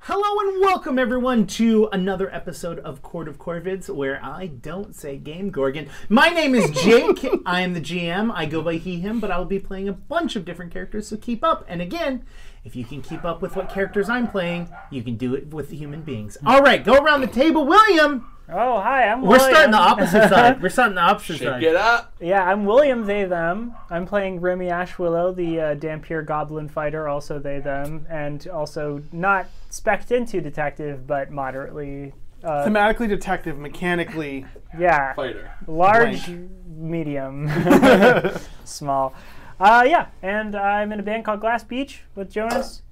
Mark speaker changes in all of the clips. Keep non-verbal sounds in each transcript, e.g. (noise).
Speaker 1: Hello and welcome everyone to another episode of Court of Corvids where I don't say game gorgon. My name is Jake. I am the GM. I go by he him, but I will be playing a bunch of different characters, so keep up. And again, if you can keep up with what characters I'm playing, you can do it with human beings. All right, go around the table, William.
Speaker 2: Oh, hi, I'm
Speaker 1: We're
Speaker 2: William.
Speaker 1: starting the opposite side. We're starting the opposite
Speaker 3: Shake
Speaker 1: side.
Speaker 3: it up.
Speaker 2: yeah, I'm William, they, them. I'm playing Remy Ashwillow, the uh, Dampier Goblin Fighter, also they, them, and also not specced into detective, but moderately. Uh,
Speaker 4: thematically detective, mechanically.
Speaker 2: yeah,
Speaker 3: Fighter.
Speaker 2: large,
Speaker 4: (laughs)
Speaker 2: medium, (laughs) small. Uh, yeah, and I'm in a band called Glass Beach with Jonas.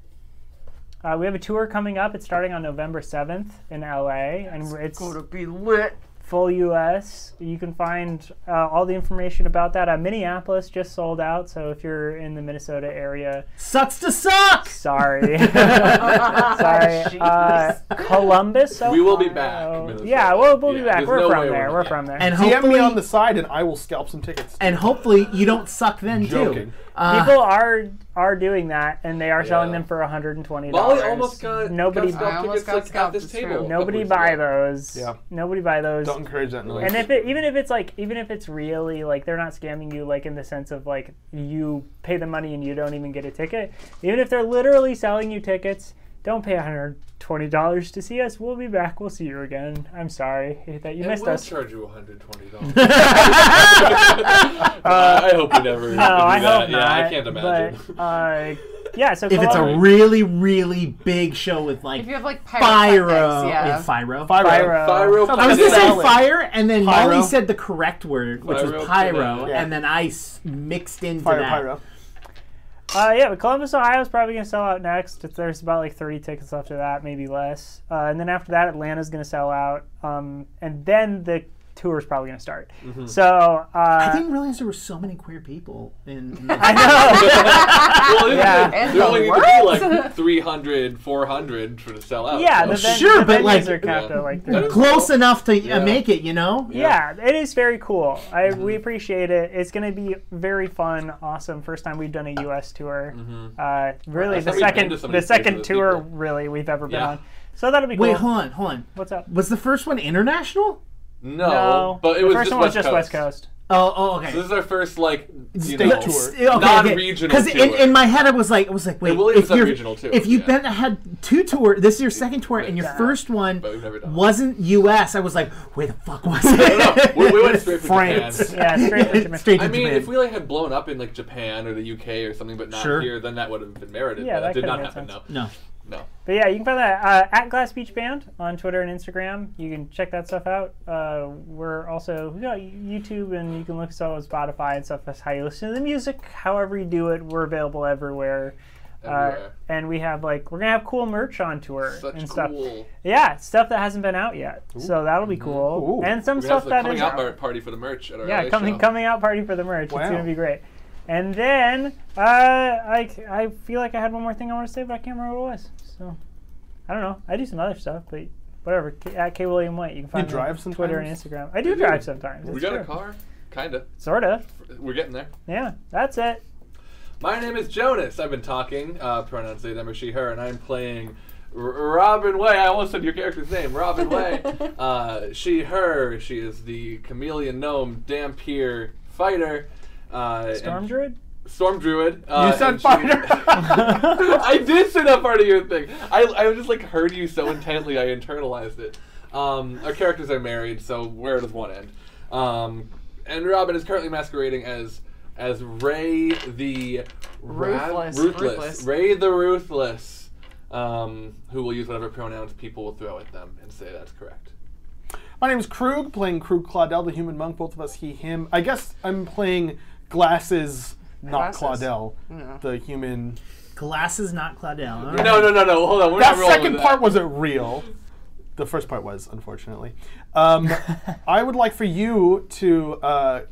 Speaker 2: Uh, we have a tour coming up. It's starting on November 7th in LA, and it's
Speaker 4: be lit.
Speaker 2: full US. You can find uh, all the information about that. Uh, Minneapolis just sold out, so if you're in the Minnesota area,
Speaker 1: Sucks to suck.
Speaker 4: (laughs)
Speaker 2: sorry, (laughs) sorry. Uh, Columbus.
Speaker 3: We will be
Speaker 2: Ohio.
Speaker 3: back, Minnesota.
Speaker 2: Yeah, we'll, we'll be
Speaker 3: Yeah,
Speaker 2: back.
Speaker 3: there's
Speaker 2: We're
Speaker 3: no
Speaker 2: from
Speaker 3: way
Speaker 2: there.
Speaker 3: we're-
Speaker 2: We're
Speaker 3: yeah.
Speaker 2: from there.
Speaker 1: And
Speaker 4: DM me on
Speaker 1: hopefully,
Speaker 4: the side, and I will scalp some tickets.
Speaker 1: and hopefully you don't suck then too.
Speaker 3: Joking.
Speaker 1: Uh,
Speaker 2: People are are doing that, and they are selling
Speaker 3: Yeah.
Speaker 2: them for 120.
Speaker 3: Molly almost got
Speaker 2: nobody.
Speaker 3: got
Speaker 2: bu-
Speaker 3: scalped
Speaker 5: I almost
Speaker 3: tickets,
Speaker 5: got
Speaker 3: like, at
Speaker 5: scalped,
Speaker 3: this
Speaker 5: it's
Speaker 3: table.
Speaker 5: true.
Speaker 3: a couple
Speaker 2: Nobody
Speaker 3: weeks
Speaker 2: buy
Speaker 3: ago.
Speaker 2: those.
Speaker 4: Yeah.
Speaker 2: Nobody buy those.
Speaker 4: Don't encourage that noise.
Speaker 2: And if it, even if it's like even if it's really like they're not scamming you like in the sense of like you pay the money and you don't even get a ticket, even if they're literally selling you tickets, don't pay $120 to see us. We'll be back. We'll see you again. I'm sorry that you
Speaker 3: And
Speaker 2: missed
Speaker 3: we'll
Speaker 2: us.
Speaker 3: charge you
Speaker 2: (laughs)
Speaker 3: 120 dollars.
Speaker 1: Uh, (laughs)
Speaker 3: I hope we never. do
Speaker 2: No, Oh, I
Speaker 3: that.
Speaker 2: hope
Speaker 3: yeah,
Speaker 2: not.
Speaker 3: I can't imagine.
Speaker 2: But, uh, yeah, so
Speaker 1: if it's a
Speaker 2: Columbus-
Speaker 1: really, really big show with like
Speaker 5: If you have like pyrotechnics,
Speaker 1: Pyro.
Speaker 5: yeah.
Speaker 1: Fyro.
Speaker 2: Pyro.
Speaker 3: Pyro.
Speaker 1: I was gonna say
Speaker 2: (laughs)
Speaker 4: Valid.
Speaker 1: fire, and then
Speaker 4: Pyro.
Speaker 1: Molly said the correct word, which was
Speaker 3: Pyro,
Speaker 1: pyro,
Speaker 4: yeah.
Speaker 1: and then I s- mixed into
Speaker 4: Pyro,
Speaker 1: that.
Speaker 4: pyro.
Speaker 2: Uh, yeah, but Columbus, Ohio is probably going to sell out next. If There's about like 30 tickets left of that, maybe less. Uh, and then after that, Atlanta's going to sell out. Um, and then the tour's probably going to start.
Speaker 3: Mm-hmm.
Speaker 2: So, uh,
Speaker 1: I didn't realize there were so many queer people in. in
Speaker 2: (laughs) I
Speaker 1: (laughs)
Speaker 2: know.
Speaker 3: (laughs) well,
Speaker 2: Yeah.
Speaker 3: yeah.
Speaker 5: And
Speaker 3: There
Speaker 5: the
Speaker 3: only need to
Speaker 5: (laughs)
Speaker 3: be like 300, 400 for to sell out.
Speaker 2: yeah,
Speaker 3: so.
Speaker 2: the ven-
Speaker 1: Sure,
Speaker 2: the
Speaker 1: but,
Speaker 2: venues
Speaker 1: like-
Speaker 2: are capped at like
Speaker 1: (laughs)
Speaker 3: That
Speaker 2: 30.
Speaker 3: is
Speaker 1: Close enough to uh,
Speaker 3: Yeah.
Speaker 1: make it, you know.
Speaker 2: Yeah, it is very cool. I
Speaker 1: Mm-hmm.
Speaker 2: we appreciate it. It's going to be very fun, awesome. First time we've done a U.S. tour.
Speaker 3: Mm-hmm.
Speaker 2: Uh, really,
Speaker 3: First
Speaker 2: the
Speaker 3: time we've been
Speaker 2: second
Speaker 3: to so
Speaker 2: the
Speaker 3: many
Speaker 2: second
Speaker 3: places with
Speaker 2: tour
Speaker 3: people.
Speaker 2: really we've ever been
Speaker 3: Yeah.
Speaker 2: on. So that'll be cool.
Speaker 1: Wait, hold on, hold on.
Speaker 2: What's up?
Speaker 1: Was the first one international?
Speaker 3: No,
Speaker 2: No,
Speaker 3: but it
Speaker 2: the
Speaker 3: was
Speaker 2: first
Speaker 3: just
Speaker 2: one
Speaker 3: West
Speaker 2: was just
Speaker 3: Coast.
Speaker 2: West Coast.
Speaker 1: Oh, oh, okay.
Speaker 3: So this is our first like you
Speaker 1: State
Speaker 3: know,
Speaker 4: tour.
Speaker 3: non-regional
Speaker 1: Because in,
Speaker 3: tour.
Speaker 1: in my head, I was like, I was like, wait,
Speaker 3: Williams
Speaker 1: if
Speaker 3: had
Speaker 1: you're
Speaker 3: regional too,
Speaker 1: if you've
Speaker 3: yeah.
Speaker 1: been had two tour, this is your second tour, and your
Speaker 3: Yeah.
Speaker 1: first one
Speaker 3: But we've never done it.
Speaker 1: wasn't U.S. I was like, where the fuck was
Speaker 3: No,
Speaker 1: it?
Speaker 3: we,
Speaker 1: (laughs)
Speaker 3: we went straight for
Speaker 4: France.
Speaker 3: Japan.
Speaker 2: Yeah, straight from Japan.
Speaker 1: Straight to
Speaker 3: I mean,
Speaker 1: Japan.
Speaker 3: if we like had blown up in like Japan or the UK or something, but not
Speaker 1: Sure.
Speaker 3: here, then that would have been merited.
Speaker 2: Yeah, that
Speaker 3: but that, did
Speaker 2: could've
Speaker 3: not
Speaker 2: made
Speaker 3: happen.
Speaker 2: sense.
Speaker 1: no.
Speaker 3: No, no.
Speaker 2: But yeah, you can find that uh, at Glass Beach Band on Twitter and Instagram. You can check that stuff out. Uh, we're also you know, YouTube, and you can look us up on Spotify and stuff. That's how you listen to the music. However you do it, we're available everywhere. Uh,
Speaker 3: Everywhere.
Speaker 2: and we have like we're gonna have cool merch on tour
Speaker 3: Such
Speaker 2: and stuff.
Speaker 3: cool.
Speaker 2: Yeah, stuff that hasn't been out yet. So that'll be cool.
Speaker 4: Ooh.
Speaker 2: And some
Speaker 3: We
Speaker 2: stuff
Speaker 3: have the
Speaker 2: that
Speaker 3: coming
Speaker 2: is
Speaker 3: out
Speaker 2: out.
Speaker 3: bar- party for the merch at our
Speaker 2: Yeah,
Speaker 3: LA
Speaker 2: coming
Speaker 3: show.
Speaker 2: coming out party for the merch. It's
Speaker 4: Wow.
Speaker 2: gonna be great. And then uh, I I feel like I had one more thing I want to say, but I can't remember what it was. So I don't know. I do some other stuff, but whatever. K- at K William White, you can find me
Speaker 4: drive
Speaker 2: on Twitter and
Speaker 4: sometimes?
Speaker 2: Instagram. I do
Speaker 3: do.
Speaker 2: drive sometimes.
Speaker 3: We
Speaker 2: it's
Speaker 3: got a
Speaker 2: true.
Speaker 3: car, kinda.
Speaker 2: Sort of.
Speaker 3: We're getting there.
Speaker 2: Yeah, that's it.
Speaker 3: My name is Jonas. I've been talking. Uh, pronouns they, them, or she, her, and I'm playing R- Robin Way. I almost said your character's name,
Speaker 2: (laughs)
Speaker 3: Robin Way. uh, she, her. She is the chameleon gnome, dampier fighter. Uh, and-
Speaker 2: Storm
Speaker 3: (laughs)
Speaker 2: Druid.
Speaker 3: Storm druid. Uh,
Speaker 4: You said
Speaker 3: and she-
Speaker 4: fighter.
Speaker 3: (laughs) I did say that part of your thing. I, I just like heard you so intently, I internalized it. Um, our characters are married, so where does one end? Um, and Robin is currently masquerading as as Ray the Ra-
Speaker 5: Ruthless,
Speaker 3: ruthless.
Speaker 5: ruthless.
Speaker 3: Ray the ruthless, um, who will use whatever pronouns people will throw at them and say that's correct.
Speaker 4: My name is Krug, playing Krug Claudel, the human monk. Both of us, he, him. I guess I'm playing glasses, not
Speaker 5: Glasses.
Speaker 4: Claudel,
Speaker 5: No.
Speaker 4: the human.
Speaker 1: Glasses, not Claudel. all right.
Speaker 3: No, no, no, no. Hold on. We're
Speaker 4: That
Speaker 3: not rolling
Speaker 4: second
Speaker 3: with
Speaker 4: part
Speaker 3: that.
Speaker 4: wasn't real. The first part was, unfortunately.
Speaker 1: (laughs)
Speaker 4: Um, I would like for you to. Uh,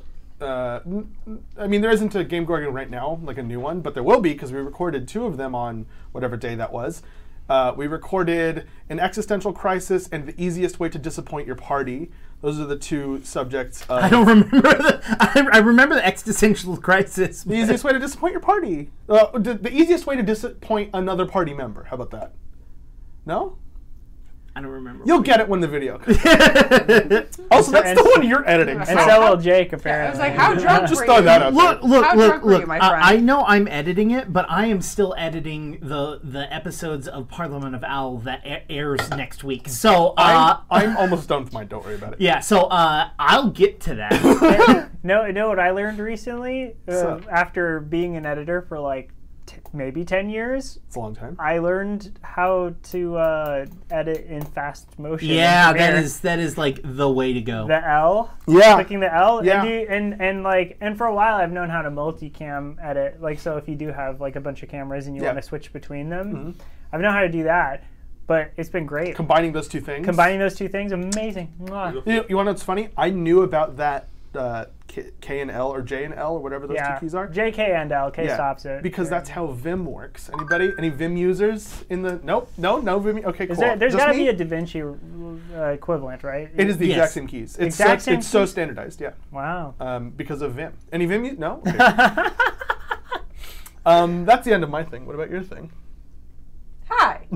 Speaker 4: uh, n- n- I mean, there isn't a Game Gorgon right now, like a new one, but there will be because we recorded two of them on whatever day that was. Uh, we recorded an existential crisis and the easiest way to disappoint your party. Those are the two subjects.
Speaker 1: (laughs)
Speaker 4: Of
Speaker 1: I don't remember. The, I, I remember the existential crisis.
Speaker 4: The easiest way to disappoint your party. Uh, the, the easiest way to disappoint another party member. How about that? No?
Speaker 1: I don't remember.
Speaker 4: You'll get it when the video comes.
Speaker 1: it.
Speaker 4: also, Oh, that's the
Speaker 2: and-
Speaker 4: one you're editing.
Speaker 2: And
Speaker 4: so-
Speaker 2: so will Jake,
Speaker 5: I
Speaker 2: apparently.
Speaker 5: was like,
Speaker 4: (laughs)
Speaker 5: how drunk
Speaker 4: Just
Speaker 5: were
Speaker 4: throw
Speaker 5: you?
Speaker 4: that up.
Speaker 1: look, look,
Speaker 5: How
Speaker 1: look,
Speaker 5: drunk were you,
Speaker 1: look.
Speaker 5: my friend?
Speaker 1: I, I know I'm editing it, but I am still editing the the episodes of Parliament of Owl that a- airs next week. So, uh,
Speaker 4: I'm, I'm almost done with mine. Don't worry (laughs) about it.
Speaker 1: yeah, so uh, I'll get to
Speaker 3: (laughs)
Speaker 1: that.
Speaker 2: (laughs) (laughs) No, no. What I learned recently, uh, after being an editor for like t- maybe ten years,
Speaker 4: It's a long time.
Speaker 2: I learned how to uh, edit in fast motion. in
Speaker 1: (laughs) yeah, that
Speaker 2: Premiere.
Speaker 1: is that is like the way to go.
Speaker 3: (laughs)
Speaker 2: the L.
Speaker 4: Yeah.
Speaker 2: Clicking the L.
Speaker 4: Yeah.
Speaker 2: And, you, and and like and for a while, I've known how to multicam edit. Like so, if you do have like a bunch of cameras and you
Speaker 4: Yeah. Mm-hmm.
Speaker 2: want to switch between them, I've known how to do that. But it's been great.
Speaker 4: Combining those two things.
Speaker 2: Combining those two things, amazing. Mwah.
Speaker 4: You know, you wanna know what's funny? I knew about that uh, K, K and L or J and L or whatever those
Speaker 2: Yeah.
Speaker 4: two keys are.
Speaker 2: JK and L. K
Speaker 4: Yeah,
Speaker 2: stops it.
Speaker 4: Because that's how Vim works. Anybody? Any Vim users in the? Nope. No. No Vim. Okay.
Speaker 2: Is
Speaker 4: cool.
Speaker 2: there, there's
Speaker 4: Just
Speaker 2: got to
Speaker 4: me?
Speaker 2: be a Da Vinci uh, equivalent, right?
Speaker 4: It is the
Speaker 1: Yes.
Speaker 4: exact same keys. It's
Speaker 2: Exact
Speaker 4: such,
Speaker 2: same
Speaker 4: It's so
Speaker 2: keys?
Speaker 4: standardized. Yeah. (laughs)
Speaker 2: Wow.
Speaker 4: Um, because of Vim. Any Vim? u-
Speaker 2: (laughs)
Speaker 4: No. Okay. um, that's the end of my thing. What about your thing? (laughs)
Speaker 5: Hi,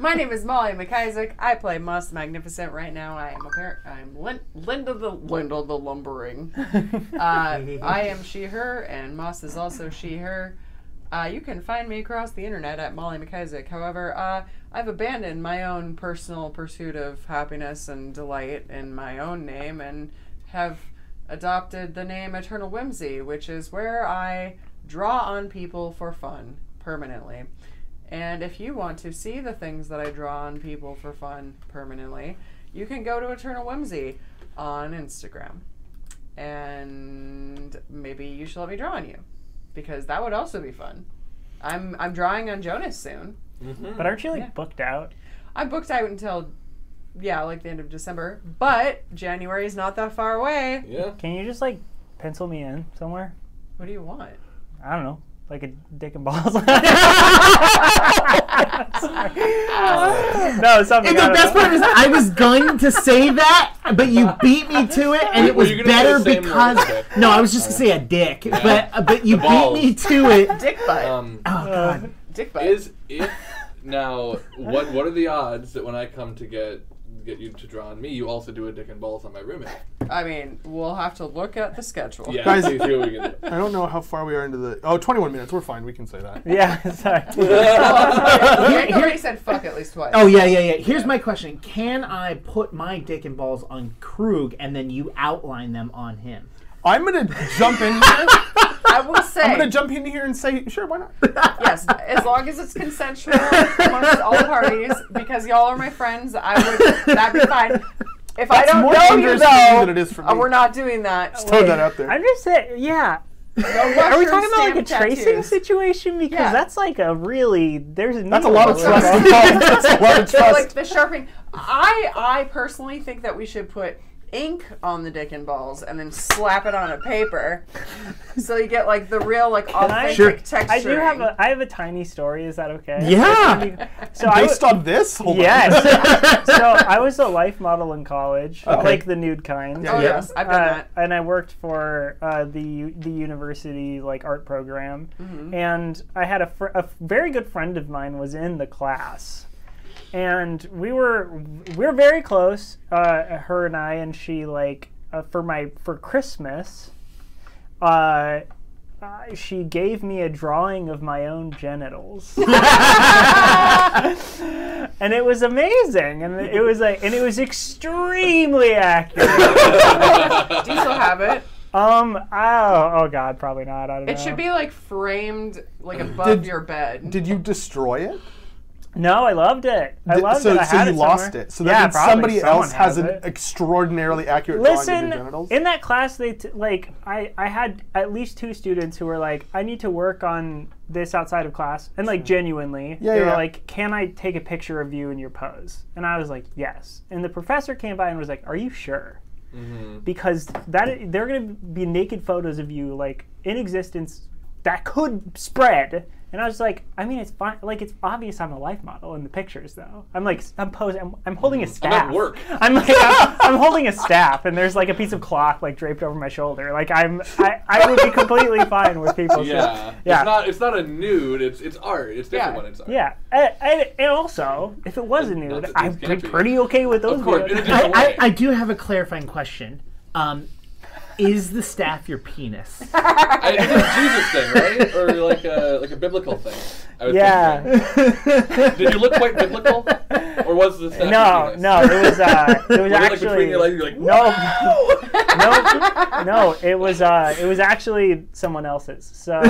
Speaker 5: my name is Molly McIsaac. I play Must Magnificent right now. I am a parent. I'm Lin- Linda the Linda the Lumbering. Uh, I am she/her, and Moss is also she/her. Uh, you can find me across the internet at Molly McIsaac. However, uh, I've abandoned my own personal pursuit of happiness and delight in my own name and have adopted the name Eternal Whimsy, which is where I draw on people for fun permanently. And if you want to see the things that I draw on people for fun permanently, you can go to Eternal Whimsy on Instagram. And maybe you should let me draw on you because that would also be fun. I'm I'm drawing on Jonas soon.
Speaker 3: Mm-hmm.
Speaker 2: But aren't you like booked out?
Speaker 5: I'm booked out until yeah, like the end of December, but January's not that far away.
Speaker 3: Yeah.
Speaker 2: Can you just like pencil me in somewhere?
Speaker 5: What do you want?
Speaker 2: I don't know, like a dick and
Speaker 4: (laughs)
Speaker 2: balls. (laughs) no, something.
Speaker 1: And (laughs)
Speaker 2: I
Speaker 1: the
Speaker 2: don't
Speaker 1: best
Speaker 2: know.
Speaker 1: part is, I was going to say that, but you beat me to it, and it
Speaker 3: Were
Speaker 1: was
Speaker 3: you gonna say
Speaker 1: better
Speaker 3: the same
Speaker 1: because
Speaker 3: word, okay.
Speaker 1: no, I was just gonna say a dick, but uh, but you beat
Speaker 3: balls.
Speaker 1: me to it. Oh
Speaker 5: Dick butt.
Speaker 3: Um,
Speaker 1: God.
Speaker 5: Dick butt.
Speaker 3: is if now what what are the odds that when I come to get get you to draw on me, you also do a dick and balls on my roommate?
Speaker 5: I mean, we'll have to look at the schedule. (laughs)
Speaker 3: Yeah.
Speaker 4: Guys-
Speaker 3: see, see what we can do.
Speaker 4: I don't know how far we are into the. Oh, 21 minutes. We're fine. We can say that.
Speaker 2: (laughs) Yeah,
Speaker 4: (laughs)
Speaker 2: sorry.
Speaker 3: (laughs)
Speaker 5: I already said fuck at least twice.
Speaker 1: Oh yeah, yeah, yeah. Here's my question: Can I put my dick and balls on Krug, and then you outline them on him?
Speaker 4: I'm gonna
Speaker 2: (laughs)
Speaker 4: jump in here.
Speaker 5: I will say
Speaker 4: I'm gonna jump in here and say, sure, why not?
Speaker 5: yes, as long as it's consensual amongst all parties, because y'all are my friends, I would that'd be fine. If I don't
Speaker 4: more
Speaker 5: know you
Speaker 4: understatement
Speaker 5: though,
Speaker 4: than it is for
Speaker 5: uh,
Speaker 4: me.
Speaker 5: we're not doing that.
Speaker 4: Throw that out there.
Speaker 2: I'm just saying, yeah. Are
Speaker 5: Are
Speaker 2: we talking about like a tracing situation? Because
Speaker 5: Yeah.
Speaker 2: that's like a really there's
Speaker 4: That's a lot of
Speaker 5: Well,
Speaker 4: trust
Speaker 5: okay.
Speaker 2: (laughs)
Speaker 4: involved. That's a lot of trust.
Speaker 5: Like the sharpening. I I personally think that we should put ink on the dick and balls and then slap it on a paper, so you get like the real like
Speaker 2: I-
Speaker 5: authentic
Speaker 2: Sure.
Speaker 5: texture.
Speaker 2: I do have a I have a tiny story. Is that okay?
Speaker 1: Yeah.
Speaker 2: So I
Speaker 4: (laughs) Based on this? Hold on.
Speaker 2: yes. so I was a life model in college, like the nude kind.
Speaker 5: Oh
Speaker 4: Yeah.
Speaker 5: yes, I've done
Speaker 2: uh,
Speaker 5: that.
Speaker 2: and I worked for uh, the u- the university like art program,
Speaker 5: Mm-hmm.
Speaker 2: and I had a, fr- a f- very good friend of mine was in the class, and we were we were very close. Uh, her and I, and she like uh, for my for Christmas, uh, uh, she gave me a drawing of my own
Speaker 5: (laughs)
Speaker 2: genitals and it was amazing and it was like and it was extremely accurate Uh,
Speaker 5: Do you still have it?
Speaker 2: um oh oh god probably not i don't
Speaker 5: It
Speaker 2: know
Speaker 5: should be like framed like above
Speaker 4: Did-
Speaker 5: your bed.
Speaker 4: (laughs)
Speaker 2: (laughs)
Speaker 4: Did you destroy it?
Speaker 2: no i loved it i
Speaker 4: Did-
Speaker 2: loved
Speaker 4: so,
Speaker 2: it i
Speaker 4: so
Speaker 2: had
Speaker 4: you
Speaker 2: it
Speaker 4: lost
Speaker 2: somewhere.
Speaker 4: it. So
Speaker 2: Yeah,
Speaker 4: that means
Speaker 2: probably
Speaker 4: somebody
Speaker 2: someone
Speaker 4: else has
Speaker 2: has
Speaker 4: an
Speaker 2: it.
Speaker 4: extraordinarily accurate drawing of your
Speaker 2: Listen,
Speaker 4: genitals.
Speaker 2: in that class, they t- like I, I had at least two students who were like, I need to work on this outside of class, and like genuinely,
Speaker 4: Yeah,
Speaker 2: they
Speaker 4: yeah.
Speaker 2: were like, Can I take a picture of you in your pose? And I was like, Yes. And the professor came by and was like, Are you sure? Because that they're gonna be naked photos of you like in existence that could spread. And I was like, I mean, it's fine. Like, it's obvious I'm a life model in the pictures, though. I'm like, I'm posing, I'm, I'm holding a staff.
Speaker 3: work.
Speaker 2: (laughs) I'm like, I'm, I'm holding a staff, and there's like a piece of cloth like draped over my shoulder. Like, I'm, I, I would be completely fine with people. saying-
Speaker 3: Yeah.
Speaker 2: (laughs) yeah.
Speaker 3: It's not it's not a nude, it's it's art. It's different
Speaker 5: Yeah.
Speaker 3: when it's art.
Speaker 2: Yeah, and, and, and also, if it was a
Speaker 3: Not
Speaker 2: nude,
Speaker 3: that
Speaker 2: I'd
Speaker 3: these
Speaker 2: be
Speaker 3: can't be.
Speaker 2: pretty okay with those.
Speaker 3: Of course,
Speaker 2: being-
Speaker 3: in a (laughs) different
Speaker 1: I,
Speaker 3: way.
Speaker 1: I, I do have a clarifying question. Um, is the staff your
Speaker 2: (laughs)
Speaker 1: penis?
Speaker 3: I, it's a Jesus thing, right? Or like a like a biblical thing. I would think.
Speaker 2: yeah.
Speaker 1: Uh,
Speaker 3: Did you look quite biblical, or was this actually
Speaker 2: No,
Speaker 3: nice?
Speaker 2: no, it was uh,
Speaker 3: (laughs)
Speaker 2: it was
Speaker 3: Were you, like,
Speaker 2: actually
Speaker 3: between your legs, you're like,
Speaker 4: Oh.
Speaker 2: (laughs) no, no, no, it was uh, it was actually someone else's.
Speaker 4: (laughs)
Speaker 2: So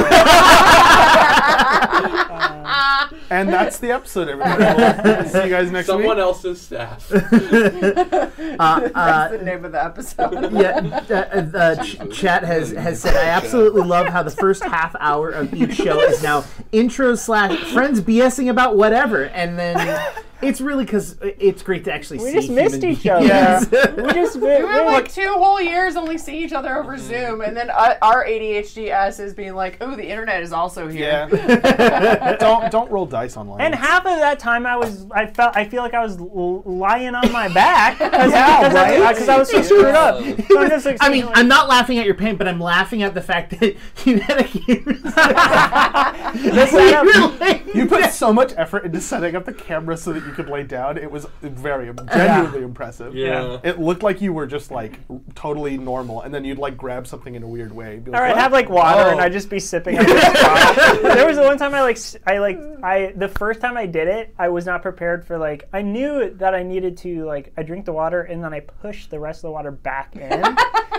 Speaker 4: And that's the
Speaker 2: (laughs)
Speaker 4: episode, everybody. We'll see you guys next
Speaker 3: Someone
Speaker 4: week.
Speaker 3: else's staff.
Speaker 5: (laughs) That's
Speaker 2: Uh,
Speaker 5: the name of the episode.
Speaker 1: uh, yeah, uh, uh, uh, Ch- chat has has said I absolutely love how the first half hour of each show is now intro slash friends BSing about whatever, and then it's really because it's great to actually
Speaker 2: we
Speaker 1: see.
Speaker 2: just missed
Speaker 1: human
Speaker 2: each other.
Speaker 1: beings. (laughs)
Speaker 2: We just we,
Speaker 5: We
Speaker 2: we,
Speaker 5: were like two whole years only seeing each other over Zoom, and then uh, our ADHD ass is being like, "Oh, the internet is also (laughs)
Speaker 4: Yeah.
Speaker 5: here."
Speaker 4: don't don't roll dice online.
Speaker 2: and half of that time I was I felt I feel like I was l- lying on my
Speaker 4: (laughs)
Speaker 2: back because
Speaker 4: Yeah,
Speaker 2: I, uh,
Speaker 4: right?
Speaker 2: 'cause I was so screwed up. So I'm just, like,
Speaker 1: (laughs) I mean,
Speaker 2: sitting, like,
Speaker 1: I'm not laughing at your pain, but I'm laughing at the fact that (laughs) you had a
Speaker 4: (laughs)
Speaker 1: (laughs)
Speaker 2: this set up-
Speaker 4: you put so much effort into setting up the camera so that you could lay down. It was very genuinely impressive.
Speaker 3: Yeah.
Speaker 4: It looked like you were just like totally normal, and then youd like grab something in a weird way. and be
Speaker 2: Or I'd
Speaker 4: "What?"
Speaker 2: have like water
Speaker 4: Oh.
Speaker 2: and I'd just be
Speaker 4: (laughs)
Speaker 2: sipping. on it. there was the one time I like s- I like I the first time I did it I was not prepared for like I knew that I needed to like I drink the water and then I push the rest of the water back in.
Speaker 4: (laughs)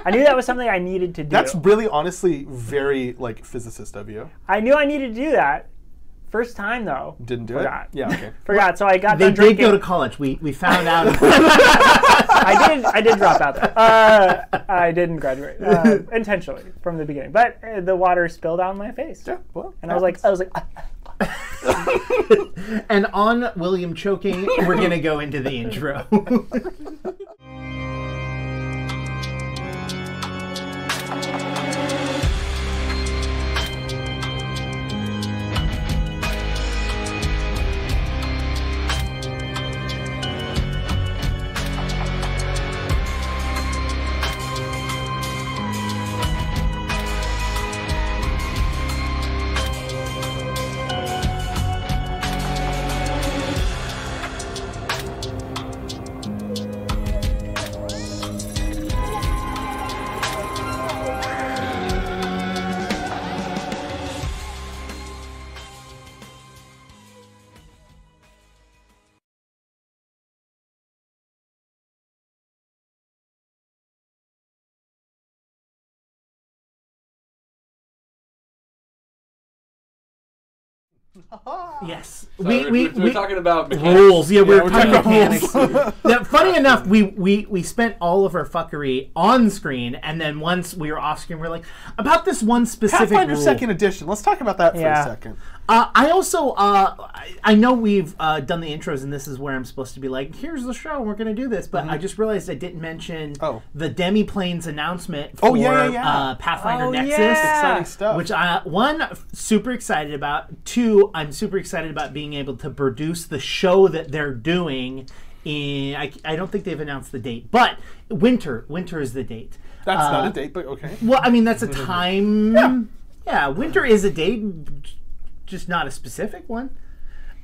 Speaker 2: I knew that was something I needed to do.
Speaker 4: That's really honestly very like physicist of you.
Speaker 2: I knew I needed to do that. First time though,
Speaker 4: Didn't do
Speaker 2: Forgot.
Speaker 4: it. Yeah.
Speaker 2: (laughs)
Speaker 4: Okay.
Speaker 2: forgot. So I got
Speaker 1: They
Speaker 2: done
Speaker 1: did
Speaker 2: drinking.
Speaker 1: go to college. We we found out. (laughs)
Speaker 2: I did. I did drop out.
Speaker 4: (laughs)
Speaker 2: Though. Uh, I didn't graduate uh, intentionally from the beginning, but uh, the water spilled on my face,
Speaker 4: Yeah. Well.
Speaker 2: and I was like, I was like.
Speaker 1: and on William choking, we're gonna go into the intro. yes, we we,
Speaker 3: Sorry, we're,
Speaker 1: we,
Speaker 3: we're talking about mechanics.
Speaker 1: rules. Yeah, we're,
Speaker 4: we're
Speaker 1: talking
Speaker 4: talking about
Speaker 1: mechanics. (laughs) now, funny enough, we, we we spent all of our fuckery on screen, and then once we were off screen, we are like about this one specific
Speaker 4: Pathfinder
Speaker 1: rule.
Speaker 4: Second Edition. Let's talk about that for
Speaker 2: Yeah.
Speaker 4: a second.
Speaker 1: Uh, I also, uh, I, I know we've uh, done the intros, and this is where I'm supposed to be like, here's the show, we're going to do this. But I just realized I didn't mention
Speaker 4: Mm-hmm. Oh.
Speaker 1: the Demi Planes announcement for
Speaker 4: Oh, yeah, yeah, yeah.
Speaker 1: Uh, Pathfinder
Speaker 2: Oh,
Speaker 1: Nexus.
Speaker 2: yeah. Exciting
Speaker 4: stuff.
Speaker 1: Which I, one, f- super excited about. Two, I'm super excited about being able to produce the show that they're doing. In, I, I don't think they've announced the date, but winter, winter is the date.
Speaker 4: That's
Speaker 2: Uh,
Speaker 4: not a date, but okay.
Speaker 1: Well, I mean, that's a time. Yeah, winter is a date, just not a specific one.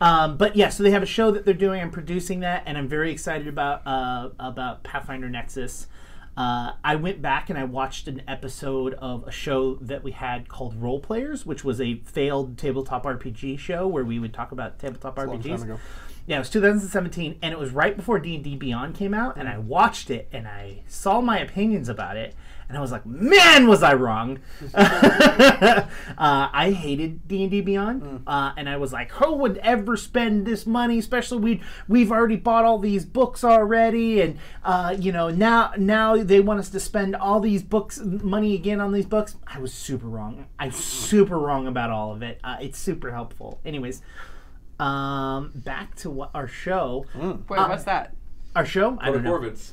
Speaker 1: Um, but yeah, so they have a show that they're doing. I'm producing that, and I'm very excited about uh, about Pathfinder Nexus. Uh, I went back and I watched an episode of a show that we had called Role Players, which was a failed tabletop RPG show where we would talk about tabletop
Speaker 4: long
Speaker 1: RPGs.
Speaker 4: time ago.
Speaker 1: Yeah, it was 2017, and it was right before D and D Beyond came out, and I watched it and I saw my opinions about it, and I was like, man, was I wrong. (laughs) uh, I hated D and D Beyond, uh, and I was like, who would ever spend this money? Especially we we've already bought all these books already, and uh, you know now now they want us to spend all these books money again on these books. I was super wrong. I'm super wrong about all of it. Uh, it's super helpful. Anyways. Um, back to what our show.
Speaker 5: Wait, what's that?
Speaker 1: Our show. I
Speaker 3: Or
Speaker 1: don't know.
Speaker 3: Corvids.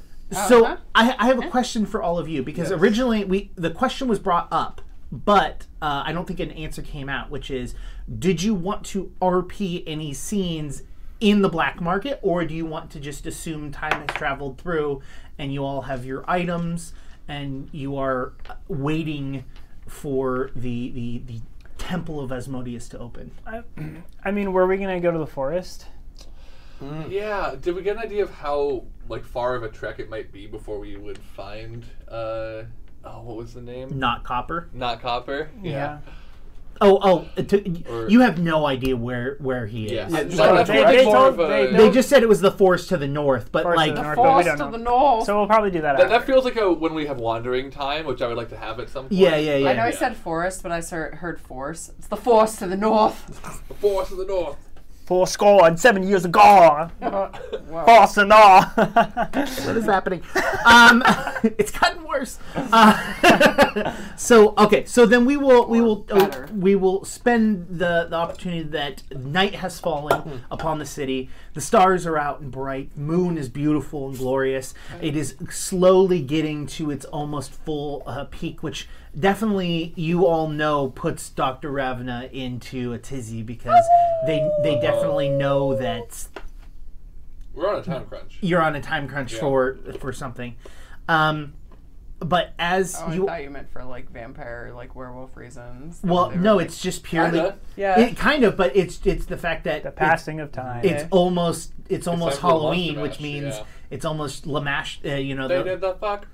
Speaker 1: So
Speaker 5: huh?
Speaker 1: I, I have a question for all of you because originally we the question was brought up but uh, I don't think an answer came out, which is did you want to RP any scenes in the black market, or do you want to just assume time has traveled through and you all have your items and you are uh, waiting for the, the, the temple of Asmodeus to open?
Speaker 2: I mean, were we gonna go to the forest?
Speaker 3: Yeah. Did we get an idea of how like far of a trek it might be before we would find? Uh, oh, what was the name?
Speaker 1: Not copper.
Speaker 3: Not copper.
Speaker 1: Oh, oh, uh, to,
Speaker 3: Or-
Speaker 1: you have no idea where where he
Speaker 3: Yeah.
Speaker 1: is.
Speaker 3: yeah.
Speaker 4: just
Speaker 3: So
Speaker 4: like-
Speaker 3: that's
Speaker 4: They-
Speaker 3: that's
Speaker 2: they
Speaker 3: more
Speaker 2: told-
Speaker 3: of a-
Speaker 2: they-
Speaker 1: They just said it was the forest to the north, but
Speaker 2: Forest to
Speaker 1: like
Speaker 2: the north. but we
Speaker 5: Falls
Speaker 2: don't
Speaker 5: to the
Speaker 2: know. (laughs)
Speaker 5: north.
Speaker 2: So we'll probably do that.
Speaker 3: That, that
Speaker 2: after.
Speaker 3: feels like a when we have wandering time, which I would like to have at some point.
Speaker 1: yeah, yeah, yeah.
Speaker 5: I know I said forest, but I ser- heard force. It's the force to
Speaker 1: (laughs)
Speaker 5: the north. (laughs)
Speaker 3: The force of the north.
Speaker 2: Four score and seven years
Speaker 4: (laughs)
Speaker 2: ago.
Speaker 5: Whoa.
Speaker 2: Boss and all. (laughs)
Speaker 1: what is happening? Um, (laughs) it's gotten worse. Uh, (laughs) so okay, so then we will we will uh,
Speaker 5: Or better.
Speaker 1: we will spend the the opportunity that night has
Speaker 5: Hmm.
Speaker 1: fallen upon the city. The stars are out and bright. Moon is beautiful and glorious. It is slowly getting to its almost full uh, peak, which definitely you all know puts Doctor Ravna into a tizzy because they they
Speaker 5: Oh.
Speaker 1: definitely know that
Speaker 3: We're on a time crunch.
Speaker 1: you're on a time crunch for for something. Um, but as
Speaker 5: Oh, I
Speaker 1: you
Speaker 5: thought you meant for like vampire, like werewolf reasons.
Speaker 1: well,
Speaker 5: They were
Speaker 1: no,
Speaker 5: like-
Speaker 1: it's just purely
Speaker 3: Kinda.
Speaker 5: yeah.
Speaker 1: it kind of, but it's it's the fact that
Speaker 2: the
Speaker 1: it's-
Speaker 2: passing of time.
Speaker 4: (laughs)
Speaker 1: It's, almost it's almost
Speaker 3: like the
Speaker 1: Halloween,
Speaker 3: Lamash,
Speaker 1: which means
Speaker 3: yeah.
Speaker 1: it's almost Lamash. Uh, you know,
Speaker 3: They
Speaker 1: the,
Speaker 3: did
Speaker 1: (laughs)
Speaker 3: the fuck.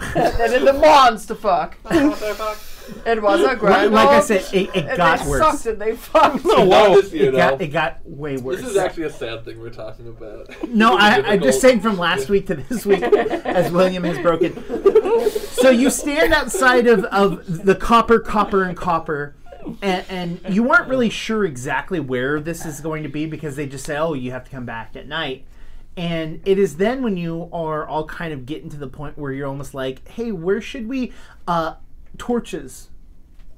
Speaker 5: and then the monster fuck.
Speaker 3: They fuck.
Speaker 5: It was a
Speaker 1: like,
Speaker 5: grand
Speaker 1: like I
Speaker 5: old-
Speaker 1: said, it, it
Speaker 5: and
Speaker 1: got
Speaker 5: they
Speaker 1: worse.
Speaker 5: sucked and they
Speaker 1: (laughs)
Speaker 5: fucked.
Speaker 3: Not this year,
Speaker 1: It got,
Speaker 3: though.
Speaker 1: it got way worse.
Speaker 3: This is actually a sad thing we're talking
Speaker 1: (laughs)
Speaker 3: about.
Speaker 1: no, I, I'm
Speaker 3: Difficult.
Speaker 1: just saying from last week to this week, as William has broken. so you stand outside of, of the copper, copper, and copper, and, and you aren't really sure exactly where this is going to be because they just say, oh, you have to come back at night. And it is then when you are all kind of getting to the point where you're almost like, hey, where should we? Uh, torches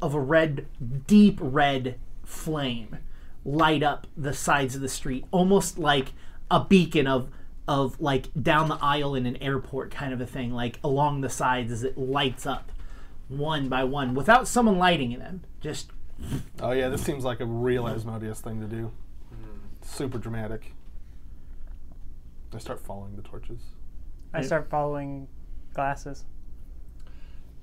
Speaker 1: of a red, deep red flame light up the sides of the street, almost like a beacon of of like down the aisle in an airport kind of a thing, like along the sides as it lights up one by one without someone lighting them. Just
Speaker 4: Oh yeah, this seems like a real Asmodeus thing to do. Super dramatic. I start following the torches.
Speaker 2: I start following glasses.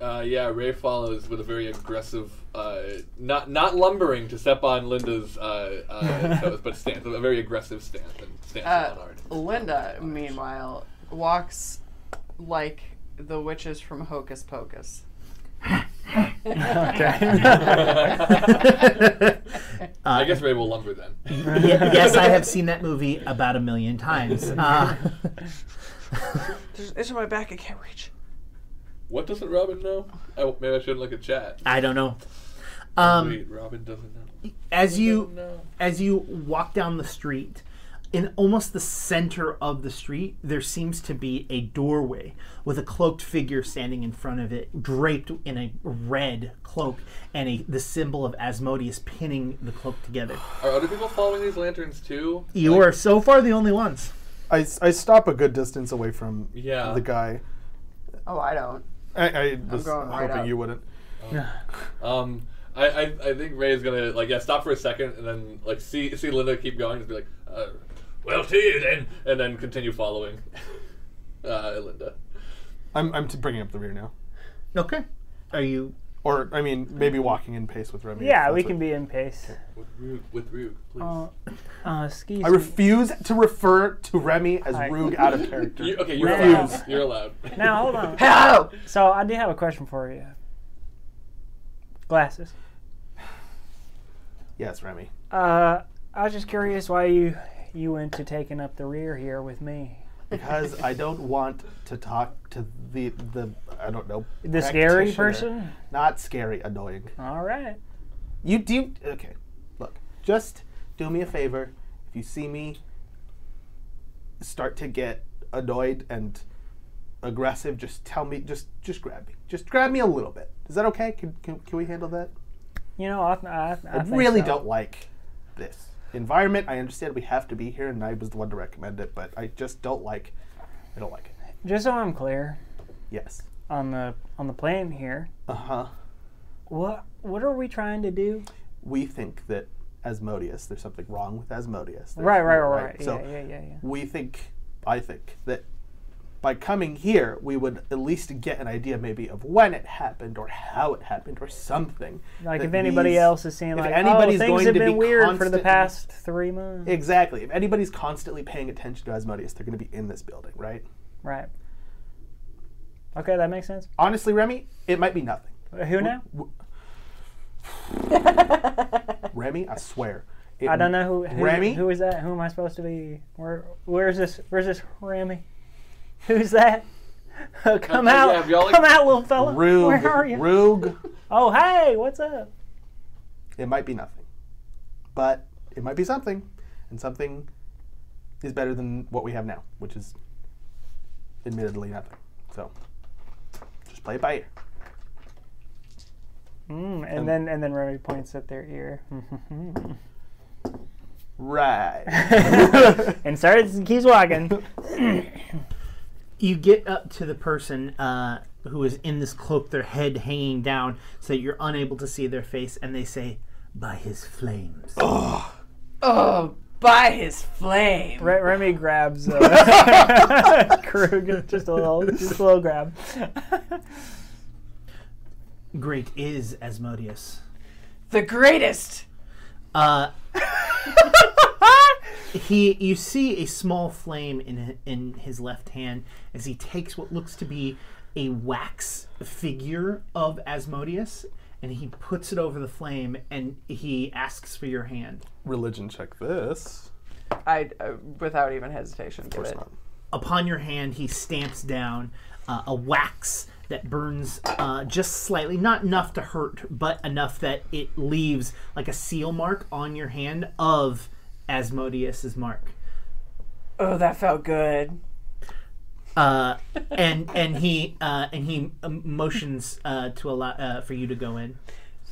Speaker 3: Uh, yeah, Ray follows with a very aggressive, uh, not not lumbering to step on Linda's uh,
Speaker 1: (laughs)
Speaker 3: uh, toes, but stance, a very aggressive stance and stance
Speaker 5: Uh,
Speaker 3: on art.
Speaker 5: Linda, meanwhile, walks like the witches from
Speaker 1: (laughs)
Speaker 5: Hocus Pocus. (laughs)
Speaker 3: I guess Ray will
Speaker 1: (laughs)
Speaker 3: lumber then.
Speaker 1: Ye- yes, I have seen that movie about a million times. Uh,
Speaker 5: It's in my back. I can't reach.
Speaker 3: What doesn't Robin know? Oh, maybe I should look at chat.
Speaker 1: I don't know. Um,
Speaker 3: Wait, Robin doesn't know.
Speaker 1: as you
Speaker 3: Doesn't know.
Speaker 1: as you walk down the street, in almost the center of the street, there seems to be a doorway with a cloaked figure standing in front of it, draped in a red cloak and a, the symbol of Asmodeus pinning the cloak together.
Speaker 3: Are other people following these lanterns too?
Speaker 1: You
Speaker 3: Like,
Speaker 1: are so far the only ones.
Speaker 4: I, s- I stop a good distance away from
Speaker 3: Yeah.
Speaker 4: the guy.
Speaker 5: Oh, I don't.
Speaker 4: I, I was
Speaker 5: going right
Speaker 4: hoping
Speaker 5: up.
Speaker 4: you wouldn't.
Speaker 3: Um, I, I, I think Ray's gonna like yeah stop for a second and then like see see Linda keep going and be like, uh, well, see you then, and then continue following, (laughs) uh, Linda.
Speaker 4: I'm, I'm t- bringing up the rear now.
Speaker 1: Okay. Are you
Speaker 4: Or, I mean, maybe walking in pace with Remy. if
Speaker 2: Mm-hmm. Yeah,
Speaker 4: that's
Speaker 2: we
Speaker 4: what-
Speaker 2: can be in pace.
Speaker 3: With Rug, with Rug, please.
Speaker 2: Uh, uh, excuse
Speaker 4: I
Speaker 2: me.
Speaker 4: refuse to refer to Remy as
Speaker 2: Hi.
Speaker 4: Rug
Speaker 2: (laughs)
Speaker 4: out of character.
Speaker 3: You- okay, you're
Speaker 2: Refuse.
Speaker 3: allowed. You're allowed.
Speaker 2: (laughs) Now hold
Speaker 4: (laughs)
Speaker 2: on.
Speaker 5: Hello.
Speaker 2: So I do have a question for you. Glasses.
Speaker 4: yes, Remy.
Speaker 2: Uh, I was just curious why you you went to taking up the rear here with me.
Speaker 4: Because I don't want to talk to the, the I don't know.
Speaker 2: The scary
Speaker 4: practitioner.
Speaker 2: person.
Speaker 4: Not scary, annoying.
Speaker 2: All right.
Speaker 4: You do. Okay, look. Just do me a favor. If you see me start to get annoyed and aggressive, just tell me. Just just grab me. Just grab me a little bit. Is that okay? Can can, can we handle that?
Speaker 2: You know, I, th- I, th- I
Speaker 4: I,
Speaker 2: think
Speaker 4: really
Speaker 2: so.
Speaker 4: don't like this environment. I understand we have to be here, and I was the one to recommend it, but I just don't like. I don't like it.
Speaker 2: Just so I'm clear
Speaker 4: Yes.
Speaker 2: on the on the plan here,
Speaker 4: Uh huh.
Speaker 2: What What are we trying to do?
Speaker 4: We think that Asmodeus, there's something wrong with Asmodeus. There's-
Speaker 2: Right, right, right, right.
Speaker 4: So
Speaker 2: yeah, yeah, yeah, yeah.
Speaker 4: we think, I think that by coming here, we would at least get an idea maybe of when it happened or how it happened or something.
Speaker 2: Like
Speaker 4: That
Speaker 2: if anybody
Speaker 4: these-
Speaker 2: else is saying
Speaker 4: if
Speaker 2: like,
Speaker 4: anybody's
Speaker 2: oh, things
Speaker 4: going
Speaker 2: have
Speaker 4: to
Speaker 2: been
Speaker 4: be
Speaker 2: weird for the
Speaker 4: constantly-
Speaker 2: past three months.
Speaker 4: Exactly. If anybody's constantly paying attention to Asmodeus, they're going to be in this building, right?
Speaker 2: right. Okay, that makes sense.
Speaker 4: Honestly, Remy, it might be nothing.
Speaker 2: Who now?
Speaker 4: Remy, I swear. It
Speaker 2: I don't know who. who
Speaker 4: Remy?
Speaker 2: Who is that? Who am I supposed to be? Where? Where's this? Where's this Remy? Who's that? (laughs) Oh, Come
Speaker 3: yeah,
Speaker 2: out!
Speaker 3: if y'all like-
Speaker 2: Come out, little fella.
Speaker 4: Rug.
Speaker 2: Where are you?
Speaker 4: Rug.
Speaker 2: Oh, hey, what's up?
Speaker 4: It might be nothing, but it might be something, and something is better than what we have now, which is admittedly nothing. So just play it by ear.
Speaker 2: Mm, and then and then Remy points at their ear (laughs)
Speaker 5: (laughs)
Speaker 4: Right.
Speaker 2: and starts keeps
Speaker 4: (laughs)
Speaker 2: walking.
Speaker 1: you get up to the person uh, who is in this cloak, their head hanging down, so that you're unable to see their face, and they say, "By his flames."
Speaker 5: Oh, by his flame.
Speaker 2: Re- Remy grabs (laughs) uh, Krug, just a little, just a little grab.
Speaker 1: Great is Asmodeus.
Speaker 5: The greatest.
Speaker 1: Uh, (laughs) he, you see a small flame in in his left hand as he takes what looks to be a wax figure of Asmodeus, and he puts it over the flame, and he asks for your hand.
Speaker 4: Religion check this.
Speaker 5: I, uh, without even hesitation, give
Speaker 4: Of course
Speaker 5: it.
Speaker 4: not.
Speaker 1: upon your hand, he stamps down uh, a wax that burns uh, just slightly, not enough to hurt, but enough that it leaves like a seal mark on your hand of Asmodeus's mark.
Speaker 5: Oh, that felt good.
Speaker 1: Uh, and and he uh, and he um, motions uh, to allow uh, for you to go in.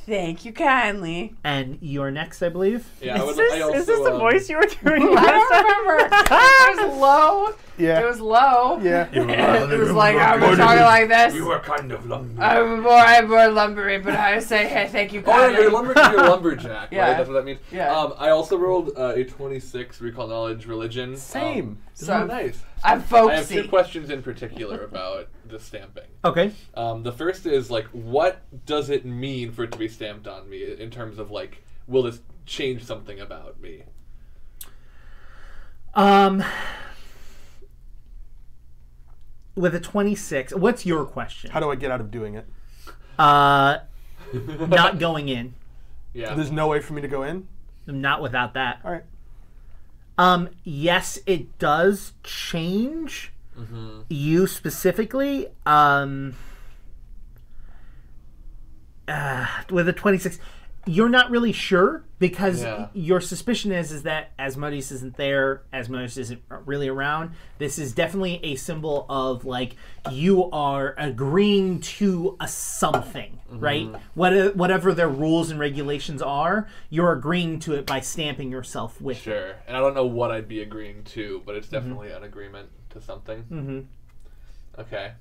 Speaker 5: Thank you kindly.
Speaker 1: And you're next, I believe.
Speaker 3: (laughs) Yeah, I would,
Speaker 2: Is this,
Speaker 3: I
Speaker 2: is
Speaker 3: also,
Speaker 2: this the
Speaker 3: um,
Speaker 2: voice you were (laughs) doing
Speaker 5: (laughs) I
Speaker 2: last time?
Speaker 5: don't remember. (laughs) it was low.
Speaker 4: Yeah.
Speaker 5: It was (laughs) low.
Speaker 4: yeah.
Speaker 5: It was like I was talking like this.
Speaker 3: You were kind of lumber.
Speaker 5: I'm more, I'm more lumbery, but I say, hey, thank you
Speaker 3: Oh, yeah,
Speaker 5: kindly.
Speaker 3: you're
Speaker 2: (laughs)
Speaker 3: lumberjack. You're lumberjack,
Speaker 5: Yeah.
Speaker 3: right? That's what that means.
Speaker 5: Yeah.
Speaker 3: Um, I also rolled uh, a 26 recall knowledge religion.
Speaker 4: Same.
Speaker 3: so
Speaker 5: So-
Speaker 3: nice.
Speaker 5: I'm
Speaker 3: I have two
Speaker 5: folksy.
Speaker 3: questions in particular about the stamping.
Speaker 1: Okay.
Speaker 3: Um, the first is like, what does it mean for it to be stamped on me in terms of like, will this change something about me?
Speaker 1: Um, with a 26, what's your question?
Speaker 4: How do I get out of doing it?
Speaker 1: Uh, not going in.
Speaker 3: Yeah.
Speaker 5: Um,
Speaker 4: There's no way for me to go in.
Speaker 1: Not without that.
Speaker 4: All right.
Speaker 1: Um, yes, it does change you specifically. Um, uh, with a 26, you're not really sure because
Speaker 3: Yeah.
Speaker 1: your suspicion is is that Asmodeus isn't there, Asmodeus isn't really around. This is definitely a symbol of like you are agreeing to a something, right? What, whatever their rules and regulations are, you're agreeing to it by stamping yourself with it.
Speaker 3: Sure. And I don't know what I'd be agreeing to, but it's definitely an agreement to something. Mm-hmm. Okay.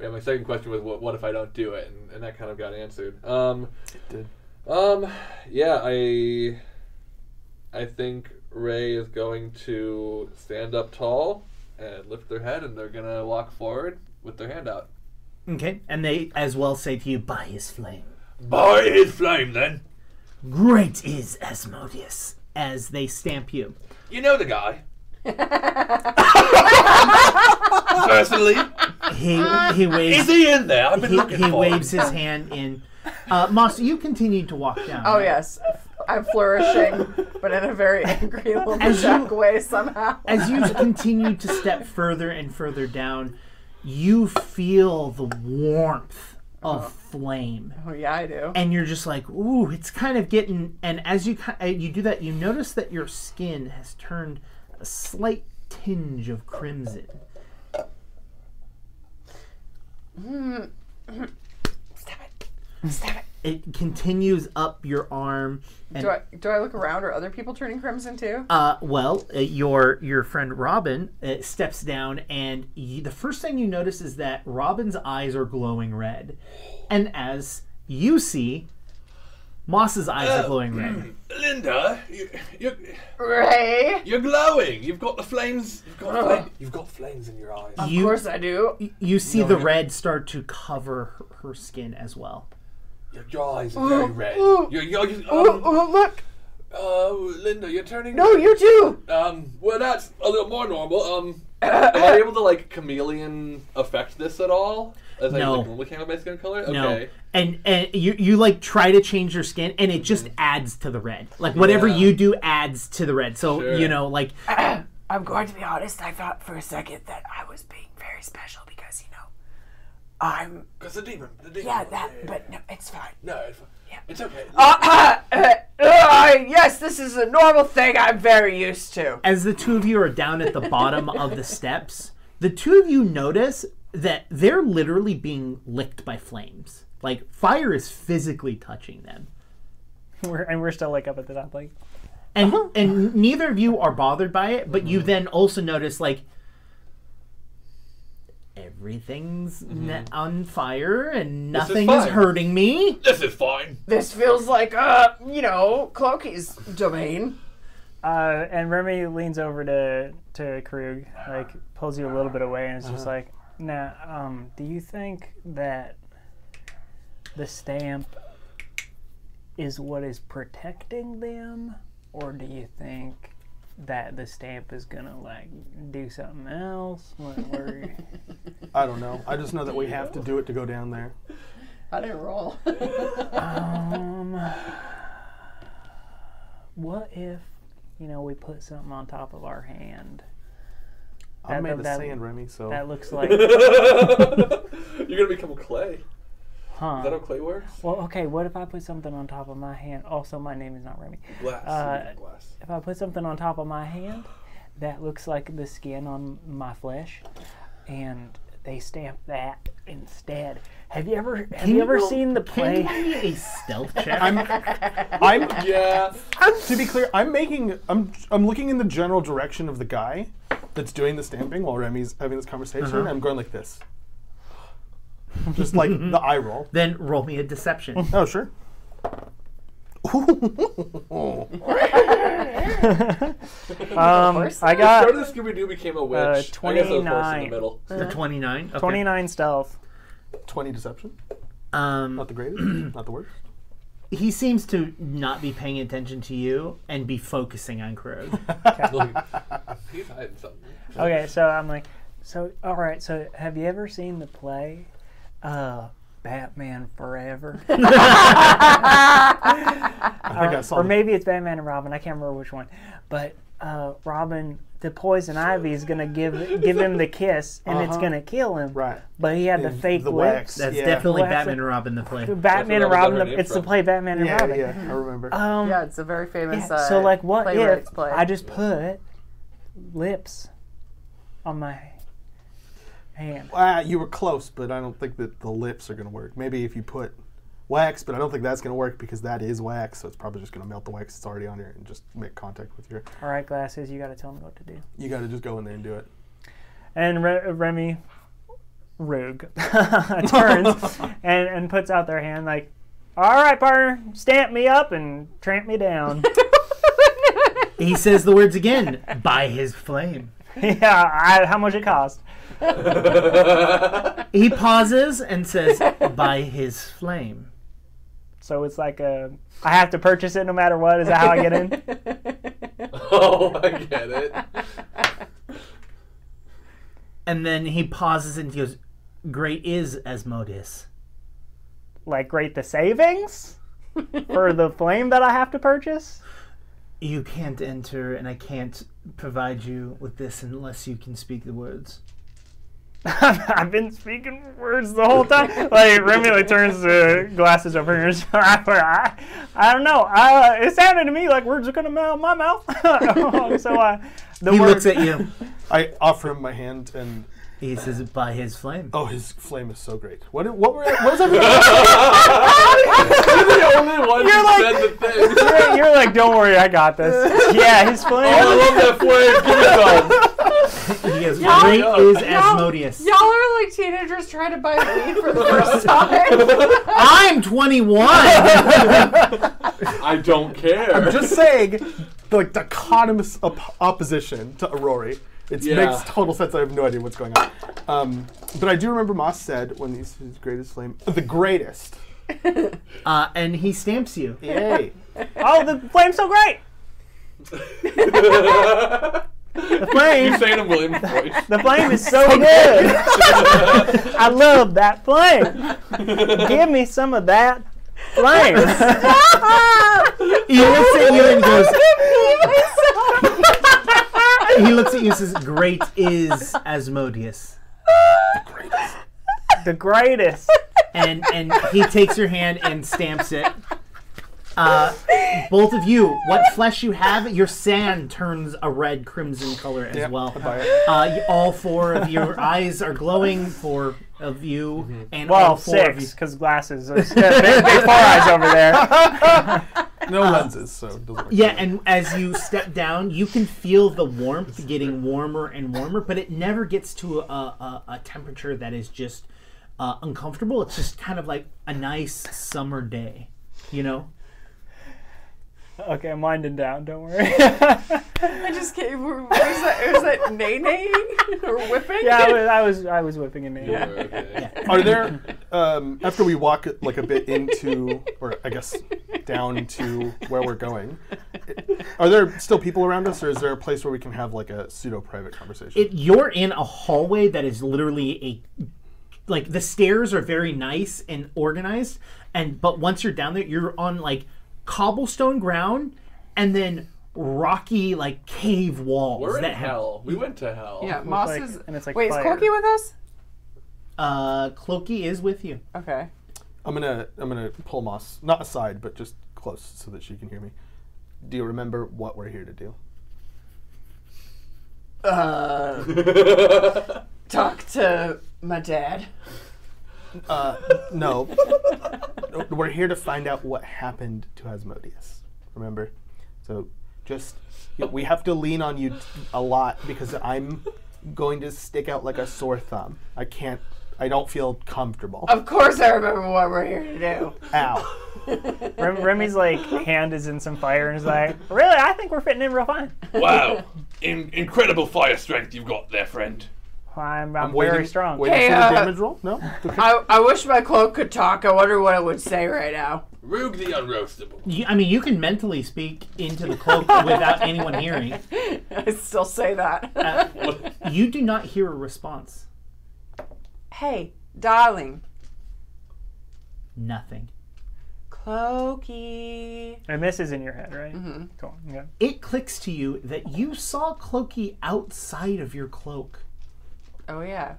Speaker 3: Yeah, my second question was, what, what if I don't do it? And, and that kind of got answered. Um,
Speaker 4: did.
Speaker 3: Um, yeah, I, I think Ray is going to stand up tall and lift their head, and they're gonna walk forward with their hand out.
Speaker 1: Okay, and they as well say to you, by his flame.
Speaker 3: By his flame, then.
Speaker 1: Great is Asmodeus, as they stamp you.
Speaker 3: You know
Speaker 1: (laughs)
Speaker 3: the guy. Personally,
Speaker 1: He, he waves,
Speaker 3: he in there? I've been
Speaker 1: he, he waves his hand in. Uh, Moss, you continue to walk down.
Speaker 5: Oh, yes. I'm (laughs) flourishing, but in a very angry
Speaker 1: As you-
Speaker 5: lumberjack way somehow.
Speaker 1: As you continue to step further and further down, you feel the warmth of flame.
Speaker 5: Oh, yeah, I do.
Speaker 1: and you're just like, ooh, it's kind of getting. And as you ki- uh, you do that, you notice that your skin has turned a slight tinge of crimson.
Speaker 5: Stop it. Stop it.
Speaker 1: It continues up your arm, and
Speaker 5: Do I, do I look around? Are other people turning crimson too?
Speaker 1: uh, well, uh, your your friend Robin uh, steps down, and you, the first thing you notice is that Robin's eyes are glowing red, and as You see Moss's eyes
Speaker 3: Uh,
Speaker 1: are glowing red.
Speaker 3: (clears throat) Linda, you, you,
Speaker 5: Ray.
Speaker 3: you're glowing. You've got the flames. You've got, flame, you've got flames in your eyes.
Speaker 5: Of
Speaker 1: You,
Speaker 5: course I do.
Speaker 1: you see the red start to cover her, her skin as well.
Speaker 3: Your, your eyes are very red.
Speaker 5: ooh.
Speaker 3: You're, you're, you
Speaker 5: Oh,
Speaker 3: um,
Speaker 5: oh, look.
Speaker 3: oh, Linda, you're turning.
Speaker 5: No, you too.
Speaker 3: Um, well, that's a little more normal. Um, am I able to like chameleon affect this at all? As I
Speaker 1: No.
Speaker 3: like, normally can with my skin color. Okay.
Speaker 1: No. And and you you like try to change your skin and it just adds to the red. Like whatever
Speaker 3: Mm. Yeah.
Speaker 1: you do adds to the red. So
Speaker 3: Sure.
Speaker 1: you know like
Speaker 5: I'm going to be honest. I thought for a second that I was being very special because you know, I'm
Speaker 3: Cause the demon, the demon.
Speaker 5: yeah
Speaker 3: one, yeah,
Speaker 5: that.
Speaker 3: yeah.
Speaker 5: But no, it's fine.
Speaker 3: no, it's, it's okay.
Speaker 5: Uh, uh, uh, yes, this is a normal thing I'm very used to.
Speaker 1: as the two of you are down at the bottom of the steps, the two of you notice that they're literally being licked by flames. Like fire is physically touching them.
Speaker 2: We're, and we're still like up at the top, like
Speaker 1: and and neither of you are bothered by it but you then also notice like everything's ne- on fire and
Speaker 3: is
Speaker 1: nothing is,
Speaker 3: fine.
Speaker 1: hurting me
Speaker 3: this is (laughs) fine.
Speaker 5: This feels like, uh, you know, Cloaky's domain.
Speaker 2: Uh, and Remy leans over to to Krug, like pulls you a little bit away, and is just like, "Nah, um, do you think that the stamp is what is protecting them, or do you think that the stamp is gonna like do something else?" What, were
Speaker 4: I don't know. I just know that we have to do it to go down there.
Speaker 5: I didn't roll.
Speaker 2: um,
Speaker 5: (laughs)
Speaker 2: what if you know we put something on top of our hand
Speaker 4: I
Speaker 2: That-
Speaker 4: made the
Speaker 2: that-
Speaker 4: sand, Remy. So
Speaker 2: that looks
Speaker 3: (laughs)
Speaker 2: like,
Speaker 3: you're gonna become clay.
Speaker 2: huh?
Speaker 3: Is that how clay works?
Speaker 2: Well, okay, what if I put something on top of my hand? Also, my name is not Remy.
Speaker 3: Glass.
Speaker 2: Uh,
Speaker 3: glass.
Speaker 2: If I put something on top of my hand that looks like the skin on my flesh, and they stamp that instead. Have you ever have you ever seen the play?
Speaker 1: can you give me a
Speaker 2: (laughs)
Speaker 1: stealth check
Speaker 4: I'm, I'm
Speaker 5: (laughs)
Speaker 3: Yeah.
Speaker 4: (laughs) to be clear, I'm making, I'm, I'm looking in the general direction of the guy that's doing the stamping while Remy's having this conversation. I'm going like this, just like the eye (laughs) roll.
Speaker 1: then roll me a deception
Speaker 4: Oh, sure.
Speaker 2: Um, I
Speaker 3: How
Speaker 2: got
Speaker 3: did Scooby Doo became a witch?
Speaker 2: uh,
Speaker 3: I guess I was close in
Speaker 2: 29.
Speaker 3: the middle.
Speaker 1: the 29 okay.
Speaker 2: twenty nine stealth.
Speaker 4: Twenty deception,
Speaker 1: um
Speaker 4: not the (clears throat) greatest, not the worst.
Speaker 1: he seems to not be paying attention to you and be focusing on Krog.
Speaker 3: Like, he's hiding something.
Speaker 2: Okay, so I'm like, so all right, so have you ever seen the play, uh, Batman Forever?
Speaker 4: I think I saw.
Speaker 2: or
Speaker 4: the-
Speaker 2: maybe it's Batman and Robin. I can't remember which one. But uh, Robin, the poison ivy is gonna give give him the kiss, and it's gonna kill him.
Speaker 4: right.
Speaker 2: But he had the
Speaker 4: And
Speaker 2: fake
Speaker 4: the
Speaker 2: wax.
Speaker 4: wax.
Speaker 1: That's
Speaker 4: Yeah.
Speaker 1: definitely
Speaker 2: Well, that's
Speaker 1: Batman and Robin the play.
Speaker 2: Batman and
Speaker 3: That's where
Speaker 2: Robin.
Speaker 3: Robin got her
Speaker 2: The,
Speaker 3: name
Speaker 2: it's the
Speaker 3: from.
Speaker 2: play Batman and
Speaker 4: Yeah,
Speaker 2: Robin.
Speaker 4: yeah, Uh, I remember.
Speaker 2: Um,
Speaker 5: yeah, it's a very famous. Uh,
Speaker 2: so like, what
Speaker 5: playwright's
Speaker 2: if
Speaker 5: play.
Speaker 2: I just put lips on my hand?
Speaker 4: Ah, you were close, but I don't think that the lips are gonna work. Maybe if you put wax, but I don't think that's gonna work because that is wax, so it's probably just gonna melt the wax that's already on here and just make contact with your.
Speaker 2: All right, glasses, you got to tell me what to do.
Speaker 4: You got to just go in there and do it.
Speaker 2: And Re- Remy Rug (laughs) turns and, and puts out their hand like, all right, partner, stamp me up and tramp me down.
Speaker 1: He says the words again by his flame.
Speaker 2: yeah, I, how much it cost?
Speaker 1: He pauses and says by his flame.
Speaker 2: So it's like a, I have to purchase it no matter what. Is that how I get
Speaker 5: (laughs)
Speaker 2: in?
Speaker 3: (laughs)
Speaker 2: (laughs)
Speaker 3: oh, (laughs) I get it.
Speaker 1: And then he pauses and he goes, Great is Asmodeus.
Speaker 2: like, rate the savings for the flame that I have to purchase?
Speaker 1: You can't enter, and I can't provide you with this unless you can speak the words.
Speaker 2: (laughs) I've been speaking words the whole time. Like Remy like turns the glasses over and is like, (laughs) I, I don't know. I, uh, it sounded to me like words are gonna melt my mouth. (laughs) so uh, the
Speaker 1: He
Speaker 2: word- (laughs)
Speaker 1: looks at you.
Speaker 4: I offer him my hand, and
Speaker 1: He says, By his flame.
Speaker 4: oh, his flame is so great. What? What were? What was that?
Speaker 3: You're the only one who
Speaker 2: like-
Speaker 3: said the thing.
Speaker 2: You're, you're like, don't worry, I got this.
Speaker 1: (laughs)
Speaker 2: Yeah, he's
Speaker 3: Oh, I (laughs)
Speaker 2: playing.
Speaker 3: love that flame. Give me some.
Speaker 1: He goes, Great
Speaker 3: y'all-
Speaker 1: is Asmodeus.
Speaker 5: Y'all are feel like teenagers trying to buy weed for
Speaker 3: (laughs)
Speaker 5: the first time.
Speaker 1: I'm 21.
Speaker 3: I don't care.
Speaker 4: I'm
Speaker 3: (laughs)
Speaker 4: just (laughs) saying, the like, dichotomous op- opposition to Aurori. It
Speaker 3: Yeah.
Speaker 4: makes total sense. I have no idea what's going on. Um, but I do remember Moss said when he's his greatest flame, the greatest.
Speaker 1: uh, and he stamps you.
Speaker 4: Yay.
Speaker 2: Oh, the flame's so great. The
Speaker 3: You're
Speaker 2: flame.
Speaker 3: saying in William voice.
Speaker 2: (laughs) The flame is
Speaker 1: (laughs)
Speaker 2: so good. (laughs) I love that flame.
Speaker 3: (laughs)
Speaker 2: Give me some of that
Speaker 1: (laughs)
Speaker 2: flame.
Speaker 1: He looks at you and goes. he
Speaker 2: (laughs)
Speaker 1: looks at you and says, "Great is Asmodeus."
Speaker 2: the greatest.
Speaker 1: and and he takes your hand and stamps it. Uh, both of you, what flesh you have, your sand turns a red crimson color as
Speaker 4: Yep,
Speaker 1: well.
Speaker 4: I buy it.
Speaker 1: Uh, y- all four of your eyes are glowing. Four of you,
Speaker 4: Mm-hmm.
Speaker 1: and all
Speaker 2: Well,
Speaker 1: four of you.
Speaker 2: six, because glasses. (laughs) There's- yeah, Big, big four eyes over
Speaker 1: (laughs)
Speaker 2: there.
Speaker 4: No lenses, so it doesn't work.
Speaker 1: Yeah, and as you step down, you can feel the warmth getting warmer and warmer, but it never gets to a, a, a temperature that is just uh, uncomfortable. It's just kind of like a nice summer day, you know?
Speaker 2: Okay, I'm winding down. Don't worry. (laughs)
Speaker 5: I just can't. What was that? Was that nay naying or whipping?
Speaker 2: yeah, I was, I was, I was whipping a nail.
Speaker 3: You're okay.
Speaker 4: Are there um, after we walk like a bit into, or I guess down to where we're going? Are there still people around us, or is there a place where we can have like a pseudo private conversation?
Speaker 1: it you're in a hallway that is literally a like the stairs are very nice and organized and but once you're down there you're on like cobblestone ground and then rocky like cave walls
Speaker 3: We're in
Speaker 1: that have
Speaker 3: hell. We went to hell.
Speaker 5: Yeah, Moss
Speaker 2: like-
Speaker 5: is.
Speaker 2: and it's like
Speaker 5: wait,
Speaker 2: fire.
Speaker 5: is Corky with us?
Speaker 1: uh cloaky is with you
Speaker 5: Okay.
Speaker 4: I'm gonna I'm gonna pull Moss not aside, but just close so that she can hear me. Do you remember what we're here to do?
Speaker 5: Uh,
Speaker 3: (laughs)
Speaker 5: talk to my dad.
Speaker 4: Uh, no, (laughs) we're here to find out what happened to Asmodeus. Remember, so just you know, we have to lean on you t- a lot because I'm going to stick out like a sore thumb. I can't. I don't feel comfortable.
Speaker 5: Of course, I remember what we're here to do. (laughs)
Speaker 4: Ow.
Speaker 2: Rem- Remy's like hand is in some fire and is like, really, I think we're fitting in real fine.
Speaker 3: Wow. In- incredible fire strength you've got there, friend.
Speaker 2: I'm, I'm,
Speaker 4: Waiting-
Speaker 2: very strong.
Speaker 4: Waiting
Speaker 5: Hey,
Speaker 4: for
Speaker 5: uh,
Speaker 4: the damage roll. No. Okay.
Speaker 5: (laughs) I, I wish my cloak could talk. I wonder what it would say right now. (laughs)
Speaker 3: Rogue the (laughs) unroastable.
Speaker 1: you, i mean you can mentally speak into the cloak without anyone hearing
Speaker 5: I still say that.
Speaker 3: Uh, Oh,
Speaker 1: you do not hear a response
Speaker 5: hey, darling.
Speaker 1: nothing
Speaker 5: Cloaky.
Speaker 2: And this is in your head, right? Mm-hmm. Cool. Yeah.
Speaker 1: it clicks to you that you saw cloaky outside of your cloak
Speaker 5: Oh, yeah.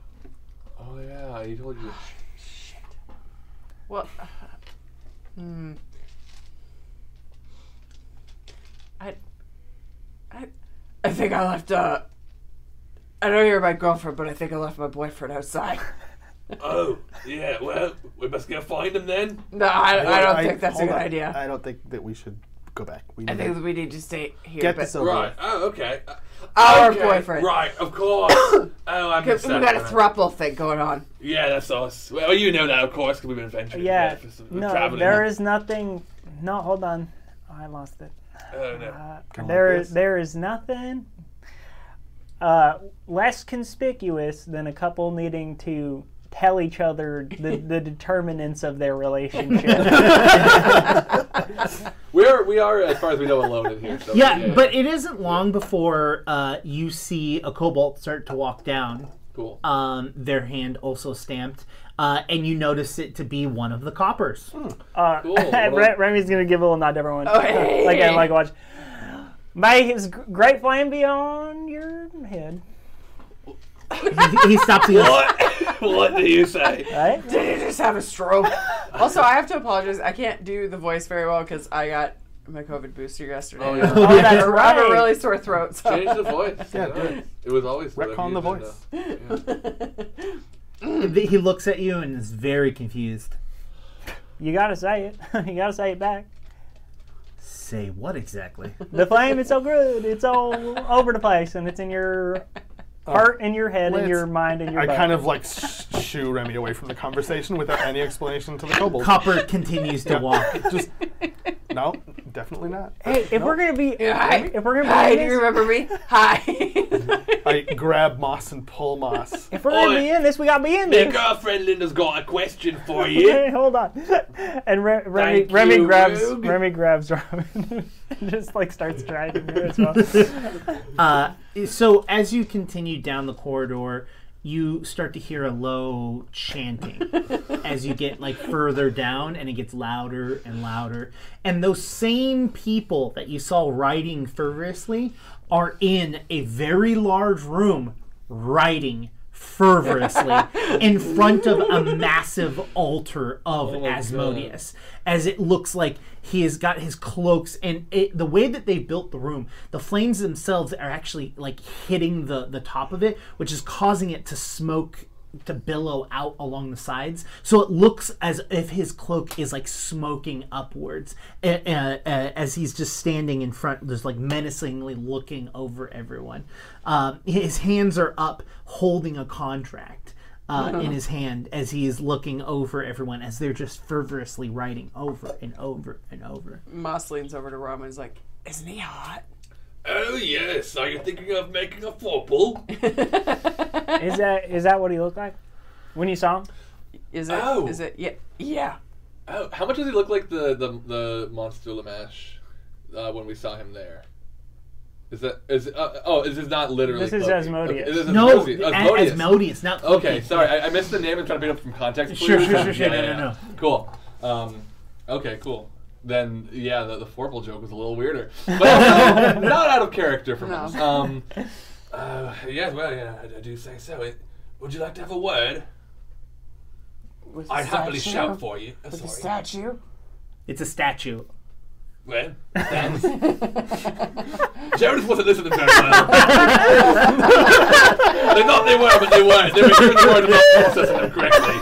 Speaker 3: Oh yeah, he told you.
Speaker 5: Well, uh, hmm. I, I, I think I left. Uh, I know you're my girlfriend, but I think I left my boyfriend
Speaker 4: (laughs)
Speaker 5: outside.
Speaker 3: Oh yeah. Well, we must go find him then.
Speaker 5: No, I, I don't
Speaker 4: I-
Speaker 5: think that's a
Speaker 4: hold
Speaker 5: good
Speaker 4: on.
Speaker 5: idea. I,
Speaker 4: I don't think that we should go back. We need
Speaker 5: think
Speaker 4: to
Speaker 5: that we need to stay here.
Speaker 4: get
Speaker 5: but
Speaker 4: this over.
Speaker 3: Right.
Speaker 4: with.
Speaker 3: Oh okay. Uh,
Speaker 5: Our
Speaker 3: okay.
Speaker 5: boyfriend.
Speaker 3: Right. Of course. oh, I
Speaker 5: we
Speaker 3: missed that.
Speaker 5: got a
Speaker 3: one.
Speaker 5: thruple thing going on.
Speaker 3: Yeah, that's us. Well, you know that, of course, because we've been adventuring.
Speaker 2: Yeah.
Speaker 3: together for some-
Speaker 2: No,
Speaker 3: traveling.
Speaker 2: there is nothing. No, hold on. I lost it.
Speaker 3: Oh, no.
Speaker 2: Uh,
Speaker 4: Kinda
Speaker 2: there
Speaker 4: like
Speaker 2: is
Speaker 4: this.
Speaker 2: there is nothing uh, less conspicuous than a couple needing to tell each other the, the determinants of their relationship.
Speaker 3: We are, we are, as far as we know, alone in here. So
Speaker 1: Yeah, but it isn't long before uh, you see a cobalt start to walk down.
Speaker 3: cool.
Speaker 1: Um, their hand also stamped, uh, and you notice it to be one of the coppers.
Speaker 2: uh,
Speaker 3: Cool.
Speaker 2: Re- Remy's gonna give a little nod to everyone.
Speaker 5: Oh,
Speaker 2: (laughs)
Speaker 5: hey.
Speaker 2: Like I like watch. May his gr- great flame be on your head,
Speaker 1: he, he stops. He goes,
Speaker 3: What? (laughs) what do you say?
Speaker 2: right?
Speaker 5: (laughs) Did you just have a
Speaker 4: (laughs)
Speaker 5: stroke? also, I have to apologize. I can't do the voice very well because I got my COVID booster yesterday.
Speaker 3: Oh, (laughs) yeah.
Speaker 2: Oh, that's
Speaker 5: I have a
Speaker 2: right.
Speaker 5: really sore throat. So.
Speaker 3: Change the voice.
Speaker 4: Yeah, do it.
Speaker 3: It was always
Speaker 4: Retcon the
Speaker 3: whatever
Speaker 4: voice.
Speaker 3: you did, uh, yeah.
Speaker 5: (laughs)
Speaker 1: he looks at you and is very confused.
Speaker 2: You gotta say it. (laughs) you gotta say it back.
Speaker 1: Say what exactly?
Speaker 2: The flame is so good. It's all over the place, and it's in your heart, and your head, and
Speaker 4: Lance,
Speaker 2: your mind, and your.
Speaker 4: I
Speaker 2: butt.
Speaker 4: kind of like sh- shoo Remy away from the conversation without any explanation to
Speaker 5: (laughs)
Speaker 4: the kobold.
Speaker 1: Copper continues to walk.
Speaker 4: Just no, definitely not.
Speaker 2: Hey, if we're gonna be,
Speaker 5: Hi.
Speaker 2: if we're gonna
Speaker 5: Hi,
Speaker 2: be,
Speaker 5: do
Speaker 2: in
Speaker 5: you
Speaker 2: this,
Speaker 5: remember me? (laughs) Hi.
Speaker 4: I grab moss and pull moss.
Speaker 2: if we're gonna
Speaker 3: Oi.
Speaker 2: be in this, we gotta be in
Speaker 3: Your
Speaker 2: this.
Speaker 3: girlfriend Linda's got a question for
Speaker 2: Hey,
Speaker 3: you.
Speaker 2: hold on. (laughs) And Re- Remy,
Speaker 3: Thank
Speaker 2: Remy
Speaker 3: you,
Speaker 2: grabs
Speaker 3: Rube.
Speaker 2: Remy grabs Robin (laughs) and just like starts driving her as well.
Speaker 1: Uh, so as you continue down the corridor, you start to hear a low chanting as you get like further down, and it gets louder and louder. And those same people that you saw writing fervorously are in a very large room writing fervorously in front of a massive altar of Asmodeus as it looks like he has got his cloaks and it, the way that they built the room the flames themselves are actually like hitting the the top of it which is causing it to smoke to billow out along the sides so it looks as if his cloak is like smoking upwards uh, uh, uh, as he's just standing in front just like menacingly looking over everyone um, his hands are up holding a contract uh, in his hand as he is looking over everyone as they're just fervorously writing over and over and over.
Speaker 5: Moss leans over to Rama and is like, Isn't he hot?
Speaker 3: Oh yes, are you thinking of making a football?
Speaker 2: Is that is that what he looked like when you saw him?
Speaker 5: Is it?
Speaker 3: Oh.
Speaker 5: Is it? Yeah. Yeah.
Speaker 3: Oh, how much does he look like the the the monster Lamash uh, when we saw him there? Is that is uh, oh is this not literally?
Speaker 2: This is
Speaker 3: Loki.
Speaker 2: Asmodeus.
Speaker 3: Okay, this is
Speaker 1: No,
Speaker 3: Asmodeus.
Speaker 1: Asmodeus,
Speaker 3: Asmodeus.
Speaker 1: Asmodeus not
Speaker 3: Okay,
Speaker 1: Loki.
Speaker 3: sorry, I, I missed the name. I'm trying to pick it up from context. Please.
Speaker 1: Sure, sure, sure, sure,
Speaker 3: (laughs) Yeah,
Speaker 1: no,
Speaker 3: yeah,
Speaker 1: no,
Speaker 3: yeah.
Speaker 1: no.
Speaker 3: Cool. Um, okay, cool. Then yeah, the, the formal joke was a little
Speaker 5: (laughs)
Speaker 3: weirder, but also not out of character for
Speaker 5: No.
Speaker 3: us. Um, uh, yes, well, yeah, I, I do say so. It, would you like to have a word?
Speaker 5: With the
Speaker 3: I'd happily
Speaker 5: statue?
Speaker 3: shout for you. Oh,
Speaker 5: With the
Speaker 3: sorry.
Speaker 5: statue.
Speaker 1: It's a statue.
Speaker 3: Well,
Speaker 5: (laughs)
Speaker 3: thanks. Jonas wasn't listening very well. (laughs) they thought they were, but they weren't. They were sure they weren't about processing them
Speaker 5: (laughs)
Speaker 3: correctly.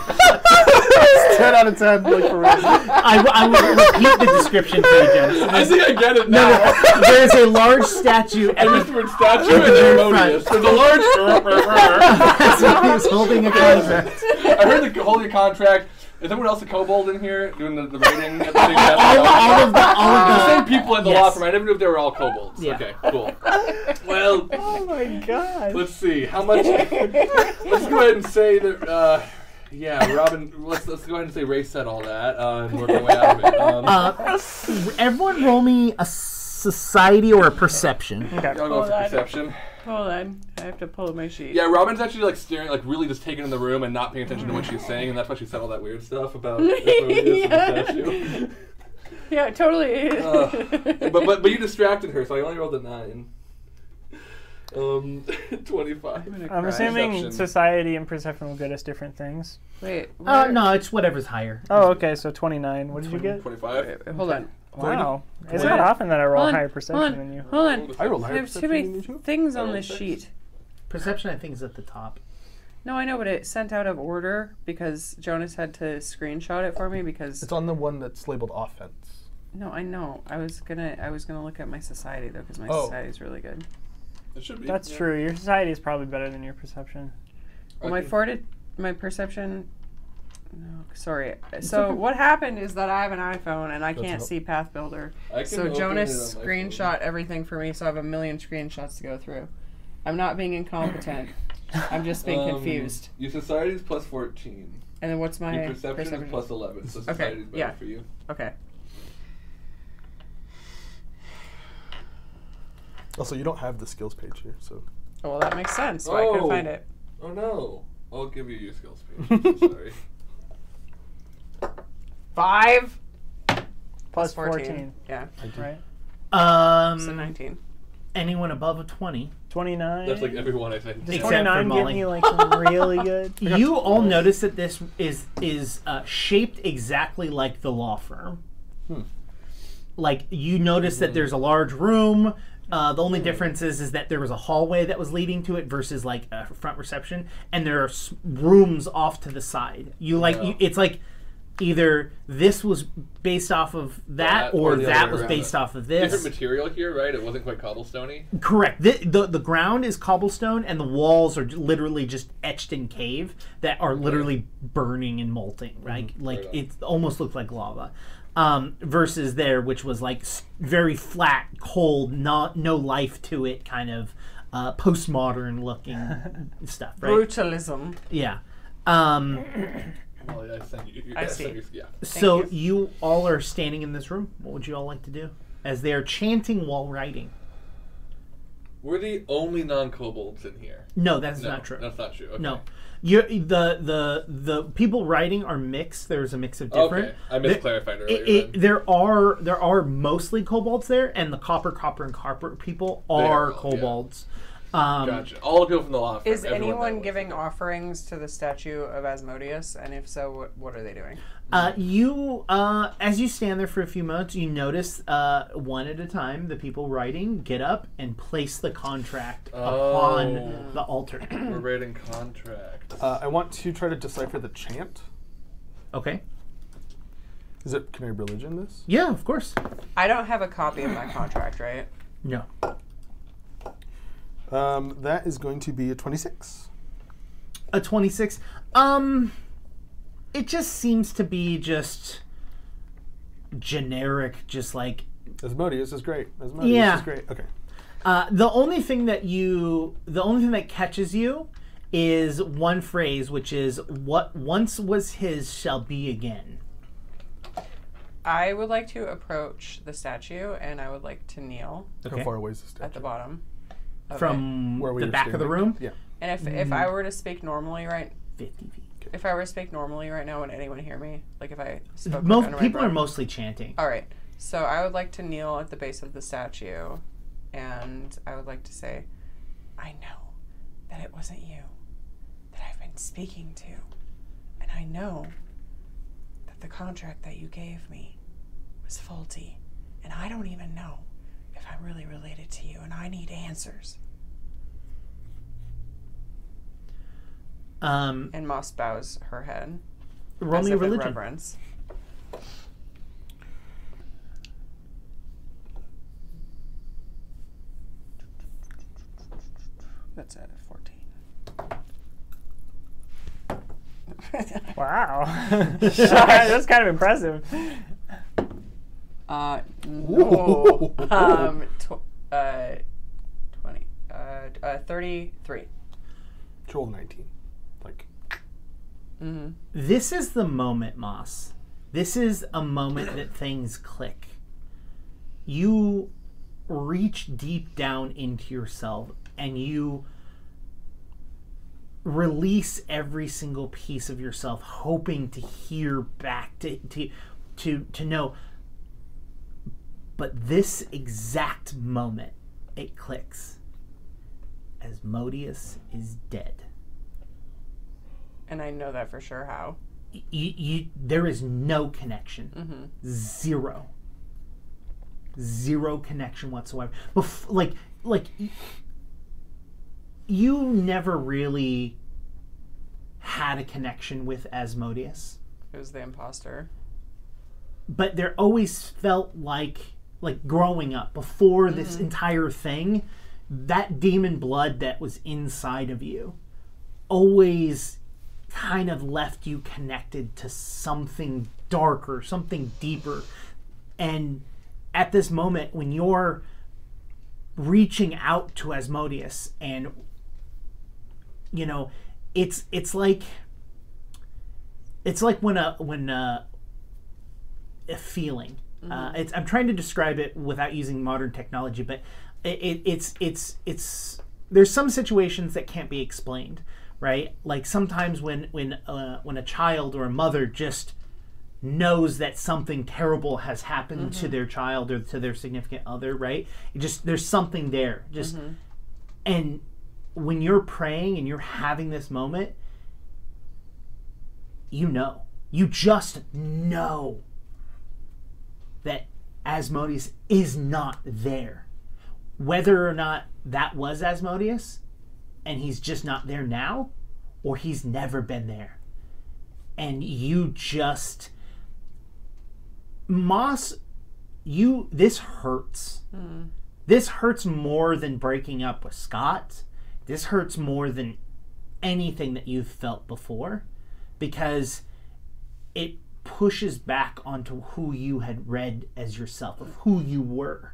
Speaker 4: ten out of ten, like
Speaker 1: (laughs)
Speaker 4: for real.
Speaker 1: I, w- I will repeat the description for you, Jonas.
Speaker 3: I think I get it now.
Speaker 1: (laughs) There is a large statue
Speaker 3: I
Speaker 1: at
Speaker 3: missed
Speaker 1: the
Speaker 3: the word statue and harmonious. There's a large.
Speaker 1: Asmodeus holding a contract.
Speaker 3: I heard the holding contract. Is anyone else a kobold in here doing the, the
Speaker 1: (laughs)
Speaker 3: rating? At the same
Speaker 1: All, all
Speaker 3: time?
Speaker 1: of the, all
Speaker 3: the
Speaker 1: of
Speaker 3: same people at the
Speaker 1: Yes.
Speaker 3: law firm. I never knew if they were all kobolds.
Speaker 1: Yeah.
Speaker 3: Okay, cool. Well,
Speaker 2: Oh my god!
Speaker 3: Let's see how much. let's go ahead and say that. Uh, yeah, Robin. Let's let's go ahead and say Ray said all that. Uh, and work our way out of it. Um,
Speaker 1: Uh, the, everyone roll me a society or a perception.
Speaker 3: I'll go for perception.
Speaker 5: Hold on. I have to pull my sheet.
Speaker 3: Yeah, Robin's actually like staring, like really just taking in the room and not paying attention to what she's saying, and that's why she said all that weird
Speaker 1: (laughs)
Speaker 3: stuff about. Asmodeus and the statue.
Speaker 5: Yeah, totally. (laughs)
Speaker 3: Ugh. Uh, but but but you distracted her, so I only rolled a nine. Um, (laughs) twenty-five.
Speaker 2: I'm assuming
Speaker 3: Perception.
Speaker 2: society and perception will get us different things.
Speaker 5: Wait.
Speaker 1: Uh,
Speaker 5: where-
Speaker 1: no, it's whatever's higher.
Speaker 2: Oh, okay, so 29. What did you get?
Speaker 3: Twenty-five.
Speaker 5: Hold on.
Speaker 2: Wow, it's
Speaker 5: Twenty.
Speaker 2: not often that I roll
Speaker 5: Hold on.
Speaker 2: higher
Speaker 5: hold
Speaker 2: perception
Speaker 5: on.
Speaker 2: than you.
Speaker 5: Hold on.
Speaker 4: I rolled
Speaker 5: I
Speaker 4: higher
Speaker 5: have too
Speaker 4: perception
Speaker 5: many
Speaker 4: than you two.
Speaker 5: things on
Speaker 3: Oh,
Speaker 5: this
Speaker 3: thanks.
Speaker 5: sheet.
Speaker 1: Perception, I think, is at the top.
Speaker 5: No, I know, but it sent out of order because Jonas had to screenshot it for me because
Speaker 4: It's on the one that's labeled offense.
Speaker 5: no, I know. I was gonna I was gonna look at my society though because my
Speaker 4: Oh.
Speaker 5: society is really good.
Speaker 3: It should be.
Speaker 2: That's
Speaker 3: yeah.
Speaker 2: true. Your society is probably better than your perception.
Speaker 5: Well, my
Speaker 3: Okay.
Speaker 5: forwarded my perception. No, sorry. So what happened is that I have an iPhone and I can't
Speaker 4: all.
Speaker 5: see Path Builder.
Speaker 3: I can
Speaker 5: So
Speaker 3: open
Speaker 5: Jonas
Speaker 3: it on my phone.
Speaker 5: screenshot everything for me, so I have a million screenshots to go through. I'm not being incompetent. I'm just being
Speaker 3: (laughs) Um,
Speaker 5: confused.
Speaker 3: Your society is plus fourteen.
Speaker 5: And then what's my
Speaker 3: Your perception, is plus 11, so society's better
Speaker 5: yeah.
Speaker 3: for you.
Speaker 5: Okay.
Speaker 4: Also, you don't have the skills page here, so
Speaker 5: Oh, well, that makes sense. Why couldn't
Speaker 3: Oh.
Speaker 5: find it?
Speaker 3: Oh no! I'll give you your skills
Speaker 5: (laughs)
Speaker 3: page. I'm so sorry.
Speaker 5: Five
Speaker 2: Plus 14.
Speaker 5: Yeah,
Speaker 2: right?
Speaker 1: Um,
Speaker 3: Hmm.
Speaker 5: so 19.
Speaker 1: anyone above a 20.
Speaker 2: 29.
Speaker 3: That's like everyone I think.
Speaker 2: Does
Speaker 1: Except for
Speaker 2: 29 get
Speaker 1: Molly.
Speaker 2: me like
Speaker 3: (laughs)
Speaker 2: really good?
Speaker 1: You all notice that this is is uh, shaped exactly like the law firm.
Speaker 3: Hmm.
Speaker 1: Like you notice that there's a large room. Uh, the
Speaker 3: Hmm.
Speaker 1: only difference is is that there was a hallway that was leading to it versus like a front reception, and there are s- rooms off to the side. You like you, it's like either this was based off of that,
Speaker 3: That
Speaker 1: or,
Speaker 3: or the other
Speaker 1: that
Speaker 3: way
Speaker 1: was
Speaker 3: around.
Speaker 1: based off of
Speaker 3: Different
Speaker 1: this.
Speaker 3: material here, right? It wasn't quite cobblestony.
Speaker 1: Correct. The, the the ground is cobblestone, and the walls are j- literally just etched in cave that are literally burning and molting. Right, like
Speaker 3: Mm-hmm. Right on.
Speaker 1: it almost looked like lava. Um, versus there, which was like s- very flat, cold, not no life to it, kind of uh, postmodern
Speaker 3: (laughs)
Speaker 1: looking stuff. Right?
Speaker 5: Brutalism.
Speaker 1: Yeah. Um,
Speaker 3: Well, I sent you.
Speaker 5: I
Speaker 3: I sent
Speaker 5: see.
Speaker 3: you- yeah.
Speaker 1: so
Speaker 5: you.
Speaker 1: you. all are standing in this room. What would you all like to do? As they are chanting while writing.
Speaker 3: We're the only non-kobolds in here.
Speaker 1: No, that is
Speaker 3: No,
Speaker 1: not true.
Speaker 3: That's not true. Okay.
Speaker 1: No. You're, the the the people writing are mixed. There's a mix of different.
Speaker 3: Okay. I
Speaker 1: There-
Speaker 3: misclarified earlier.
Speaker 1: it- it-
Speaker 3: then.
Speaker 1: there are there are mostly kobolds there, and the copper, copper, and copper people are
Speaker 3: are, yeah.
Speaker 1: kobolds. Um,
Speaker 3: Gotcha. All the people from the law. firm,
Speaker 5: Is
Speaker 3: everyone that
Speaker 5: anyone
Speaker 3: was.
Speaker 5: giving offerings to the statue of Asmodeus? And if so, what, what are they doing?
Speaker 1: Uh, you, uh, as you stand there for a few moments, you notice uh, one at a time the people writing get up and place the contract
Speaker 3: Oh.
Speaker 1: upon the altar. (clears throat)
Speaker 3: We're writing contracts.
Speaker 4: Uh, I want to try to decipher the chant.
Speaker 1: okay.
Speaker 4: Is it can I religion this?
Speaker 1: Yeah, of course.
Speaker 5: I don't have a copy
Speaker 1: (coughs)
Speaker 5: of my contract, right?
Speaker 1: No.
Speaker 4: Um, that is going to be a twenty-six.
Speaker 1: A 26. Um, it just seems to be just generic, just like
Speaker 4: Asmodeus is great. Asmodeus
Speaker 1: Yeah.
Speaker 4: is great. Okay.
Speaker 1: Uh, the only thing that you, the only thing that catches you, is one phrase, which is "What once was his shall be again."
Speaker 5: I would like to approach the statue and I would like to kneel
Speaker 1: Okay.
Speaker 4: How far away is this?
Speaker 5: at the bottom. of it.
Speaker 1: From Mm.
Speaker 4: Where we
Speaker 1: the
Speaker 4: were
Speaker 1: back of the
Speaker 4: standing.
Speaker 1: room,
Speaker 4: Yeah.
Speaker 5: And if, if I were to speak normally right
Speaker 1: fifty feet.
Speaker 5: if I were to speak normally right now, would anyone hear me? Like if I spoke
Speaker 1: Most
Speaker 5: under my
Speaker 1: people are
Speaker 5: breath?
Speaker 1: mostly chanting.
Speaker 4: Uh,
Speaker 5: All right. So I would like to kneel at the base of the statue, and I would like to say, I know that it wasn't you that I've been speaking to, and I know that the contract that you gave me was faulty, and I don't even know if I'm really related to you, and I need answers.
Speaker 1: Um,
Speaker 5: And Moss bows her head.
Speaker 1: roll
Speaker 5: as
Speaker 1: me
Speaker 5: if
Speaker 1: a
Speaker 5: in
Speaker 1: religion.
Speaker 5: reverence. That's at
Speaker 1: (laughs)
Speaker 5: 14.
Speaker 3: (laughs)
Speaker 2: Wow. (laughs) That's kind of impressive.
Speaker 5: uh,
Speaker 1: (laughs)
Speaker 5: no. um, tw- uh, 20. Uh, uh, 33.
Speaker 4: Troll nineteen. Like
Speaker 5: Mm-hmm.
Speaker 1: This is the moment, Moss. This is a moment that things click. You reach deep down into yourself and you release every single piece of yourself, hoping to hear back, to, to, to, to know. But this exact moment, it clicks. Asmodeus is dead.
Speaker 5: And I know that for sure how.
Speaker 1: you, you there is no connection zero zero connection whatsoever Bef- like like y- you never really had a connection with asmodeus
Speaker 5: It was the imposter.
Speaker 1: but there always felt like like growing up before this entire thing that demon blood that was inside of you always kind of left you connected to something darker something deeper and at this moment when you're reaching out to asmodeus and you know it's it's like it's like when a when uh a feeling. Uh, it's, I'm trying to describe it without using modern technology, but it, it, it's it's it's there's some situations that can't be explained, right? Like sometimes when when uh, when a child or a mother just knows that something terrible has happened to their child or to their significant other, right? It just there's something there, just and when you're praying and you're having this moment, you know, you just know that Asmodeus is not there. Whether or not that was Asmodeus and he's just not there now, or he's never been there. And you just Moss, you this hurts. This hurts more than breaking up with Scott. This hurts more than anything that you've felt before because it pushes back onto who you had read as yourself, of who you were.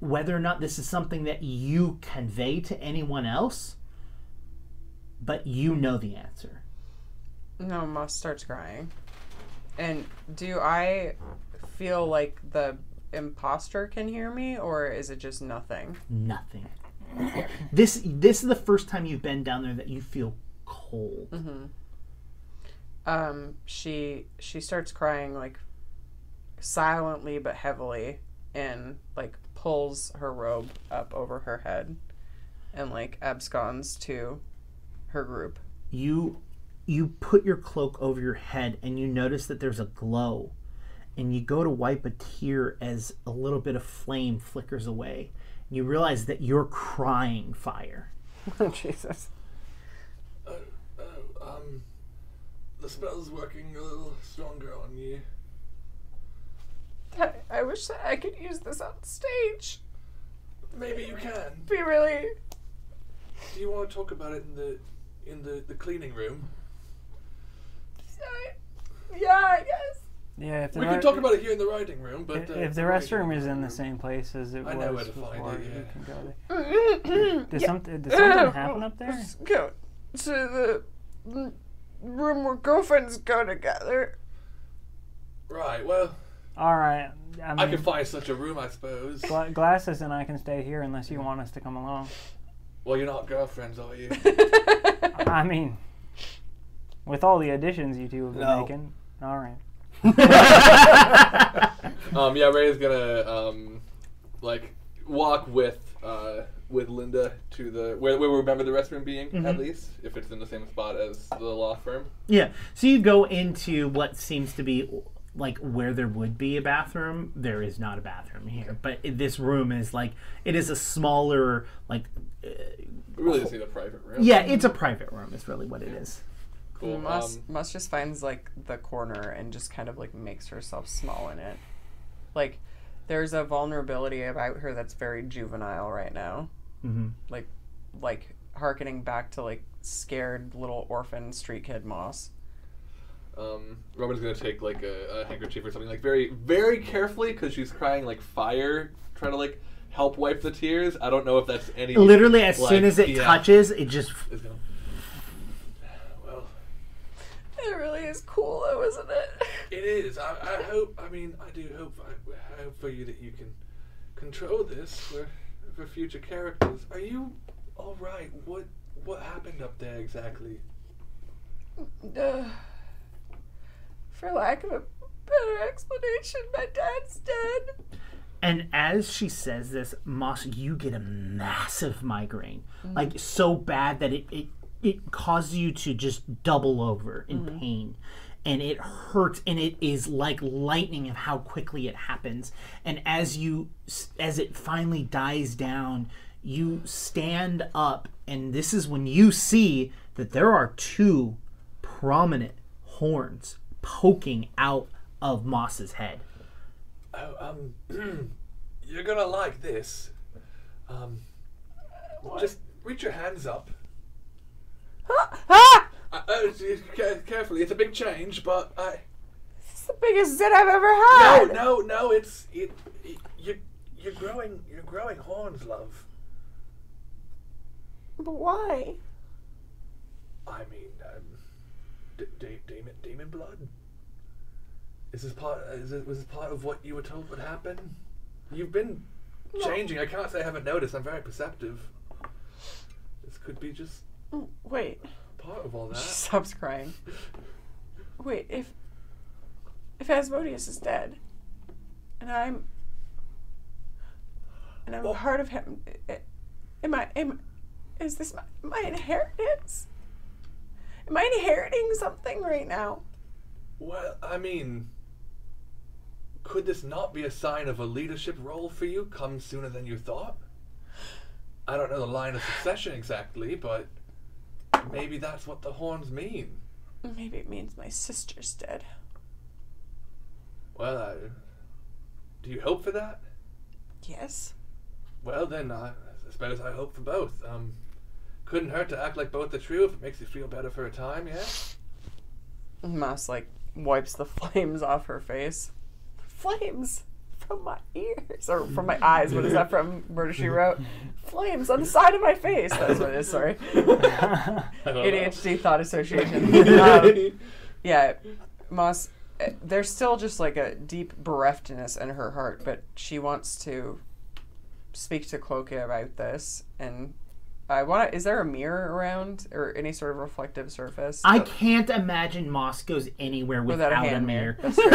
Speaker 1: Whether or not this is something that you convey to anyone else, but you know the answer.
Speaker 5: No, Moss starts crying. And do I feel like the imposter can hear me, or is it just nothing?
Speaker 1: nothing. this this is the first time you've been down there that you feel cold.
Speaker 5: Um, she she starts crying like silently but heavily, and like pulls her robe up over her head, and like absconds to her group.
Speaker 1: You you put your cloak over your head and you notice that there's a glow and you go to wipe a tear as a little bit of flame flickers away. You realize that you're crying fire. (laughs)
Speaker 5: Oh Jesus!
Speaker 3: Um, the spell's working a little stronger on you.
Speaker 5: I, I wish that I could use this on stage.
Speaker 3: Maybe you can.
Speaker 5: Be really
Speaker 3: Do you want to talk about it in the in the, the cleaning room?
Speaker 5: yeah, I guess.
Speaker 2: Yeah, if the,
Speaker 3: We
Speaker 2: re-
Speaker 3: can talk about it here in the writing room, but uh,
Speaker 2: if the restroom is in the same place as it was
Speaker 3: I know where to
Speaker 2: before,
Speaker 3: find it,
Speaker 2: you
Speaker 3: yeah.
Speaker 2: can go there.
Speaker 5: (clears throat)
Speaker 2: did, something, did
Speaker 5: (laughs)
Speaker 2: something happen up there?
Speaker 5: Let's Eh, go to the room where girlfriends go together.
Speaker 2: (laughs)
Speaker 3: right. Well,
Speaker 2: All right. I mean,
Speaker 3: I can find such a room, I suppose.
Speaker 2: gla- glasses and I can stay here unless you want us to come along.
Speaker 3: Well, you're not girlfriends, are
Speaker 2: (laughs)
Speaker 3: you?
Speaker 2: I mean, with all the additions you two have been
Speaker 4: No.
Speaker 2: making, all right.
Speaker 3: um, yeah, Ray is gonna um, like walk with uh, with Linda to the where, where we remember the restroom being
Speaker 1: Mm-hmm.
Speaker 3: at least, if it's in the same spot as the law firm.
Speaker 1: Yeah. So you go into what seems to be like where there would be a bathroom. There is not a bathroom here, but i- this room is like it is a smaller like
Speaker 3: We really just need a private room.
Speaker 1: yeah, it's a private room. Is really what it is.
Speaker 3: cool.
Speaker 5: Moss,
Speaker 3: Um,
Speaker 5: Moss just finds like the corner and just kind of like makes herself small in it. Like there's a vulnerability about her that's very juvenile right now. Mm-hmm. Like like harkening back to like scared little orphan street kid Moss.
Speaker 3: Um, Robin's gonna take like a, a handkerchief or something like very, very carefully because she's crying like fire, trying to like help wipe the tears. I don't know if that's any.
Speaker 1: Literally, as
Speaker 3: like,
Speaker 1: soon as it
Speaker 3: yeah,
Speaker 1: touches, it just
Speaker 3: it's gonna- well,
Speaker 5: It really is cool though, isn't it? (laughs)
Speaker 3: it is. I, I hope. I mean, I do hope. I, I hope for you that you can control this for for future characters. Are you all right? What what happened up there exactly?
Speaker 5: Uh, (sighs) for lack of a better explanation, my dad's dead.
Speaker 1: And as she says this, Moss, you get a massive migraine, like so bad that it, it it causes you to just double over in pain, and it hurts, and it is like lightning of how quickly it happens. And as you s- as it finally dies down, you stand up, and this is when you see that there are two prominent horns poking out of Moss's head.
Speaker 3: Oh, um, (clears throat) you're gonna like this. Um, just reach your hands up.
Speaker 5: Ah!
Speaker 3: (laughs) Uh, oh, gee, ca- carefully, it's a big change, but I.
Speaker 5: It's the biggest zit I've ever had.
Speaker 3: No, no, no! It's it. it you you're growing you're growing horns, love.
Speaker 5: But why?
Speaker 3: I mean, um, d- d- demon demon blood. Is this part? Is it was this part of what you were told would happen? You've been changing. I can't say I haven't noticed. I'm very perceptive. This could be just
Speaker 5: Wait.
Speaker 3: part of all
Speaker 5: (laughs) She
Speaker 3: that.
Speaker 5: stops crying. Wait, if if Asmodeus is dead, and I'm and I'm a part of him, i- i- am I? Am is this my, my inheritance? Am I inheriting something right now?
Speaker 3: Well, I mean, could this not be a sign of a leadership role for you come sooner than you thought? I don't know the line of succession exactly, but maybe that's what the horns mean.
Speaker 5: Maybe it means my sister's dead.
Speaker 3: Well, I, do you hope for that?
Speaker 5: Yes.
Speaker 3: Well, then, I, I suppose I hope for both. Um, couldn't hurt to act like both are true if it makes you feel better for a time,
Speaker 4: (laughs)
Speaker 3: yeah?
Speaker 5: Moss like wipes the (laughs) flames off her face. Flames from my ears or from my eyes. What is that from? Murder She Wrote. Flames on the side of my face. That's what it is. Sorry.
Speaker 3: I don't
Speaker 5: ADHD thought association.
Speaker 3: know.
Speaker 5: Um, yeah, Moss. eh, There's still just like a deep bereftness in her heart, but she wants to speak to Cloaky about this. And I want to. Is there a mirror around or any sort of reflective surface?
Speaker 1: I can't imagine Moss goes anywhere without,
Speaker 5: Without a
Speaker 1: a,
Speaker 5: hand
Speaker 1: mirror.
Speaker 5: so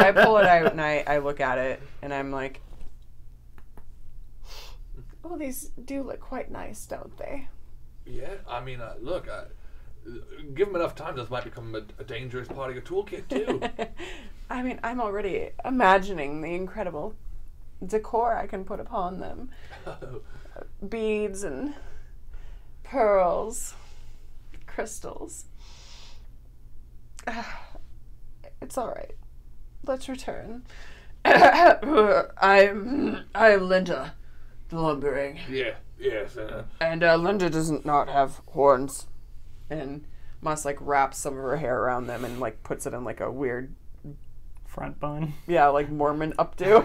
Speaker 5: I pull it out and I, I look at it and I'm like,
Speaker 6: Oh, these do look quite nice, don't they?
Speaker 3: (laughs) Yeah, I mean, uh, look, I, give them enough time, this might become a, a dangerous part of your toolkit,
Speaker 4: (laughs)
Speaker 3: too.
Speaker 6: (laughs)
Speaker 3: (laughs)
Speaker 6: I mean, I'm already imagining the incredible decor I can put upon them beads and pearls, crystals. (sighs) It's all right. Let's return. (coughs)
Speaker 5: I'm I'm Linda, the lumbering,
Speaker 3: yeah, yes. Uh,
Speaker 5: and uh, Linda does not have horns. And Moss like wraps some of her hair around them and like puts it in like a weird
Speaker 2: Front bun.
Speaker 5: yeah like Mormon updo.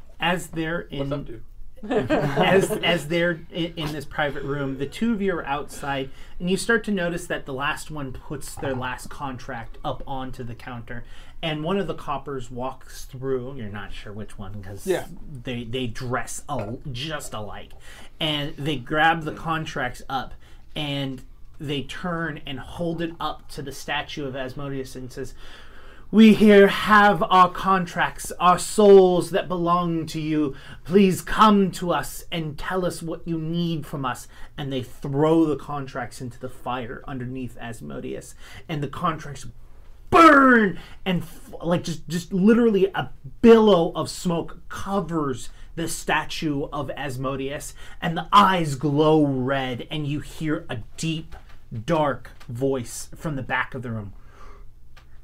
Speaker 1: (laughs) As they're in
Speaker 3: what's up, dude?
Speaker 1: as as they're in, in this private room, the two of you are outside, and you start to notice that the last one puts their last contract up onto the counter, and one of the coppers walks through. You're not sure which one because
Speaker 4: Yeah.
Speaker 1: they they dress al- just alike, and they grab the contracts up, and they turn and hold it up to the statue of Asmodeus and says. We here have our contracts, our souls that belong to you. Please come to us and tell us what you need from us. And they throw the contracts into the fire underneath Asmodeus, and the contracts burn and f- like just just literally a billow of smoke covers the statue of Asmodeus and the eyes glow red and you hear a deep dark voice from the back of the room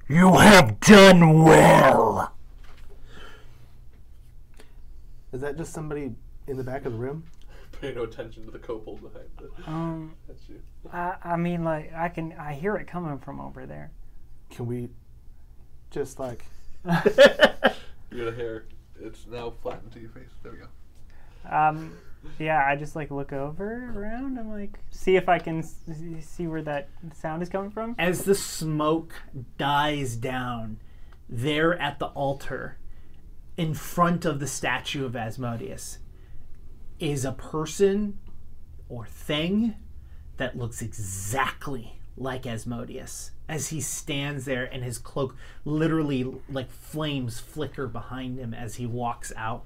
Speaker 1: you have done well.
Speaker 4: Is that just somebody in the back of the room?
Speaker 3: Pay no attention to the kobold behind it.
Speaker 2: Um,
Speaker 3: That's you.
Speaker 2: I, I mean, like, I can, I hear it coming from over there.
Speaker 4: Can we just like
Speaker 3: You got a hair. It's now flattened to your face. There we go.
Speaker 2: Um, yeah, I just like look over around. I'm like, see if I can s- s- see where that sound is coming from.
Speaker 1: As the smoke dies down, there at the altar, in front of the statue of Asmodeus, is a person or thing that looks exactly like Asmodeus as he stands there and his cloak literally like flames flicker behind him as he walks out.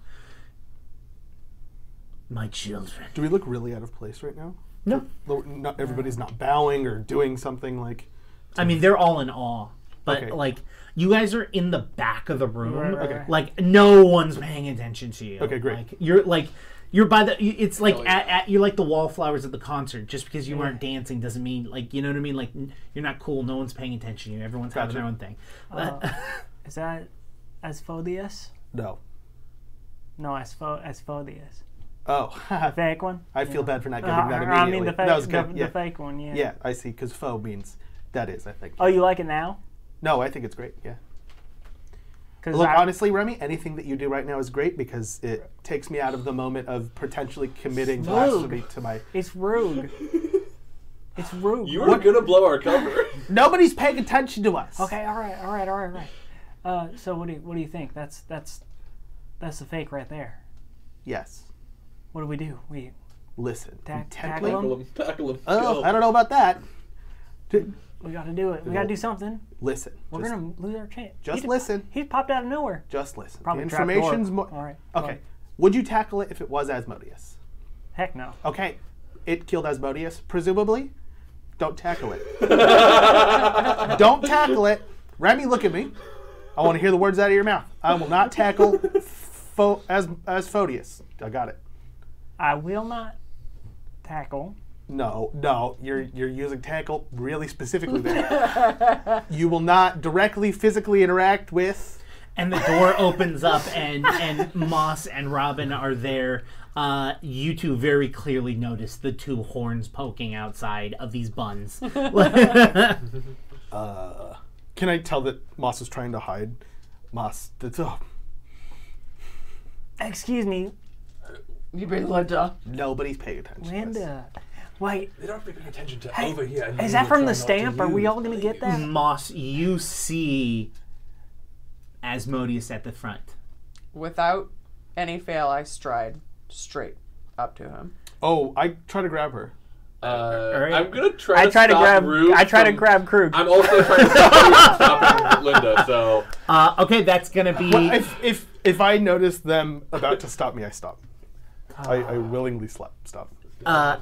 Speaker 1: My children.
Speaker 4: do we look really out of place right now?
Speaker 1: No.
Speaker 4: Lo- Not everybody's not bowing or doing something like
Speaker 1: I mean, they're all in awe, but
Speaker 4: Okay.
Speaker 1: like you guys are in the back of the room.
Speaker 2: Right, right, Okay. right.
Speaker 1: Like no one's paying attention to you.
Speaker 4: Okay, great.
Speaker 1: Like, you're like you're by the. you- It's like
Speaker 3: Oh, yeah.
Speaker 1: at, at, you're like the wallflowers at the concert. Just because you aren't dancing doesn't mean like you know what I mean. Like n- you're not cool. No one's paying attention to you. Everyone's having
Speaker 4: Gotcha.
Speaker 1: their own thing.
Speaker 2: Is that Asphodius?
Speaker 4: no.
Speaker 2: No, Aspho- Asphodius.
Speaker 4: Oh, (laughs)
Speaker 2: Fake one?
Speaker 4: I feel bad for not
Speaker 2: Uh,
Speaker 4: getting that immediately.
Speaker 2: I mean, the fake,
Speaker 4: that was
Speaker 2: the,
Speaker 4: good.
Speaker 2: the
Speaker 4: yeah.
Speaker 2: fake one, yeah.
Speaker 4: yeah, I see. Because faux means that is. I think.
Speaker 2: Oh, you like it now?
Speaker 4: No, I think it's great. Yeah.
Speaker 2: Because
Speaker 4: Look, honestly, Remy, anything that you do right now is great because it takes me out of the moment of potentially committing blasphemy to my.
Speaker 2: it's (laughs) rude. it's rude.
Speaker 3: You were gonna blow our cover. (laughs)
Speaker 4: Nobody's paying attention to us.
Speaker 2: Okay, all right, all right, all right, all right. Uh, so what do you, what do you think? That's that's that's the fake right there.
Speaker 4: Yes.
Speaker 2: What do we do? We
Speaker 4: Listen.
Speaker 2: Ta-
Speaker 4: intently.
Speaker 2: tackle 'em.
Speaker 3: Tackle him. Tackle him.
Speaker 4: Oh, I don't know about that. D-
Speaker 2: we got to do it. We got to do something.
Speaker 4: listen.
Speaker 2: We're
Speaker 4: just,
Speaker 2: gonna lose our chance.
Speaker 4: just
Speaker 2: He-
Speaker 4: listen.
Speaker 2: He popped out of nowhere.
Speaker 4: Just listen.
Speaker 2: Probably
Speaker 4: the
Speaker 2: a trap door.
Speaker 4: information's more.
Speaker 2: All right.
Speaker 4: Okay.
Speaker 2: well,
Speaker 4: Would you tackle it if it was Asmodeus?
Speaker 2: heck no.
Speaker 4: Okay. It killed Asmodeus, presumably. Don't tackle it. Don't tackle it. Remy, look at me. I want to hear the words out of your mouth. I will not tackle Pho- as Asphodius. I got it.
Speaker 2: I will not tackle
Speaker 4: No, no, you're you're using tackle really specifically there. you will not directly physically interact with.
Speaker 1: and the
Speaker 4: (laughs)
Speaker 1: door opens up and and moss and robin are there uh, you two very clearly notice the two horns poking outside of these buns (laughs)
Speaker 4: Can I tell that Moss is trying to hide? Moss, that's oh,
Speaker 2: Excuse me,
Speaker 5: You been Linda?
Speaker 4: nobody's paying attention. to this.
Speaker 2: Linda. Wait,
Speaker 3: They don't be paying attention to over here. and
Speaker 2: is
Speaker 3: you
Speaker 2: that
Speaker 3: were
Speaker 2: from the
Speaker 3: trying not to
Speaker 2: stamp? Are we
Speaker 3: use.
Speaker 2: all gonna get that?
Speaker 1: moss you see asmodeus at the front
Speaker 5: Without any fail, I stride straight up to him.
Speaker 4: Oh, I try to grab her.
Speaker 3: Uh,
Speaker 1: All right.
Speaker 3: I'm gonna try.
Speaker 2: I
Speaker 3: to
Speaker 2: try to
Speaker 3: stop
Speaker 2: grab.
Speaker 3: Rue
Speaker 2: I try to
Speaker 3: from-
Speaker 2: grab Krug.
Speaker 3: I'm also trying
Speaker 2: (laughs)
Speaker 3: to stop Rue from stopping Linda. So
Speaker 1: uh, okay that's gonna be
Speaker 4: Well, if if if I notice them about to stop me, I stop. I, I
Speaker 3: Ah.
Speaker 4: willingly slap, stop.
Speaker 1: Uh,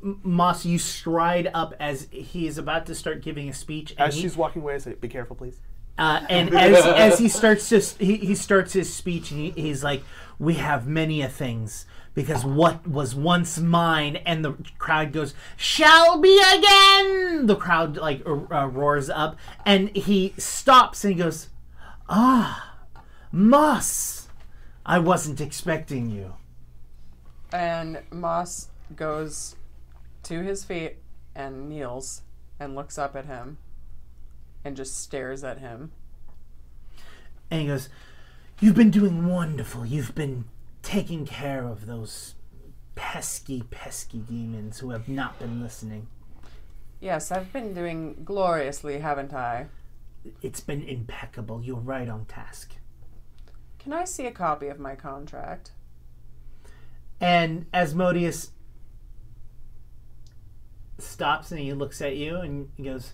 Speaker 1: moss you stride up as he is about to start giving a speech and
Speaker 4: As
Speaker 1: he-
Speaker 4: she's walking away, I say, "Be careful, please."
Speaker 1: Uh, and as, as he starts to he, he starts his speech and he, he's like we have many a things because what was once mine and the crowd goes shall be again the crowd like r- uh, roars up and he stops and he goes ah moss i wasn't expecting you
Speaker 5: And Moss goes to his feet and kneels and looks up at him and just stares at him.
Speaker 1: and he goes you've been doing wonderful you've been taking care of those pesky pesky demons who have not been listening
Speaker 5: Yes, I've been doing gloriously, haven't I?
Speaker 1: It's been impeccable. You're right on task.
Speaker 5: Can I see a copy of my contract?
Speaker 1: And Asmodeus stops and he looks at you and he goes,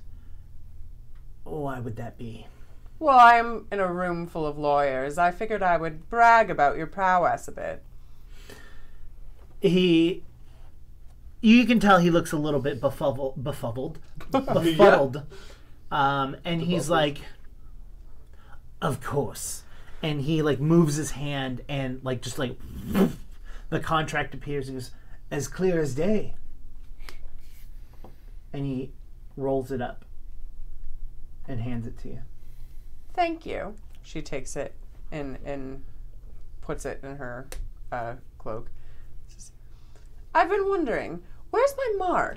Speaker 1: Why would that be?
Speaker 5: Well, I'm in a room full of lawyers. I figured I would brag about your prowess a bit.
Speaker 1: He. You can tell he looks a little bit befuddled, befuddled, befuddled, um, and he's like, "Of course," and he like moves his hand and like just like (laughs) the contract appears and goes as clear as day, and he rolls it up and hands it to you.
Speaker 5: Thank you. She takes it and and puts it in her uh, cloak. Says, I've been wondering, where's my mark?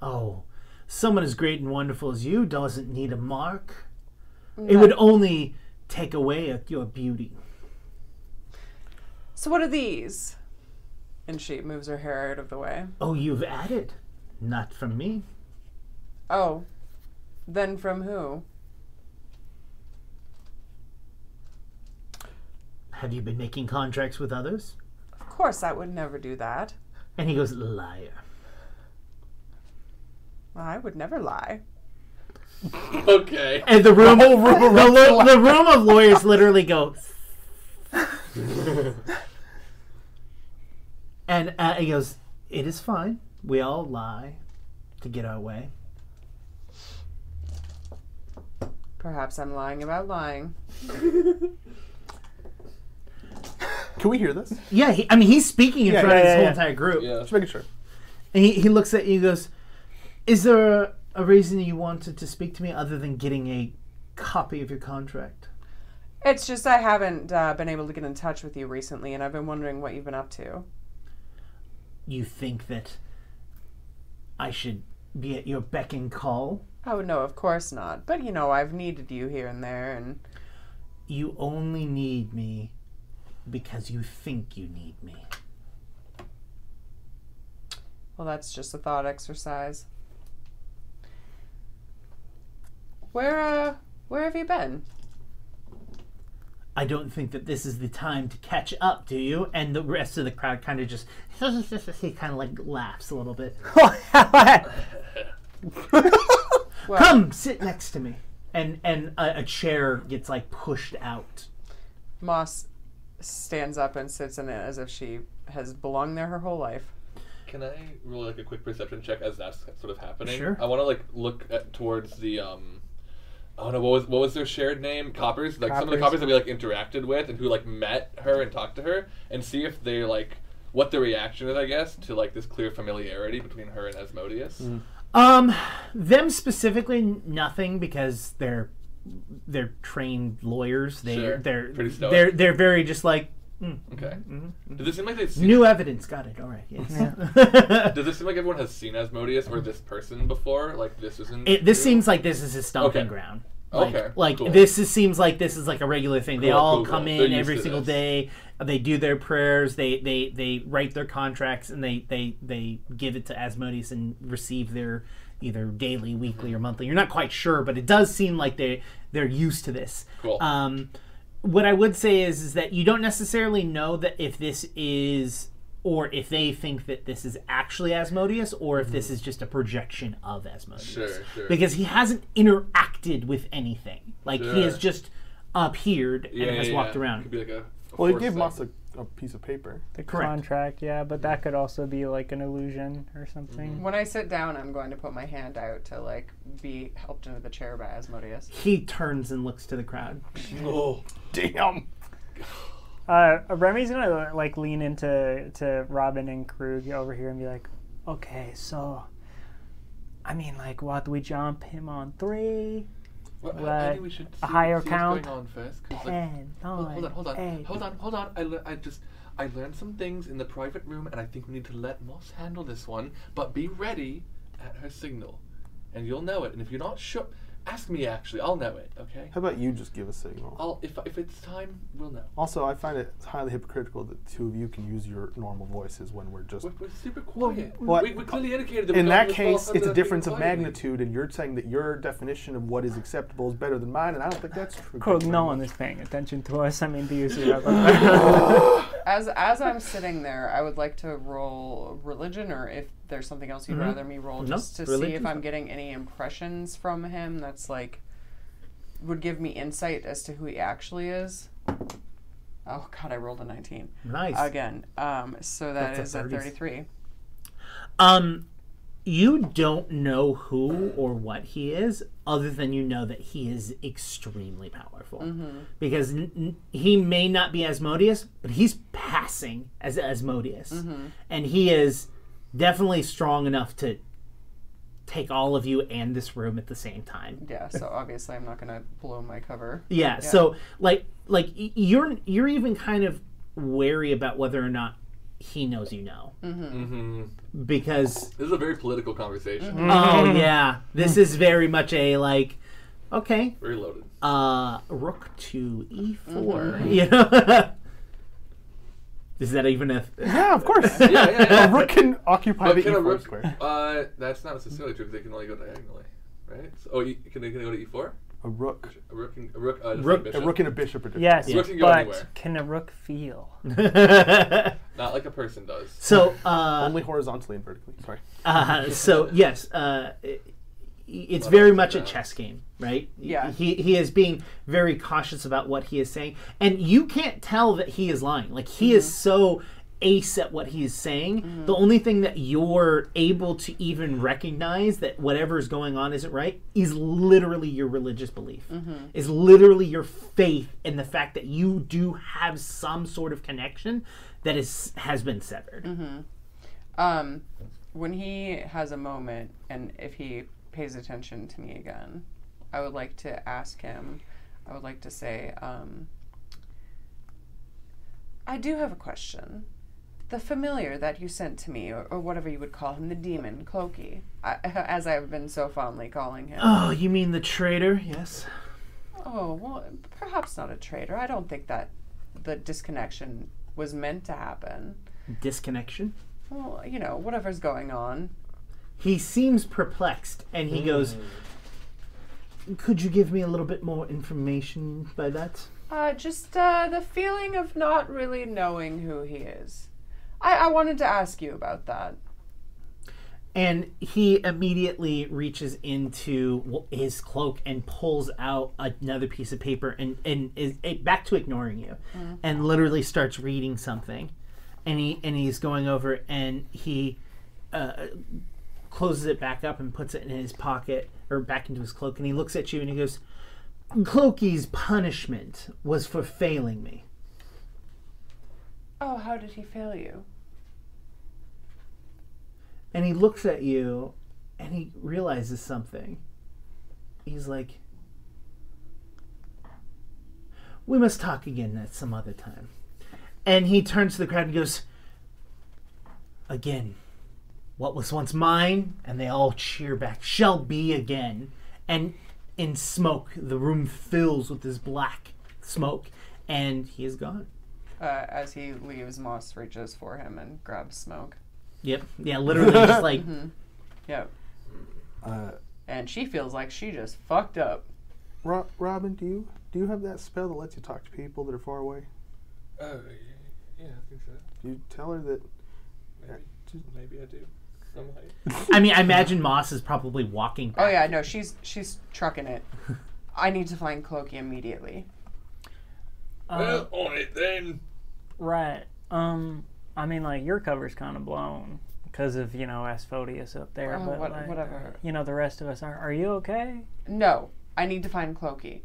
Speaker 1: Oh, someone as great and wonderful as you doesn't need a mark. It would only take away at your beauty.
Speaker 5: So what are these? And she moves her hair out of the way.
Speaker 1: Oh, you've added. Not from me.
Speaker 5: Oh, then from who?
Speaker 1: Have you been making contracts with others?
Speaker 5: Of course, I would never do that.
Speaker 1: And he goes, liar.
Speaker 5: I would never lie.
Speaker 3: okay.
Speaker 1: And the room, the, lo- the room of lawyers literally go. and uh, he goes, it is fine. We all lie to get our way.
Speaker 5: Perhaps I'm lying about lying.
Speaker 4: Can
Speaker 3: (laughs)
Speaker 4: we hear this? Just
Speaker 1: Yeah, he, I mean, he's speaking in
Speaker 4: Yeah,
Speaker 1: front of
Speaker 2: yeah,
Speaker 1: this
Speaker 2: yeah,
Speaker 1: whole
Speaker 2: yeah.
Speaker 1: entire group.
Speaker 3: Yeah.
Speaker 4: making sure.
Speaker 1: And he, he looks at you and goes, Is there a, a reason you wanted to speak to me other than getting a copy of your contract?
Speaker 5: It's just I haven't uh, been able to get in touch with you recently, and I've been wondering what you've been up to.
Speaker 1: You think that I should be at your beck and call?
Speaker 5: Oh no, of course not. But you know, I've needed you here and there, and
Speaker 1: You only need me because you think you need me.
Speaker 5: well, that's just a thought exercise. Where uh, where have you been?
Speaker 1: I don't think that this is the time to catch up, do you? And the rest of the crowd kind of just, (laughs) he kind of like laughs a little bit. Come sit next to me. And, and a, a chair gets like pushed out
Speaker 5: Moss stands up and sits in it as if she has belonged there her whole life.
Speaker 3: Can I roll like a quick perception check as that's sort of happening?
Speaker 1: Sure.
Speaker 3: I want to like look at, towards the um. I don't know what was what was their shared name? Coppers, like some of the
Speaker 2: Coppers.
Speaker 3: coppers that we like interacted with and who like met her and talked to her, and see if they like what the reaction is, I guess, to like this clear familiarity between her and Asmodeus.
Speaker 2: Hmm.
Speaker 1: Um, them specifically, n- nothing because they're they're trained lawyers. They
Speaker 3: Sure.
Speaker 1: they're
Speaker 3: Pretty stoic.
Speaker 1: they're they're very just like mm,
Speaker 3: Okay.
Speaker 4: Mm-hmm.
Speaker 3: Does it seem like they've seen?
Speaker 1: new evidence. Got it. All right. Yes. (laughs)
Speaker 3: does it seem like everyone has seen Asmodeus or this person before? Like this isn't.
Speaker 1: It, this
Speaker 3: new?
Speaker 1: seems like this is his stomping
Speaker 3: Okay.
Speaker 1: ground. Like,
Speaker 3: Okay,
Speaker 1: like
Speaker 3: cool.
Speaker 1: this is, seems like this is like a regular thing. They
Speaker 3: Cool,
Speaker 1: all
Speaker 3: cool,
Speaker 1: come
Speaker 3: cool. They're
Speaker 1: in
Speaker 3: used
Speaker 1: every
Speaker 3: to
Speaker 1: single
Speaker 3: this.
Speaker 1: day. They do their prayers. They they they write their contracts and they they they give it to Asmodeus and receive their either daily,
Speaker 3: Mm-hmm.
Speaker 1: weekly, or monthly. You're not quite sure, but it does seem like they they're used to this.
Speaker 3: Cool.
Speaker 1: Um, what I would say is is that you don't necessarily know that if this is or if they think that this is actually Asmodeus or if
Speaker 3: Mm-hmm.
Speaker 1: this is just a projection of Asmodeus.
Speaker 3: Sure, sure.
Speaker 1: Because he hasn't interacted with anything. Like he has
Speaker 3: Sure.
Speaker 1: just appeared and has walked around.
Speaker 3: Could be like a. a
Speaker 4: Well, he
Speaker 3: force
Speaker 4: gave
Speaker 3: thing.
Speaker 4: Moss a, a piece of paper.
Speaker 2: The
Speaker 1: Correct.
Speaker 2: contract, yeah, but that could also be like an illusion or something.
Speaker 5: When I sit down, I'm going to put my hand out to like be helped into the chair by Asmodeus.
Speaker 1: He turns and looks to the crowd.
Speaker 3: Oh,
Speaker 4: Damn.
Speaker 2: Uh, Remy's gonna like lean into to Robin and Krug over here and be like, "Okay, so, I mean, like, what we jump him on three,
Speaker 3: well, I, I
Speaker 2: Like,
Speaker 3: think we should see,
Speaker 2: higher
Speaker 3: see
Speaker 2: count.
Speaker 3: What's going on first, 'cause, like,
Speaker 2: ten,
Speaker 3: Hold, hold on,
Speaker 2: nine,
Speaker 3: hold on,
Speaker 2: eight."
Speaker 3: hold on, hold on. I, lear- I just I learned some things in the private room, and I think we need to let Moss handle this one. But be ready at her signal, and you'll know it. And if you're not sure, ask me. Actually, I'll know it. Okay.
Speaker 4: How about you just give a signal?
Speaker 3: I'll if if it's time, we'll know.
Speaker 4: Also, I find it highly hypocritical that the two of you can use your normal voices when we're just.
Speaker 3: We're, we're super quiet.
Speaker 4: what-
Speaker 3: we, we clearly indicated that. we
Speaker 4: In
Speaker 3: got
Speaker 4: that
Speaker 3: this ball
Speaker 4: case,
Speaker 3: under
Speaker 4: it's a
Speaker 3: the
Speaker 4: difference of
Speaker 3: finger quietly.
Speaker 4: magnitude, and you're saying that your definition of what is acceptable is better than mine, and I don't think that's true.
Speaker 2: Krug, no one is paying attention to us. I mean, do you see that? (laughs)
Speaker 5: As as I'm sitting there, I would like to roll religion, or if there's something else you'd rather me roll,
Speaker 1: Mm-hmm. No,
Speaker 5: just to see if
Speaker 1: religion's
Speaker 5: I'm getting any impressions from him. That's like would give me insight as to who he actually is. Oh God, I rolled a 19
Speaker 1: Nice.
Speaker 5: again. Um, so that
Speaker 1: That's
Speaker 5: is
Speaker 1: a
Speaker 5: a
Speaker 1: 30.
Speaker 5: 33.
Speaker 1: Um, you don't know who or what he is, other than you know that he is extremely powerful. Because n- n- he may not be Asmodeus, but he's passing as Asmodeus, and he is definitely strong enough to take all of you and this room at the same time.
Speaker 5: Yeah. So obviously, I'm not gonna blow my cover.
Speaker 1: Yeah, So like like y- you're you're even kind of wary about whether or not he knows you know. Mm-hmm. Because
Speaker 3: This is a very political conversation.
Speaker 1: (laughs)
Speaker 4: Mm-hmm.
Speaker 1: oh yeah, this is very much a like okay,
Speaker 3: Very (laughs) loaded.
Speaker 1: uh rook to e4. You know. (laughs) is that even a
Speaker 4: Yeah, of course.
Speaker 3: yeah, yeah, yeah.
Speaker 4: A (laughs) rook can occupy
Speaker 3: But
Speaker 4: the
Speaker 3: can a
Speaker 4: e4
Speaker 3: rook-
Speaker 4: square.
Speaker 3: Uh, that's not necessarily true. 'cause They can only go diagonally, right? So, oh, you, can they can they go to e four?
Speaker 4: A rook.
Speaker 3: A rook, can, a rook, uh, just
Speaker 1: Rook-
Speaker 3: like
Speaker 1: a
Speaker 4: A
Speaker 3: bishop.
Speaker 4: rook and a bishop are different.
Speaker 2: yes,
Speaker 3: Rook can go anywhere.
Speaker 2: but can a rook feel?
Speaker 3: not like a person does.
Speaker 1: (laughs) So uh
Speaker 4: Only horizontally and vertically. Sorry.
Speaker 1: Uh, so yes, uh, i- it's very much a
Speaker 3: that.
Speaker 1: chess game, right?
Speaker 5: Yeah.
Speaker 1: He he is being very cautious about what he is saying, and you can't tell that he is lying. Like he is so ace at what he is saying. The only thing that you're able to even recognize that whatever is going on isn't right is literally your religious belief. Is literally your faith in the fact that you do have some sort of connection that is has been severed.
Speaker 5: Um, when he has a moment, and if he pays attention to me again, I would like to ask him. I would like to say, um, I do have a question. The familiar that you sent to me, or, or whatever you would call him, the demon, Clokey, I, (laughs) as I've been so fondly calling him.
Speaker 1: Oh, you mean the traitor? Yes.
Speaker 5: Oh, well, perhaps not a traitor. I don't think that the disconnection was meant to happen.
Speaker 1: disconnection.
Speaker 5: Well, you know, whatever's going on.
Speaker 1: He seems perplexed and he goes, Could you give me a little bit more information by that?
Speaker 5: Uh, just uh, the feeling of not really knowing who he is. I, I wanted to ask you about that.
Speaker 1: And he immediately reaches into w- his cloak and pulls out another piece of paper and, and is eh, back to ignoring you and literally starts reading something. And, he, and he's going over and he uh, closes it back up and puts it in his pocket or back into his cloak. And he looks at you and he goes, Clokey's punishment was for failing me.
Speaker 5: Oh, how did he fail you?
Speaker 1: and he looks at you and he realizes something. He's like, We must talk again at some other time. And he turns to the crowd and goes, Again, what was once mine, and they all cheer back, shall be again. And in smoke, the room fills with this black smoke, and he is gone.
Speaker 5: Uh, as he leaves, Moss reaches for him and grabs Smoke.
Speaker 1: Yep. Yeah, literally
Speaker 5: (laughs)
Speaker 1: just like
Speaker 5: Mm-hmm. Yep.
Speaker 4: Uh,
Speaker 5: And she feels like she just fucked up.
Speaker 4: Ro- Robin, do you do you have that spell that lets you talk to people that are far away?
Speaker 3: Oh, yeah, I think so.
Speaker 4: Do you tell her that?
Speaker 3: Maybe I do.
Speaker 1: I mean, I imagine Moss is probably walking.
Speaker 5: Oh yeah, no, she's she's trucking it. I need to find Cloaky immediately.
Speaker 2: Uh,
Speaker 3: on it then.
Speaker 2: right. Um, I mean, like your cover's kind of blown because of you know Asphodius up there,
Speaker 5: Oh,
Speaker 2: but
Speaker 5: what-
Speaker 2: like, uh,
Speaker 5: whatever.
Speaker 2: You know, the rest of us are. Are you okay?
Speaker 5: No, I need to find Cloaky.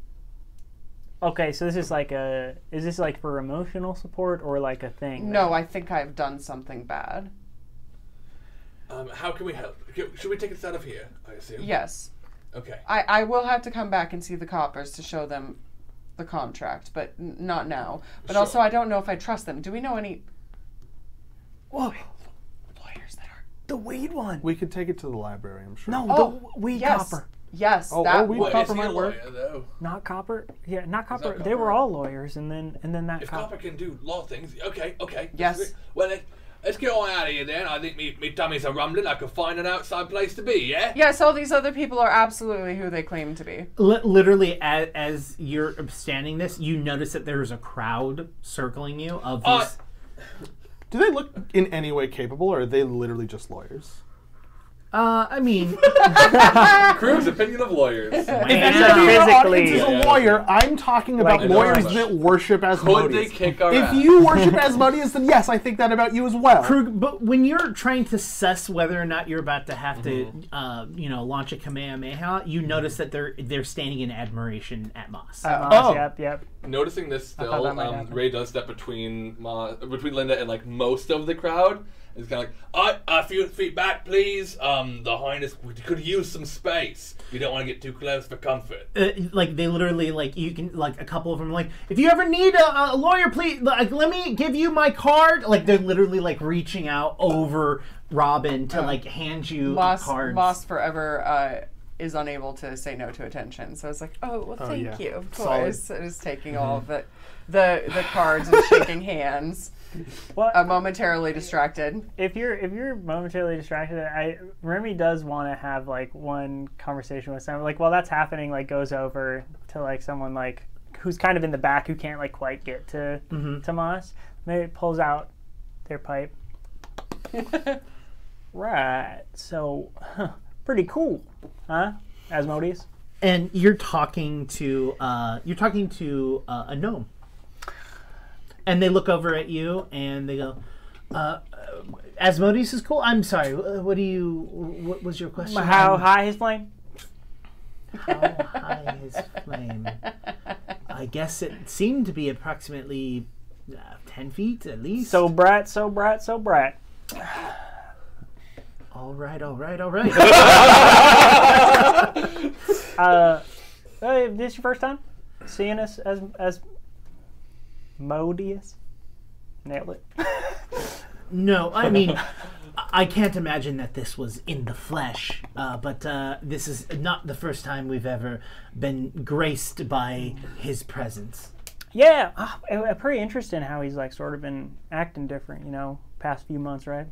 Speaker 2: Okay, so this is like a. Is this like for emotional support or like a thing?
Speaker 5: No, I think I've done something bad.
Speaker 3: Um, how can we help? Can- Should we take us out of here? I assume.
Speaker 5: Yes,
Speaker 3: Okay.
Speaker 5: I I will have to come back and see the coppers to show them the contract, but n- not now. But also, I don't know if I trust them. Do we know any
Speaker 4: Whoa,
Speaker 5: lawyers that are?
Speaker 1: The weed one.
Speaker 4: we could take it to the library. I'm sure.
Speaker 1: No,
Speaker 5: Oh,
Speaker 1: the weed
Speaker 5: Yes,
Speaker 1: copper.
Speaker 5: yes,
Speaker 4: Oh,
Speaker 5: that
Speaker 4: oh, we-
Speaker 5: one.
Speaker 3: Well,
Speaker 4: Copper
Speaker 3: is he
Speaker 4: might
Speaker 3: a
Speaker 4: work.
Speaker 3: lawyer though?
Speaker 2: Not copper. Yeah, not copper.
Speaker 3: not
Speaker 2: They were
Speaker 3: Copper.
Speaker 2: all lawyers, and then and then that
Speaker 3: If
Speaker 2: copper.
Speaker 3: Copper can do law things, okay, okay.
Speaker 5: Yes.
Speaker 3: Well, let, let's get on out of here then. I think me, me tummy's a rumbling. I could find an outside place to be. Yeah.
Speaker 2: (laughs)
Speaker 5: Yes, all these other people are absolutely who they claim to be.
Speaker 1: Li- literally, as, as you're standing this, you notice that there is a crowd circling you of these.
Speaker 3: Uh,
Speaker 4: Do they look in any way capable, or are they literally just lawyers?
Speaker 1: uh, I mean,
Speaker 3: Crew's opinion
Speaker 2: (laughs)
Speaker 3: of lawyers.
Speaker 1: man,
Speaker 2: not
Speaker 1: uh,
Speaker 2: physically-
Speaker 4: is a
Speaker 3: Yeah.
Speaker 4: lawyer. I'm talking about
Speaker 2: Like,
Speaker 4: lawyers
Speaker 3: Right.
Speaker 4: that worship
Speaker 3: Could they
Speaker 4: Asmodeus.
Speaker 3: kick our
Speaker 4: if
Speaker 3: ass?
Speaker 4: you worship Asmodeus, then yes, I think that about you as well.
Speaker 1: Krug, but when you're trying to suss whether or not you're about to have to, uh, you know, launch a kamehameha, you notice that they're they're standing in admiration at Moss.
Speaker 5: Uh,
Speaker 2: Moss,
Speaker 4: oh.
Speaker 2: Uh, Yep, yep.
Speaker 3: Noticing this
Speaker 2: thought
Speaker 3: still,
Speaker 2: that might
Speaker 3: um,
Speaker 2: happen.
Speaker 3: Ray does step between Ma, between Linda and like most of the crowd. He's kind of like, "I, a few feet back, please. Um, the Highness we could use some space. You don't want to get too close for comfort."
Speaker 1: Uh, like they literally like you can like a couple of them are like if you ever need a, a lawyer please like let me give you my card like they're literally like reaching out over Robin to like hand you
Speaker 5: Uh, Moss,
Speaker 1: cards.
Speaker 5: Moss forever uh, is unable to say no to attention. So it's like, oh, well, thank
Speaker 4: yeah.
Speaker 5: you, of
Speaker 4: Solid. Mm-hmm.
Speaker 5: course. And is taking all of the, the, the cards and shaking (laughs) hands.
Speaker 2: Well,
Speaker 5: Uh, momentarily distracted.
Speaker 2: if you're if you're momentarily distracted, I Remy does want to have like one conversation with someone. Like while that's happening, like goes over to like someone like who's kind of in the back who can't like quite get to to Moss. Maybe pulls out their pipe. right. So, huh, pretty cool, huh? Asmodeus.
Speaker 1: and you're talking to uh, you're talking to uh, a gnome, and they look over at you and they go, uh, "Asmodeus is cool." I'm sorry. wh- What do you? What was your question?
Speaker 2: How
Speaker 1: I'm-
Speaker 2: high his flame? (laughs)
Speaker 1: how high is flame? I guess it seemed to be approximately uh, ten feet at least.
Speaker 2: So bright, so bright, so bright.
Speaker 1: all right, all right, (laughs) all right.
Speaker 2: Uh, hey, this your first time seeing us as as Modius? Nailed it.
Speaker 1: no, I mean. I I can't imagine that this was in the flesh, uh, but uh, this is not the first time we've ever been graced by his presence.
Speaker 2: Yeah, ah, eh, eh, pretty interesting how he's like sort of been acting different, you know, past few months, right?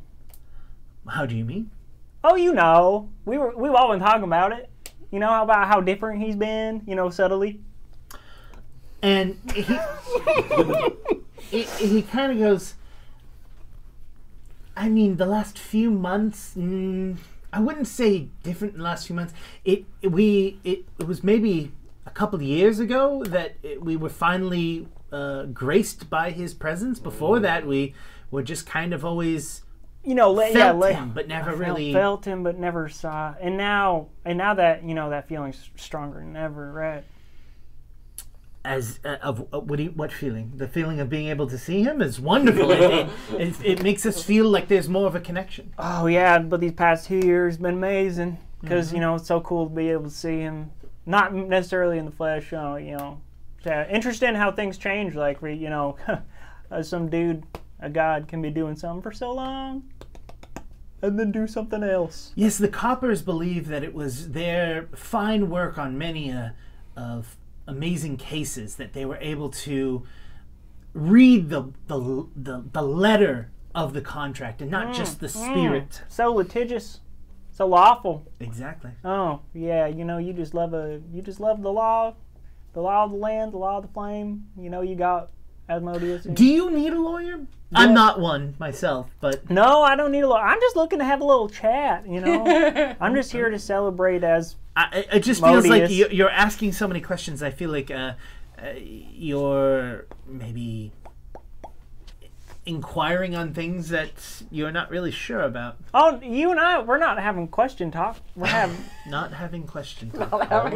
Speaker 1: How do you mean?
Speaker 2: Oh, you know, we were we've all been talking about it. You know about how different he's been, you know, subtly.
Speaker 1: And he (laughs) he, he kind of goes. I mean, the last few months. Mm, I wouldn't say different than the last few months. It we it, it was maybe a couple of years ago that it, we were finally uh, graced by his presence.
Speaker 2: Mm.
Speaker 1: Before that, we were just kind of always
Speaker 2: You know, let,
Speaker 1: felt
Speaker 2: yeah, let,
Speaker 1: him, but never
Speaker 2: felt-
Speaker 1: really.
Speaker 2: felt him, but never saw. And now, and now that you know that feeling's stronger than ever, right?
Speaker 1: as uh, of uh, what do you, what feeling? The feeling of being able to see him is wonderful. I
Speaker 2: (laughs)
Speaker 1: think. it, it makes us feel like there's more of a connection.
Speaker 2: Oh yeah, but these past two years been amazing because you know it's so cool to be able to see him, not necessarily in the flesh. Uh, you know, yeah, interesting how things change. Like we, you know, (laughs) uh, some dude, a god, can be doing something for so long, and then do something else.
Speaker 1: Yes, the coppers believe that it was their fine work on many uh, of amazing cases that they were able to read the the the, the letter of the contract and not just the spirit.
Speaker 2: So litigious, so lawful.
Speaker 1: Exactly.
Speaker 2: Oh yeah, you know you just love a you just love the law, the law of the land, the law of the flame. You know you got Asmodeus. in you.
Speaker 1: Do you need a lawyer? I'm not one myself, but
Speaker 2: no, I don't need a lawyer. I'm just looking to have a little chat.
Speaker 1: (laughs)
Speaker 2: You know, I'm just here to celebrate as
Speaker 1: I, I- it just feels like
Speaker 2: Modius.
Speaker 1: you- you're asking so many questions. I feel like uh, uh, you're maybe inquiring on things that you're not really sure about.
Speaker 2: oh you and I we're not having question talk.
Speaker 1: (laughs)
Speaker 2: We're having
Speaker 1: Not having question.
Speaker 5: (laughs) Not having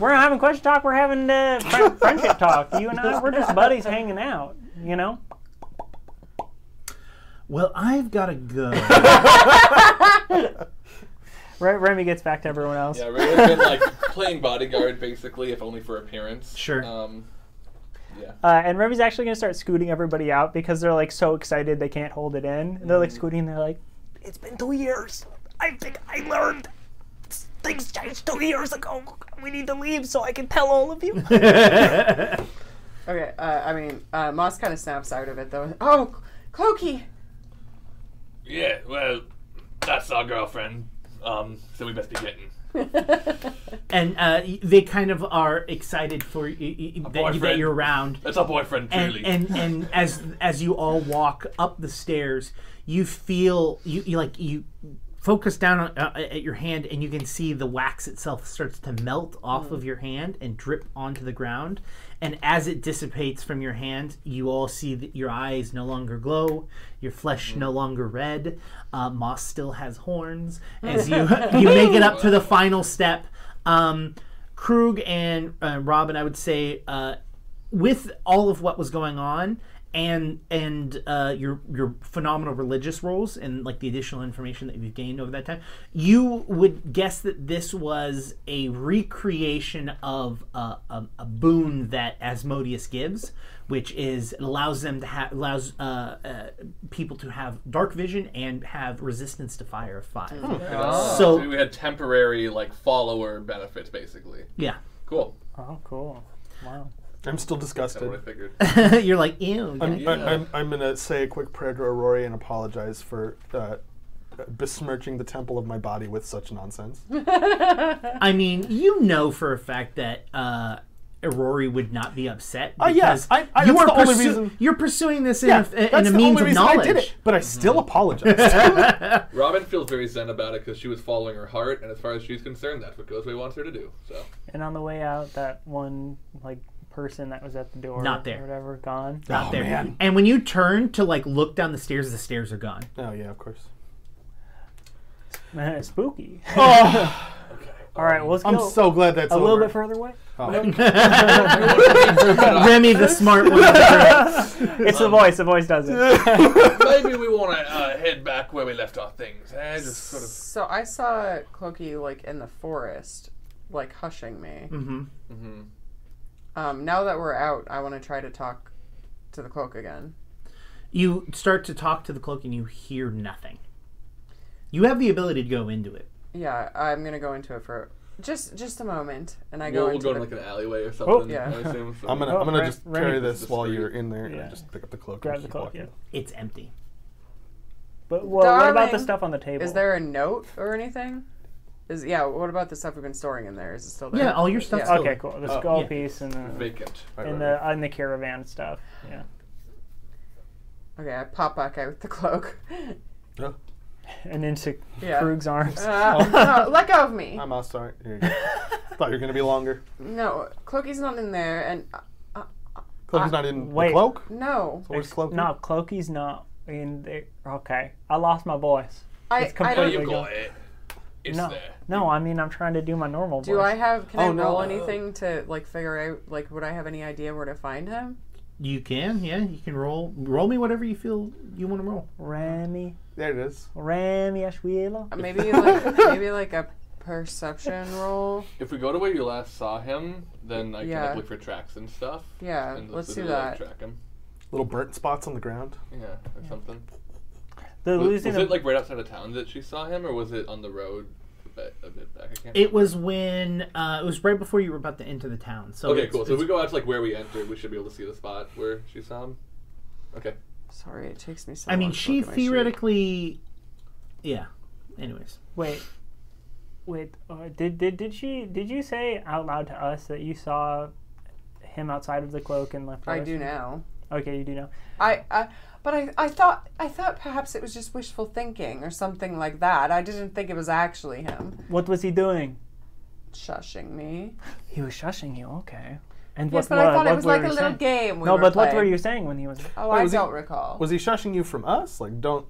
Speaker 2: we're not having question talk. We're having uh, fri friendship talk. You and I we're just buddies hanging out. You know.
Speaker 1: Well, I've got to
Speaker 5: (laughs)
Speaker 1: go.
Speaker 2: Re- Remy gets back to everyone else.
Speaker 3: Yeah, Ray has been like (laughs) playing bodyguard basically, if only for appearance.
Speaker 1: Sure.
Speaker 3: Um,
Speaker 2: Uh, and Remy's actually going to start scooting everybody out because they're like so excited they can't hold it in. And they're
Speaker 1: Mm-hmm.
Speaker 2: like scooting and they're like, it's been two years. I think I learned things changed two years ago. We need to leave so I can tell all of you.
Speaker 5: Okay, uh, I mean, uh, Moss kind of snaps out of it though. Oh, Clokey!
Speaker 3: yeah, well, that's our girlfriend. Um, so we best be getting.
Speaker 1: and uh, y- they kind of are excited for y- y- y- that, you, that
Speaker 3: boyfriend.
Speaker 1: you're around.
Speaker 3: That's our boyfriend,
Speaker 1: and,
Speaker 3: truly.
Speaker 1: and and as as you all walk up the stairs, you feel you, you like you focus down on, uh, at your hand, and you can see the wax itself starts to melt off of your hand and drip onto the ground. And as it dissipates from your hand, you all see that your eyes no longer glow, your flesh no longer red. Uh, Moss still has horns. As you you make it up to the final step. Um, Krug and uh, Robin, I would say, uh, with all of what was going on and and uh, your your phenomenal religious roles and like the additional information that you've gained over that time, you would guess that this was a recreation of uh, a, a boon that Asmodeus gives, which is it allows them to have allows uh, uh, people to have dark vision and have resistance to fire of five.
Speaker 3: Hmm.
Speaker 2: Ah.
Speaker 3: so
Speaker 1: So
Speaker 3: we had temporary like follower benefits, basically.
Speaker 1: yeah, (laughs)
Speaker 3: Cool.
Speaker 2: oh, cool. Wow.
Speaker 4: I'm still
Speaker 3: That's what I
Speaker 4: disgusted.
Speaker 3: figured.
Speaker 1: you're like ew.
Speaker 4: I'm,
Speaker 1: yeah.
Speaker 4: I, I'm, I'm gonna say a quick prayer to Aurori and apologize for uh, besmirching the temple of my body with such (laughs) nonsense.
Speaker 1: I mean, you know for a fact that uh, Rory would not be upset.
Speaker 4: Oh, yeah.
Speaker 1: because
Speaker 4: I- I-
Speaker 1: you
Speaker 4: that's
Speaker 1: are
Speaker 4: the only
Speaker 1: pursu-
Speaker 4: reason-
Speaker 1: You're pursuing this in,
Speaker 4: Yeah,
Speaker 1: a, in a means of knowledge.
Speaker 4: I did it, but I still apologize.
Speaker 3: Robin feels very zen about it because she was following her heart, and as far as she's concerned, that's what Ghostway wants her to do. So
Speaker 2: And on the way out, that one like person that was at the door,
Speaker 1: Not there.
Speaker 2: or whatever, gone. (laughs)
Speaker 1: Out
Speaker 4: Oh,
Speaker 1: there.
Speaker 4: man.
Speaker 1: And when you turn to like look down the stairs, the stairs are
Speaker 4: (laughs)
Speaker 1: gone.
Speaker 4: (laughs) oh yeah, of course.
Speaker 2: Spooky.
Speaker 4: Oh,
Speaker 2: All right, well, let's
Speaker 4: (laughs) I'm
Speaker 2: go
Speaker 4: so glad that's
Speaker 2: a little
Speaker 4: over. Oh,
Speaker 2: bit further away.
Speaker 1: Remy, the smart one.
Speaker 4: (laughs)
Speaker 2: It's the voice. The voice does (laughs) it.
Speaker 3: maybe we want to uh, head back where we left our things. Eh? Just sort of.
Speaker 5: So I saw Clokey like in the forest, like hushing me.
Speaker 3: Hmm.
Speaker 1: Mhm.
Speaker 5: Um, now that we're out, I want to try to talk to the cloak again.
Speaker 1: you start to talk to the cloak, and you hear nothing. You have the ability to go into it.
Speaker 5: Yeah, I'm gonna go into it for just just a moment, and I
Speaker 3: We'll,
Speaker 5: go
Speaker 3: we'll
Speaker 5: into
Speaker 3: go
Speaker 5: the,
Speaker 3: to like an alleyway or something.
Speaker 2: Oh,
Speaker 5: yeah.
Speaker 3: I assume. So.
Speaker 4: I'm gonna,
Speaker 2: Oh,
Speaker 4: I'm gonna
Speaker 2: Ren-
Speaker 4: just
Speaker 2: Remy
Speaker 4: carry
Speaker 2: is
Speaker 4: this
Speaker 3: just
Speaker 4: while
Speaker 3: free.
Speaker 4: you're in there,
Speaker 2: Yeah.
Speaker 4: and just pick up the cloak.
Speaker 2: Grab
Speaker 4: and
Speaker 2: the
Speaker 4: keep
Speaker 2: cloak.
Speaker 4: walking.
Speaker 2: Yeah.
Speaker 1: It's empty.
Speaker 2: But well, what about the
Speaker 5: Darling,
Speaker 2: stuff on the table?
Speaker 5: Is there a note or anything? Is yeah. What about the stuff we've been storing in there? Is it still there?
Speaker 1: Yeah, all your stuff's
Speaker 5: Yeah.
Speaker 1: still
Speaker 2: Okay,
Speaker 1: there.
Speaker 2: cool. The skull
Speaker 1: yeah.
Speaker 2: piece and the
Speaker 3: Vacant.
Speaker 4: Right,
Speaker 2: and
Speaker 4: right, right.
Speaker 2: the and the caravan stuff. Yeah.
Speaker 5: Okay, I pop back out with the cloak. (laughs)
Speaker 4: Yeah.
Speaker 2: And into
Speaker 5: Yeah.
Speaker 2: Krug's arms.
Speaker 5: Uh, no, let go of
Speaker 3: Um,
Speaker 5: me.
Speaker 4: I'm all sorry. Here you go. Thought you were gonna be longer.
Speaker 5: No, Clokey's not in there, and uh,
Speaker 4: Cloak is not in
Speaker 2: wait.
Speaker 4: the cloak.
Speaker 5: no,
Speaker 4: So where's cloak?
Speaker 2: no, Clokey's not in there. Okay. I lost my voice.
Speaker 5: I,
Speaker 2: It's
Speaker 5: I
Speaker 3: Oh,
Speaker 2: completely-
Speaker 5: don't.
Speaker 3: you
Speaker 2: There you
Speaker 3: got
Speaker 2: go.
Speaker 3: it. It's
Speaker 2: No,
Speaker 3: there.
Speaker 2: no. I mean, I'm trying to do my normal.
Speaker 5: Do
Speaker 2: voice.
Speaker 5: I have? Can I
Speaker 4: Oh,
Speaker 5: roll
Speaker 4: no.
Speaker 5: anything to like figure out? Like, would I have any idea where to
Speaker 2: (laughs)
Speaker 5: find him?
Speaker 1: You can, yeah. You can roll roll me whatever you feel you want to roll.
Speaker 2: Rami,
Speaker 4: There it is.
Speaker 2: Rami Ashwila.
Speaker 5: Maybe like maybe like a perception roll.
Speaker 3: If we go to where you last saw him, then I can
Speaker 5: Yeah.
Speaker 3: like, look for tracks and stuff.
Speaker 5: Yeah,
Speaker 3: and
Speaker 5: let's do
Speaker 3: literally,
Speaker 5: that.
Speaker 3: like, track him.
Speaker 4: Little burnt spots on the ground.
Speaker 3: Yeah, or something.
Speaker 2: The
Speaker 3: Was,
Speaker 2: losing
Speaker 3: was
Speaker 2: of
Speaker 3: it like right outside of town that she saw him, or was it on the road a bit, a bit back? I can't
Speaker 1: It was when uh, it was right before you were about to enter the town. So
Speaker 3: Okay,
Speaker 1: it's-
Speaker 3: cool. So if
Speaker 1: it's-
Speaker 3: we go out to like where we entered, we should be able to see the spot where she saw him. Okay.
Speaker 5: Sorry, it takes me so.
Speaker 1: I
Speaker 5: long
Speaker 1: mean,
Speaker 5: to
Speaker 1: she
Speaker 5: look at my sheet.
Speaker 1: theoretically, yeah. Anyways,
Speaker 2: wait, wait. Uh, did did did she did you say out loud to us that you saw him outside of the cloak and left?
Speaker 5: I
Speaker 2: us?
Speaker 5: do now.
Speaker 2: Okay, you do know.
Speaker 5: I, I but I, I thought I thought perhaps it was just wishful thinking or something like that. I didn't think it was actually him
Speaker 2: What was he doing?
Speaker 5: shushing me.
Speaker 2: He was shushing you. Okay. And
Speaker 5: Yes,
Speaker 2: what,
Speaker 5: but I
Speaker 2: what-
Speaker 5: thought it
Speaker 2: what
Speaker 5: was
Speaker 2: were
Speaker 5: like a
Speaker 2: you
Speaker 5: little
Speaker 2: saying?
Speaker 5: game. We
Speaker 2: no,
Speaker 5: were
Speaker 2: but what were
Speaker 5: playing.
Speaker 2: you saying when he was?
Speaker 5: Oh,
Speaker 4: Wait,
Speaker 5: I
Speaker 4: was he-
Speaker 5: don't recall.
Speaker 4: Was he shushing you from us? Like, don't,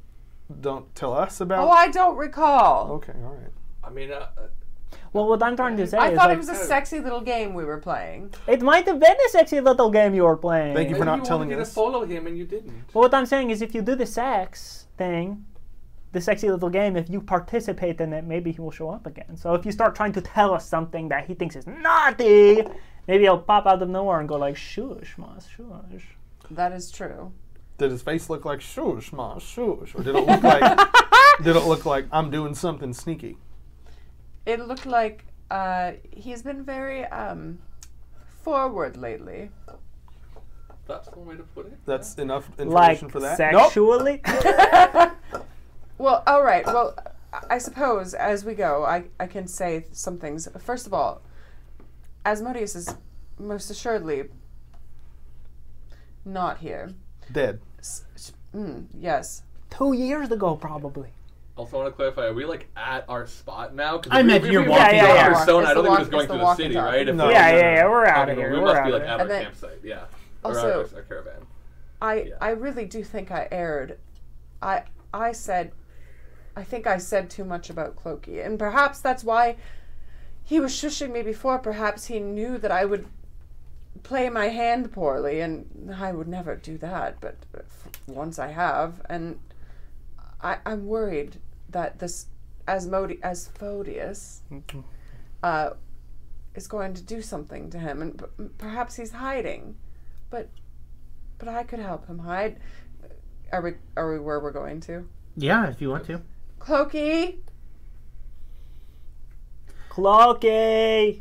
Speaker 4: don't tell us about.
Speaker 5: oh, I don't recall.
Speaker 4: okay, all right.
Speaker 3: I mean, uh, uh,
Speaker 2: Well, what I'm trying to say
Speaker 5: I
Speaker 2: is
Speaker 5: thought
Speaker 2: like,
Speaker 5: it was a sexy little game we were playing.
Speaker 2: it might have been a sexy little game you were playing.
Speaker 4: Thank you
Speaker 3: maybe
Speaker 4: for
Speaker 3: you
Speaker 4: not telling
Speaker 3: wanted me to
Speaker 4: us.
Speaker 3: follow him and you didn't.
Speaker 2: But what I'm saying is, if you do the sex thing, the sexy little game, if you participate in it, maybe he will show up again. So if you start trying to tell us something that he thinks is naughty, maybe he'll pop out of nowhere and go like, "Shush, mas, shush."
Speaker 5: That is true.
Speaker 4: Did his face look like shush, ma, shush, or did it look like? did it look like I'm doing something sneaky?
Speaker 5: It looked like uh, he's been very um, forward lately.
Speaker 3: That's one way to put it.
Speaker 4: That's enough information
Speaker 2: Like
Speaker 4: for that. Nope.
Speaker 2: sexually.
Speaker 5: Well, all right. Well, I- I suppose as we go, I, I can say some things. First of all, Asmodeus is most assuredly not here.
Speaker 4: Dead.
Speaker 5: S- s- mm, yes.
Speaker 2: Two years ago, probably.
Speaker 3: Also, want to clarify: Are we like at our spot now? 'Cause
Speaker 1: I
Speaker 3: if we-
Speaker 1: meant
Speaker 3: if
Speaker 1: you're
Speaker 3: we
Speaker 1: walking
Speaker 2: Yeah, yeah,
Speaker 3: walk
Speaker 2: yeah.
Speaker 3: Persona,
Speaker 5: It's
Speaker 3: I don't
Speaker 5: the
Speaker 3: think
Speaker 5: walk-
Speaker 3: we're just going
Speaker 5: it's
Speaker 3: through
Speaker 5: the
Speaker 3: the city,
Speaker 5: walk and
Speaker 3: right? If
Speaker 4: talk.
Speaker 3: we-
Speaker 4: Yeah, (laughs)
Speaker 2: yeah, yeah, we're
Speaker 3: Okay,
Speaker 2: outta
Speaker 3: well,
Speaker 2: here,
Speaker 3: We
Speaker 2: we're
Speaker 3: must be
Speaker 2: outta here.
Speaker 3: like at our
Speaker 5: And then-
Speaker 3: campsite. Yeah. or
Speaker 5: Also-
Speaker 3: our, our, our caravan.
Speaker 5: I
Speaker 3: Yeah.
Speaker 5: I really do think I erred. I I said I think I said too much about Clokey, and perhaps that's why he was shushing me before. Perhaps he knew that I would play my hand poorly, and I would never do that. But f- once I have, and I, I'm worried that this Asmode- Asphodius uh, is going to do something to him, and p- perhaps he's hiding. But but I could help him hide. Are we are we where we're going to?
Speaker 1: yeah, if you want to.
Speaker 5: Clokey,
Speaker 2: Cloaky.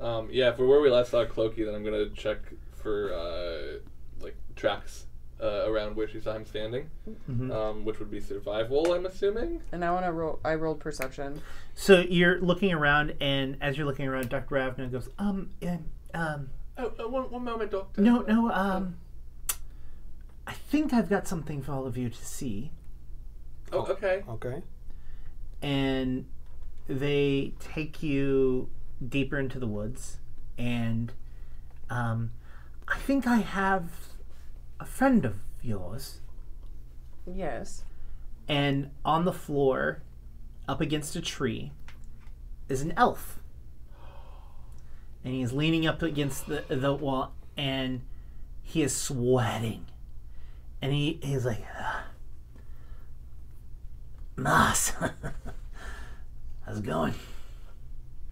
Speaker 3: Um, yeah, if we're where we last saw Clokey, then I'm gonna check for uh, like tracks uh, around where she saw him standing,
Speaker 1: Mm-hmm.
Speaker 3: um, which would be survival. I'm assuming.
Speaker 5: and I want to roll. I rolled perception.
Speaker 1: So you're looking around, and as you're looking around, Dr. Ravna goes, um, um, um,
Speaker 3: Oh, uh, one, one moment, doctor.
Speaker 1: no, no, um, I think I've got something for all of you to see.
Speaker 3: Oh, okay.
Speaker 4: Okay.
Speaker 1: and they take you deeper into the woods and um, i think i have a friend of yours
Speaker 5: Yes.
Speaker 1: and on the floor up against a tree is an elf and he is leaning up against the, the wall and he is sweating and he is like "Ah. mas (laughs) how's it going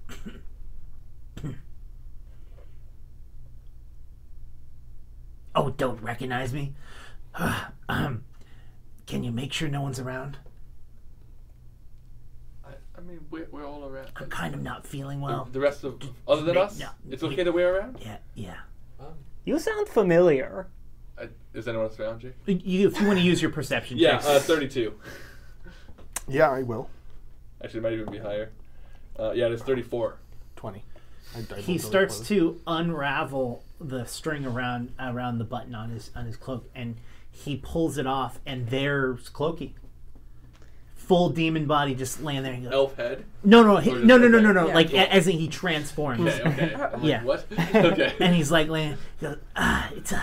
Speaker 1: (clears throat) oh don't recognize me um, can you make sure no one's around
Speaker 3: I, I mean, we're, we're all around.
Speaker 1: i'm kind of not feeling well
Speaker 3: The rest of other than
Speaker 1: Wait,
Speaker 3: us,
Speaker 1: no.
Speaker 3: it's okay that we're around.
Speaker 1: yeah yeah
Speaker 2: You sound familiar.
Speaker 3: Uh, is anyone else around you?
Speaker 1: You, if you want to use your perception,
Speaker 3: Yeah,
Speaker 1: checks.
Speaker 3: uh, 32.
Speaker 4: Yeah, I will.
Speaker 3: Actually, it might even be higher. Uh, yeah, it's 34.
Speaker 4: Twenty. I, I rolled
Speaker 1: he
Speaker 4: really
Speaker 1: starts
Speaker 4: close.
Speaker 1: to unravel the string around around the button on his on his cloak, and he pulls it off, and there's Clokey, full demon body, just laying there. And goes,
Speaker 3: Elf head.
Speaker 1: no, no, he,
Speaker 3: Or-
Speaker 1: no, no, no, no,
Speaker 3: Oh, okay.
Speaker 1: no,
Speaker 5: Yeah.
Speaker 1: like a- as in he transforms,
Speaker 3: Okay, okay. I'm like,
Speaker 1: Yeah.
Speaker 3: What? okay.
Speaker 1: (laughs) and he's like laying. He goes, ah, it's a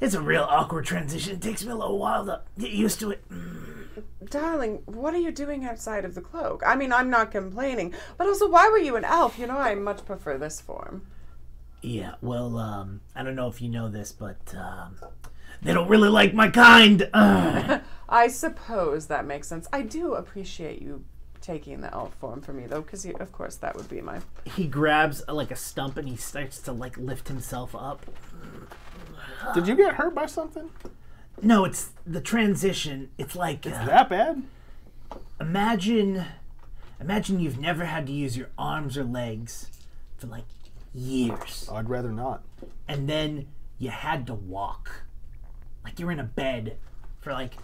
Speaker 1: it's a real awkward transition. It takes me a little while to get used to it. Mm.
Speaker 5: darling, what are you doing outside of the cloak? I mean, I'm not complaining, but also, why were you an elf? You know, I much prefer this form.
Speaker 1: Yeah, well, um, I don't know if you know this, but um, they don't really like my kind. Ugh.
Speaker 5: I suppose that makes sense. I do appreciate you taking the elf form for me, though, because of course that would be my.
Speaker 1: he grabs uh, like a stump and he starts to like lift himself up.
Speaker 4: Did you get hurt by something?
Speaker 1: No, it's the transition. It's like uh,
Speaker 4: That bad?
Speaker 1: imagine imagine you've never had to use your arms or legs for like years
Speaker 4: I'd rather not.
Speaker 1: and then you had to walk like you're in a bed for like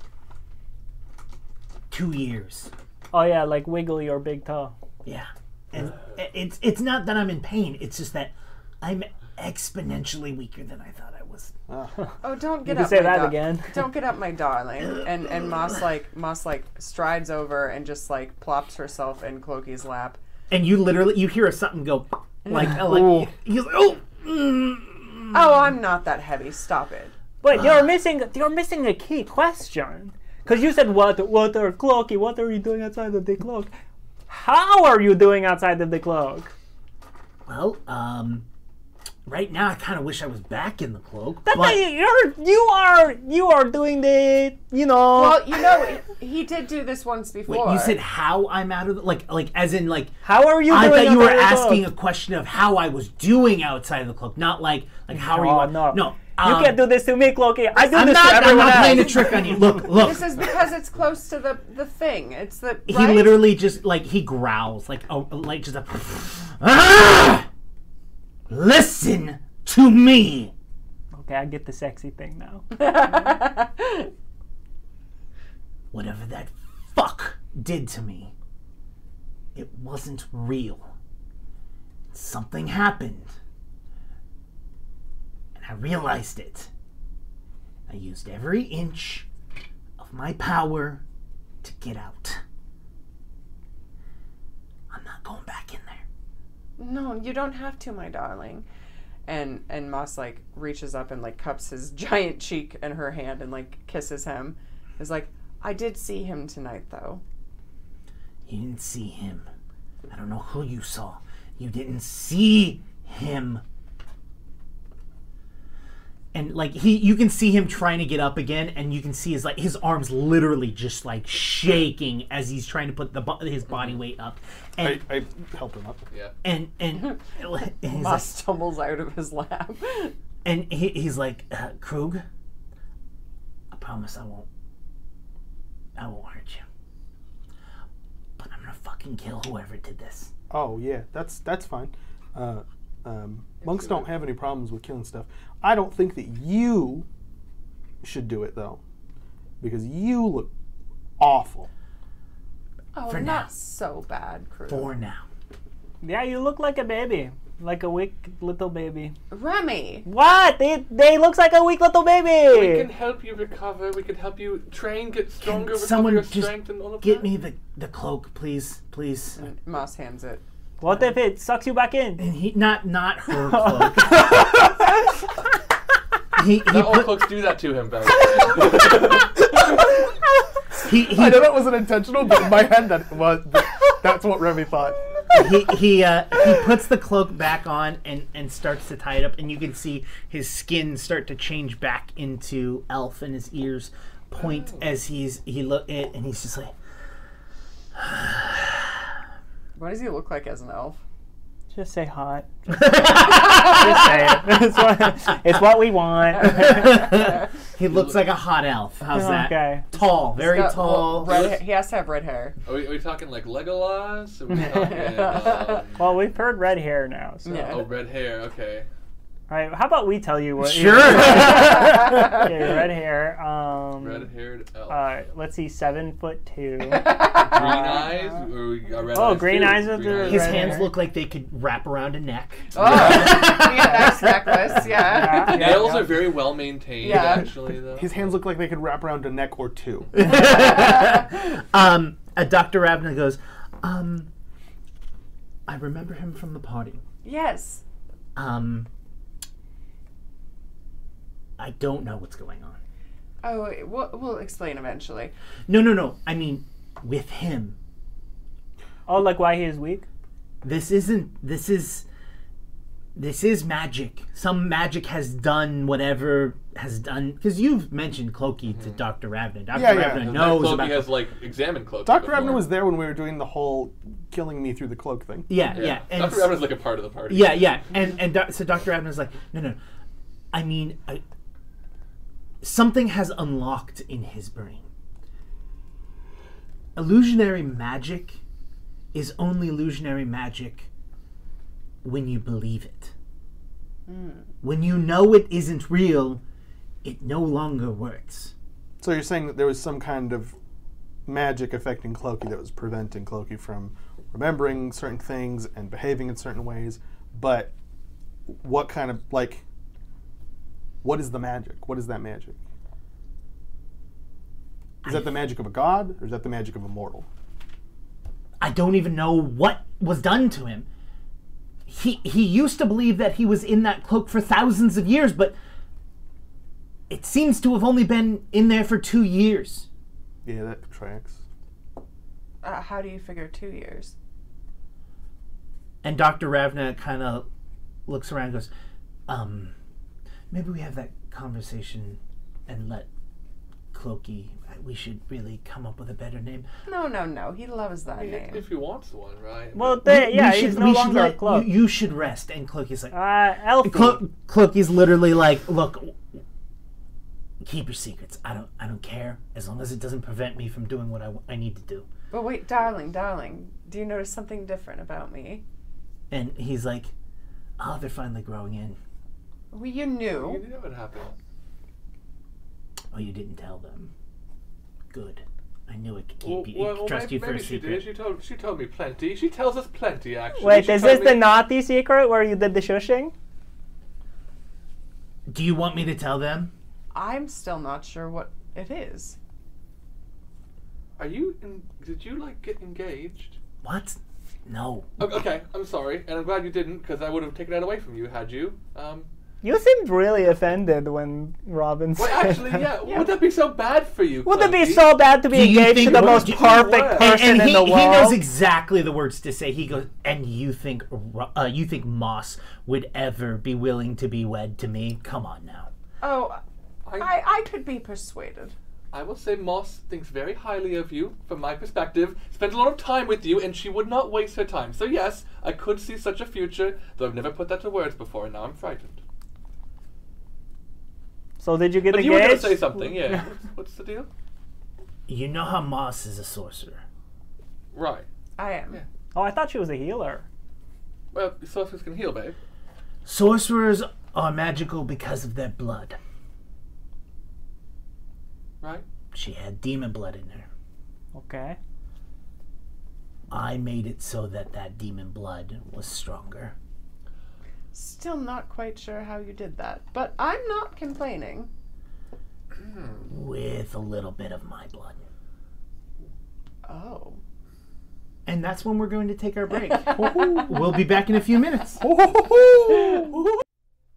Speaker 1: 2 years
Speaker 2: Oh yeah, like Wiggly or Big Toe.
Speaker 1: yeah and i- it's it's not that I'm in pain it's just that I'm exponentially weaker than I thought I was
Speaker 5: Oh, don't get
Speaker 2: You
Speaker 5: up!
Speaker 2: say
Speaker 5: my
Speaker 2: that
Speaker 5: dar-
Speaker 2: again.
Speaker 5: (laughs) Don't get up, my darling. And and Moss like Moss like strides over and just like plops herself in Clokey's lap.
Speaker 1: and you literally you hear a something go
Speaker 2: (sighs)
Speaker 1: like like he's like oh mm.
Speaker 5: Oh, I'm not that heavy. Stop it.
Speaker 2: Wait,
Speaker 1: Uh.
Speaker 2: you're missing you're missing a key question. Cause you said what what are cloaky, what are you doing outside of the cloak? How are you doing outside of the cloak?
Speaker 1: well um right now I kind of wish I was back in the cloak
Speaker 2: That's
Speaker 1: but-
Speaker 2: like you're you are you are doing the you know
Speaker 5: Well, you know, he did do this once
Speaker 1: Wait,
Speaker 5: before.
Speaker 1: you said how I'm out of the like like as in like
Speaker 2: how are you
Speaker 1: I
Speaker 2: doing
Speaker 1: thought you were
Speaker 2: outside of the
Speaker 1: asking a
Speaker 2: cloak?
Speaker 1: question of how I was doing outside of the cloak, not like like how are you?
Speaker 2: Oh,
Speaker 1: out-
Speaker 2: no.
Speaker 1: no,
Speaker 2: You
Speaker 1: um,
Speaker 2: can't do this to me, Cloaky. I do
Speaker 1: I'm
Speaker 2: this
Speaker 1: not.
Speaker 2: to
Speaker 1: I'm
Speaker 2: everyone
Speaker 1: not playing a
Speaker 2: else.
Speaker 1: trick on
Speaker 2: (laughs)
Speaker 1: you. Look, look.
Speaker 5: This is because it's close to the the thing. It's the
Speaker 1: he
Speaker 5: right?
Speaker 1: literally just like he growls like oh like just a (sighs) ah! listen to me.
Speaker 2: Okay, I get the sexy thing
Speaker 1: (laughs)
Speaker 2: now.
Speaker 1: whatever that fuck did to me, it wasn't real. Something happened. And I realized it. I used every inch of my power to get out. I'm not going back in there.
Speaker 5: (laughs) No, you don't have to, my darling. And and Moss like reaches up and like cups his (laughs) giant cheek in her hand and like kisses him. Is like, I did see him tonight though. (laughs)
Speaker 1: You didn't see him. I don't know who you saw. You didn't see him. And like he you can see him trying to get up again and you can see his like his arms literally just like shaking as he's trying to put the bo- his body weight up.
Speaker 4: I,
Speaker 1: And
Speaker 4: I helped him up.
Speaker 3: Yeah.
Speaker 1: and and, and he's like,
Speaker 5: Moss tumbles out of his lap. (laughs)
Speaker 1: and he, he's like, uh, Krug, I promise I won't, I won't hurt you, but I'm gonna fucking kill whoever did this.
Speaker 4: Oh yeah, that's that's fine. Uh, um, monks don't have any problems with killing stuff. I don't think that you should do it though, because you look awful.
Speaker 5: oh,
Speaker 1: For now.
Speaker 5: not so bad, crew.
Speaker 1: For now.
Speaker 2: Yeah, you look like a baby. Like a weak little baby.
Speaker 5: Remy.
Speaker 2: What? They they looks like a weak little
Speaker 1: Oh
Speaker 3: We
Speaker 2: baby.
Speaker 3: can help you recover. We can help you train, get stronger, recover
Speaker 1: someone
Speaker 3: your
Speaker 1: just
Speaker 3: strength, and all of
Speaker 1: Get
Speaker 3: that.
Speaker 1: me the, the cloak, please, please.
Speaker 5: Moss hands it.
Speaker 2: What if it sucks you back in?
Speaker 1: And he not not
Speaker 3: (laughs)
Speaker 1: her cloak. he he,
Speaker 3: Not all
Speaker 1: put,
Speaker 3: cooks do that to
Speaker 1: (laughs)
Speaker 3: him, Barry.
Speaker 1: he,
Speaker 3: (laughs)
Speaker 1: he,
Speaker 4: I know that wasn't intentional, but in my head that was. That's what Remy thought.
Speaker 1: he he uh, he puts the cloak back on and and starts to tie it up, and you can see his skin start to change back into elf, and his ears point
Speaker 3: Oh.
Speaker 1: as he's he look it, and he's
Speaker 3: (laughs)
Speaker 1: just like (laughs)
Speaker 5: What does he look like as an elf?
Speaker 2: Just say hot. Just say it.
Speaker 1: (laughs)
Speaker 2: It's what, it's what we want.
Speaker 1: he looks like a hot elf. How's that?
Speaker 2: Okay.
Speaker 1: Tall, very
Speaker 5: Got-
Speaker 1: tall.
Speaker 5: well, red ha- he has to have red hair.
Speaker 3: Are we, are we talking like Legolas?
Speaker 1: (laughs)
Speaker 3: Are we talking um,
Speaker 2: Well, we've heard red hair now. So.
Speaker 5: Yeah.
Speaker 3: oh red hair? Okay.
Speaker 2: All right, how about we tell you what?
Speaker 1: (laughs) Sure.
Speaker 2: Okay, red hair. Um,
Speaker 3: Red haired elf.
Speaker 2: Uh, let's see, seven foot
Speaker 1: (laughs)
Speaker 2: two.
Speaker 3: green eyes? Or we, uh, red
Speaker 2: Oh,
Speaker 3: eyes
Speaker 2: green
Speaker 3: too.
Speaker 2: eyes with the
Speaker 1: His
Speaker 2: red
Speaker 1: hands
Speaker 2: hair.
Speaker 1: look like they could wrap around a neck.
Speaker 5: Oh, (laughs) yeah,
Speaker 4: Oh.
Speaker 5: nice
Speaker 4: (laughs)
Speaker 5: necklace. Yeah.
Speaker 2: Yeah,
Speaker 3: Nails
Speaker 2: yeah.
Speaker 3: are very well maintained,
Speaker 5: Yeah.
Speaker 3: actually, though.
Speaker 4: His hands look like they could wrap around a neck or (laughs) two.
Speaker 1: (laughs) um, uh, Dr. Ravna goes, um, I remember him from the party.
Speaker 5: (laughs) Yes.
Speaker 1: Um, I don't know what's going on.
Speaker 5: Oh, we'll, we'll explain eventually.
Speaker 1: No, no, no. I mean, with him.
Speaker 2: Oh, like why he is weak?
Speaker 1: This isn't. This is. This is magic. Some magic has done whatever has done. Because you've mentioned Cloaky to Dr. Ravna. Dr.
Speaker 4: Mm-hmm. Yeah, yeah.
Speaker 1: Ravna
Speaker 4: And
Speaker 1: knows
Speaker 3: Cloaky
Speaker 1: about.
Speaker 3: has like examined Cloaky.
Speaker 4: Dr.
Speaker 3: before.
Speaker 4: Ravna was there when we were doing the whole killing me through the cloak thing.
Speaker 1: yeah, yeah. And
Speaker 3: Dr. Ravna's like a part of the party.
Speaker 1: Yeah, yeah, and and doc- so Doctor Abner's like, no, no, I mean, I, something has unlocked in his brain. Illusionary magic is only illusionary magic when you believe it. When you know it isn't real, it no longer works.
Speaker 4: So you're saying that there was some kind of magic affecting Cloaky that was preventing Cloaky from remembering certain things and behaving in certain ways, but what kind of like what is the magic? What is that magic? Is that the magic of a god or is that the magic of a mortal?
Speaker 1: I don't even know what was done to him. He he used to believe that he was in that cloak for thousands of years, but it seems to have only been in there for two years.
Speaker 4: Yeah, that tracks.
Speaker 5: Uh, how do you figure two years?
Speaker 1: And Dr. Ravna kind of looks around and goes, um, maybe we have that conversation and let Cloaky, we should really come up with a better name.
Speaker 5: No, no, no. He loves that name.
Speaker 3: If he wants one, right?
Speaker 2: Well, they, yeah,
Speaker 1: we
Speaker 2: he's
Speaker 1: should-
Speaker 2: no
Speaker 1: we should
Speaker 2: longer a
Speaker 1: let- you-
Speaker 2: cloak.
Speaker 1: You, should rest. And Cloaky's like,
Speaker 2: uh, Elfie.
Speaker 1: Clo- Cloaky's literally like, look, keep your secrets. I don't, I don't care as long as it doesn't prevent me from doing what I, wa- I need to do.
Speaker 5: But wait, darling, darling, do you notice something different about me?
Speaker 1: And he's like, oh, they're finally growing in.
Speaker 5: Well, you
Speaker 3: you
Speaker 5: knew.
Speaker 3: knew it would happen.
Speaker 1: Oh, you didn't tell them. Good. I knew it could keep
Speaker 3: Well,
Speaker 1: you.
Speaker 3: well,
Speaker 1: it could trust
Speaker 3: maybe,
Speaker 1: you for
Speaker 3: maybe
Speaker 1: a
Speaker 3: she
Speaker 1: secret.
Speaker 3: did. She told she told me plenty. She tells us plenty actually.
Speaker 2: Wait,
Speaker 3: She
Speaker 2: is
Speaker 3: told
Speaker 2: this the
Speaker 3: me-
Speaker 2: naughty secret where you did the shushing?
Speaker 1: Do you want me to tell them?
Speaker 5: I'm still not sure what it is.
Speaker 3: Are you? In, did you like get engaged?
Speaker 1: What? No.
Speaker 3: O- Okay, I'm sorry, and I'm glad you didn't, because I would have taken that away from you had you. Um,
Speaker 2: You seemed really offended when Robin (laughs)
Speaker 3: well,
Speaker 2: said
Speaker 3: actually,
Speaker 2: that.
Speaker 3: yeah, Would that be so bad for you?
Speaker 2: (laughs) Would it be
Speaker 3: Clancy?
Speaker 2: so bad to be
Speaker 1: Do you
Speaker 2: engaged to
Speaker 1: think-
Speaker 2: the
Speaker 1: would
Speaker 2: most
Speaker 1: you-
Speaker 2: perfect
Speaker 3: And-
Speaker 1: And,
Speaker 2: person
Speaker 1: and he,
Speaker 2: in the world?
Speaker 1: he knows exactly the words to say. He goes, and you think Ro- uh, you think Moss would ever be willing to be wed to me? Come on now.
Speaker 5: Oh, I, I could be persuaded.
Speaker 3: I will say Moss thinks very highly of you, from my perspective, spent a lot of time with you, and she would not waste her time. So, yes, I could see such a future, though I've never put that to words before, and now I'm frightened.
Speaker 2: So did you get
Speaker 3: But you were going to
Speaker 2: engaged?
Speaker 3: say something, yeah.
Speaker 2: (laughs)
Speaker 3: What's- What's the deal?
Speaker 1: You know how Moss is a sorcerer.
Speaker 3: Right.
Speaker 5: I am.
Speaker 2: Oh, I thought she was a healer.
Speaker 3: Well, sorcerers can heal, babe.
Speaker 1: Sorcerers are magical because of their blood.
Speaker 3: Right?
Speaker 1: She had demon blood in her.
Speaker 2: Okay.
Speaker 1: I made it so that that demon blood was stronger.
Speaker 5: Still not quite sure how you did that, but I'm not complaining.
Speaker 1: with a little bit of my blood.
Speaker 5: Oh.
Speaker 1: And that's when we're going to take our break. we'll be back in a few minutes.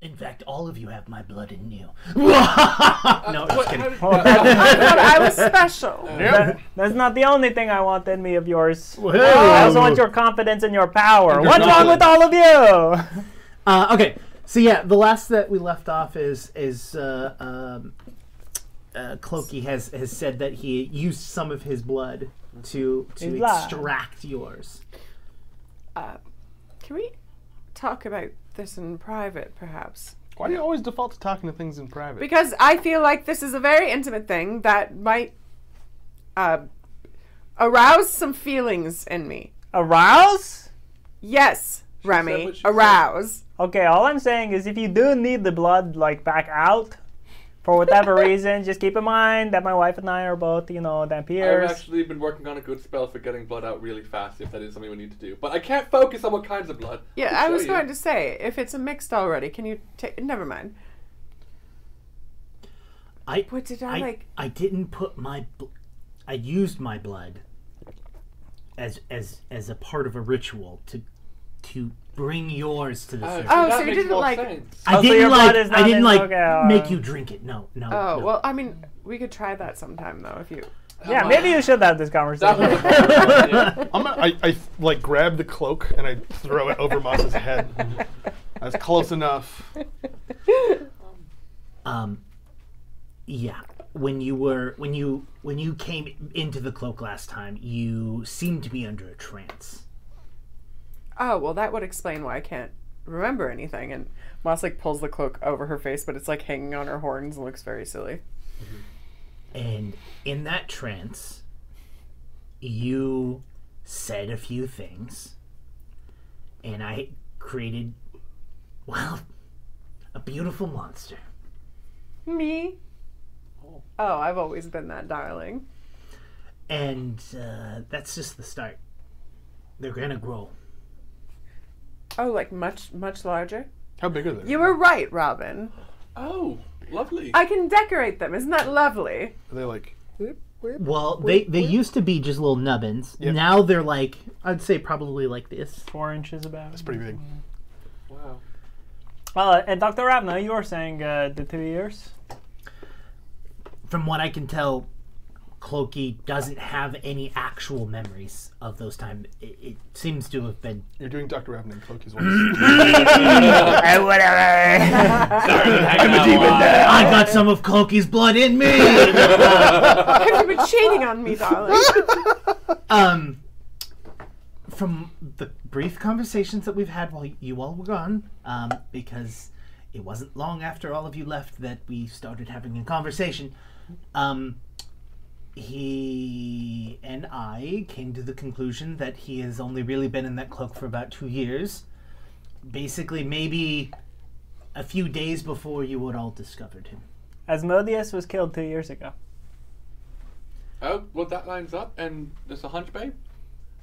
Speaker 1: In fact, all of you have my blood in you. no,
Speaker 3: What-
Speaker 1: just kidding.
Speaker 3: how did-
Speaker 5: I was special.
Speaker 2: That- that's not the only thing I want in me of yours. Oh,
Speaker 1: Whoa.
Speaker 2: I also want your confidence and your power. What's wrong with all of you? (laughs)
Speaker 1: Uh, okay, so yeah, the last that we left off is is uh, um, uh, Cloaky has has said that he used some of his blood to to
Speaker 2: His blood.
Speaker 1: extract yours.
Speaker 5: Can we talk about this in private, perhaps?
Speaker 4: Why do you always default to talking to things in private?
Speaker 5: Because I feel like this is a very intimate thing that might uh, arouse some feelings in me.
Speaker 2: Arouse?
Speaker 5: Yes,
Speaker 3: what
Speaker 5: Remy,
Speaker 3: she said.
Speaker 5: arouse.
Speaker 2: Okay, all I'm saying is if you do need the blood, like, back out, for whatever reason, just keep in mind that my wife and I are both, you know,
Speaker 3: I've
Speaker 2: vampires.
Speaker 3: actually been working on a good spell for getting blood out really fast, if that is something we need to do. But I can't focus on what kinds of blood.
Speaker 5: Yeah,
Speaker 3: can
Speaker 5: I
Speaker 3: show
Speaker 5: was
Speaker 3: you.
Speaker 5: going to say, if it's mixed already, can you take. Never mind.
Speaker 1: I
Speaker 5: What did I,
Speaker 1: I,
Speaker 5: like?
Speaker 1: I didn't put my bl- I used my blood as as as a part of a ritual to to bring yours to the surface.
Speaker 3: Oh, that
Speaker 5: oh, so you
Speaker 3: makes
Speaker 5: didn't,
Speaker 3: more
Speaker 5: like-
Speaker 3: sense.
Speaker 1: I
Speaker 2: Oh, so
Speaker 1: didn't
Speaker 2: your blood
Speaker 1: like.
Speaker 2: is
Speaker 1: I
Speaker 2: not
Speaker 1: didn't
Speaker 2: in
Speaker 1: like
Speaker 2: alcohol.
Speaker 1: make you drink it. No, no.
Speaker 5: Oh
Speaker 1: no.
Speaker 5: well, I mean, we could try that sometime though. If you,
Speaker 2: Yeah, maybe you should have this
Speaker 3: (laughs) That
Speaker 2: conversation.
Speaker 3: was
Speaker 5: (laughs)
Speaker 3: a good idea.
Speaker 4: I'm gonna, I, I like grab the cloak and I throw it over Moss's head. That's close enough.
Speaker 1: Um, yeah. When you were when you when you came into the cloak last time, you seemed to be under a trance.
Speaker 5: oh well, that would explain why I can't remember anything. And Moss like pulls the cloak over her face, but it's like hanging on her horns and looks very silly.
Speaker 1: And in that trance, you said a few things, and I created, well, a beautiful monster.
Speaker 5: Me? Oh, I've always been that darling.
Speaker 1: And uh, that's just the start. They're gonna grow.
Speaker 5: Oh, like much much larger.
Speaker 4: How big are they?
Speaker 5: You were right, Robin.
Speaker 3: Oh, lovely.
Speaker 5: I can decorate them. Isn't that lovely?
Speaker 4: Are they like? whip, whip?
Speaker 1: Well, they they used to be just little nubbins. Now they're like I'd say probably like this.
Speaker 2: Four inches about.
Speaker 4: Pretty big.
Speaker 3: Wow.
Speaker 2: Uh, and Dr. Ravna, you were saying uh, the two years.
Speaker 1: From what I can tell, Clokey doesn't have any actual memories of those times. It, it seems to have been
Speaker 4: You're doing Dr. Ravnin and Cloaky's voice.
Speaker 2: whatever.
Speaker 3: I'm a demon
Speaker 1: I got some of Clokey's blood in me.
Speaker 5: Have you been cheating on me, darling?
Speaker 1: um, from the brief conversations that we've had while you all were gone, um, because it wasn't long after all of you left that we started having a conversation, um, he and I came to the conclusion that he has only really been in that cloak for about two years. Basically, maybe a few days before you had all discovered him.
Speaker 2: Asmodeus was killed two years ago.
Speaker 3: Oh, well, that lines up, and there's a hunchback.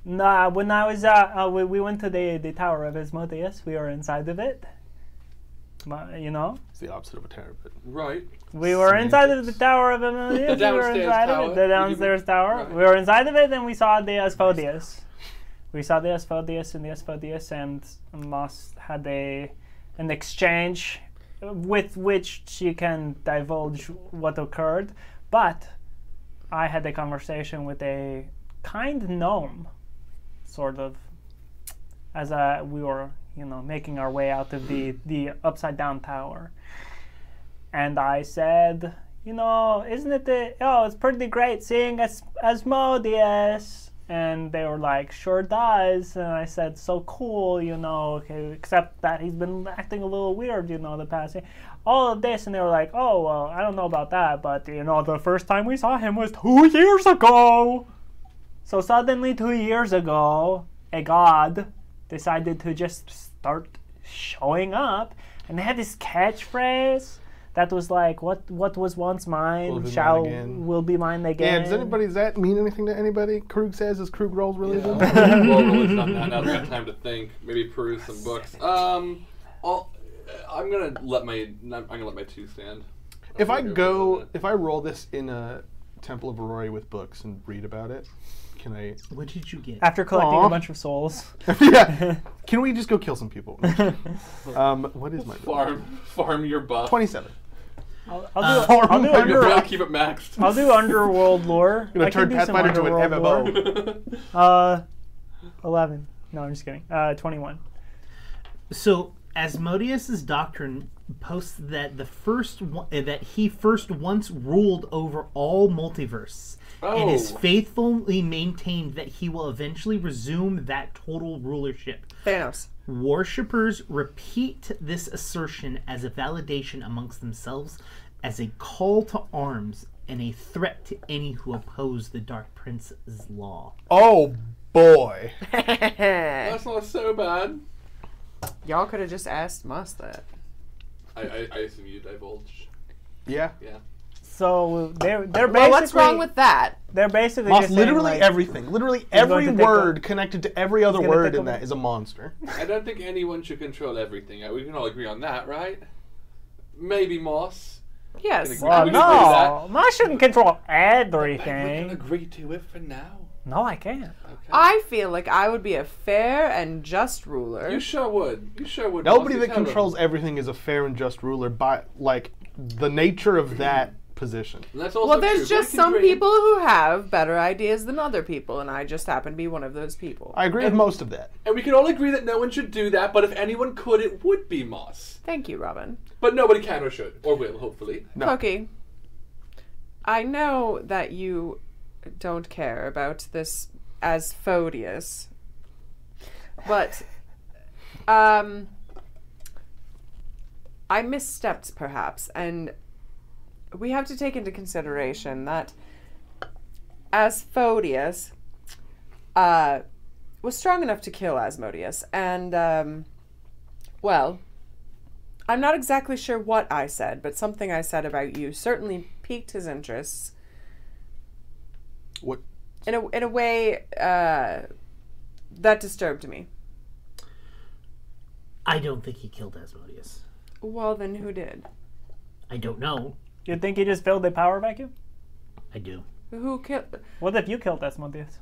Speaker 2: Nah, when I was uh, uh we, we went to the the tower of Asmodeus. We were inside of it. My- you know,
Speaker 4: it's the opposite of a terror, but
Speaker 3: Right.
Speaker 5: (laughs)
Speaker 2: we were inside of the tower of Asmodeus.
Speaker 3: (laughs) The
Speaker 2: we were
Speaker 3: downstairs
Speaker 2: inside
Speaker 3: tower.
Speaker 2: of it.
Speaker 3: You
Speaker 2: The
Speaker 3: mean-
Speaker 2: downstairs tower.
Speaker 3: right.
Speaker 2: We were inside of it, and we saw the Asmodeus. We saw the Asmodeus and the Asmodeus, and Moss had a an exchange with which she can divulge what occurred. But I had a conversation with a kind gnome, sort of, as uh, we were, you know, making our way out of the, the upside down tower. And I said, you know, isn't it the, oh, it's pretty great seeing As- Asmodeus. And they were like, sure does. And I said, so cool, you know, okay, except that he's been acting a little weird, you know, the past year. All of this. And they were like, oh, well, I don't know about that, but, you know, the first time we saw him was two years ago. So suddenly, two years ago, a god decided to just start showing up, and they had this catchphrase that was like, "What what was once mine
Speaker 4: Will be mine
Speaker 2: shall
Speaker 4: again."
Speaker 2: will be mine
Speaker 4: yeah.
Speaker 2: again."
Speaker 4: Does anybody does that mean anything to anybody? Krug says is Krug rolls really good.
Speaker 3: well, Roland's not now. Now I've got time to think. Maybe peruse some books. Um, I'll, I'm gonna let my I'm gonna let my two stand.
Speaker 4: If I
Speaker 3: Okay,
Speaker 4: go,
Speaker 3: well,
Speaker 4: if I roll this in a Temple of Aurori with books and read about it, can I? (laughs)
Speaker 1: What did you get?
Speaker 2: After collecting
Speaker 4: Aw.
Speaker 2: a bunch of souls,
Speaker 4: yeah. Can we just go kill some people? um, what is my roll?
Speaker 3: Farm, farm your buff.
Speaker 4: Twenty-seven.
Speaker 2: I'll, I'll do,
Speaker 4: Uh,
Speaker 2: I'll do
Speaker 4: Oh my
Speaker 3: Your
Speaker 2: under,
Speaker 3: buff, keep it maxed.
Speaker 2: I'll do underworld
Speaker 4: (laughs)
Speaker 2: lore.
Speaker 4: Gonna
Speaker 2: I can
Speaker 4: turn
Speaker 2: do some
Speaker 4: Pathfinder to an
Speaker 2: underworld
Speaker 4: MMO.
Speaker 2: lore.
Speaker 3: (laughs)
Speaker 2: Uh, eleven. No, I'm just kidding. Uh, twenty-one.
Speaker 1: So Asmodeus's doctrine posts that the first one, uh, that he first once ruled over all multiverse and has
Speaker 3: Oh.
Speaker 1: faithfully maintained that he will eventually resume that total rulership.
Speaker 5: (laughs) Thanos.
Speaker 1: Worshippers repeat this assertion as a validation amongst themselves, as a call to arms and a threat to any who oppose the Dark Prince's law.
Speaker 4: Oh boy.
Speaker 3: That's not so bad.
Speaker 5: Y'all could have just asked Moss that.
Speaker 3: I, I, I assume you divulge.
Speaker 4: Yeah.
Speaker 3: Yeah.
Speaker 2: So they're they're basically
Speaker 5: Well, what's wrong with that?
Speaker 2: they're basically
Speaker 4: Moss,
Speaker 2: just saying,
Speaker 4: literally
Speaker 2: like,
Speaker 4: everything. Literally
Speaker 2: going
Speaker 4: every
Speaker 2: to take
Speaker 4: word connected to every other
Speaker 2: gonna
Speaker 4: word
Speaker 2: take
Speaker 4: in
Speaker 2: over.
Speaker 4: that is a monster.
Speaker 2: (laughs)
Speaker 3: I don't think anyone should control everything. Uh, We can all agree on that, right? Maybe Moss.
Speaker 5: Yes.
Speaker 3: Well,
Speaker 2: Oh
Speaker 3: We can do that.
Speaker 2: no, Moss shouldn't control
Speaker 3: We can
Speaker 2: everything.
Speaker 3: agree to it for now.
Speaker 2: No, I can't.
Speaker 5: I feel like I would be a fair and just ruler.
Speaker 3: You sure would. You sure would.
Speaker 4: Nobody
Speaker 3: Mossy,
Speaker 4: that
Speaker 3: tell them.
Speaker 4: controls everything is a fair and just ruler by like the nature of that position.
Speaker 3: And that's also
Speaker 5: well, there's
Speaker 3: true.
Speaker 5: just
Speaker 3: What can
Speaker 5: some
Speaker 3: Drake-
Speaker 5: people who have better ideas than other people, and I just happen to be one of those people.
Speaker 4: I agree with most of that.
Speaker 3: And we can all agree that no one should do that, but if anyone could, it would be Moss.
Speaker 5: Thank you, Robin.
Speaker 3: But nobody can or should, or will, hopefully.
Speaker 4: No.
Speaker 5: Cookie, I know that you don't care about this as Asphodius, but um, I misstepped perhaps, and we have to take into consideration that Asphodius uh, was strong enough to kill Asmodeus, and um, well. I'm not exactly sure what I said, but something I said about you certainly piqued his interests
Speaker 4: What?
Speaker 5: in a in a way uh, that disturbed me.
Speaker 1: I don't think he killed Asmodeus.
Speaker 5: Well, then who did?
Speaker 1: I don't know.
Speaker 2: You'd think he just filled the power vacuum?
Speaker 1: I do.
Speaker 5: Who killed?
Speaker 2: What if you killed Asmodeus?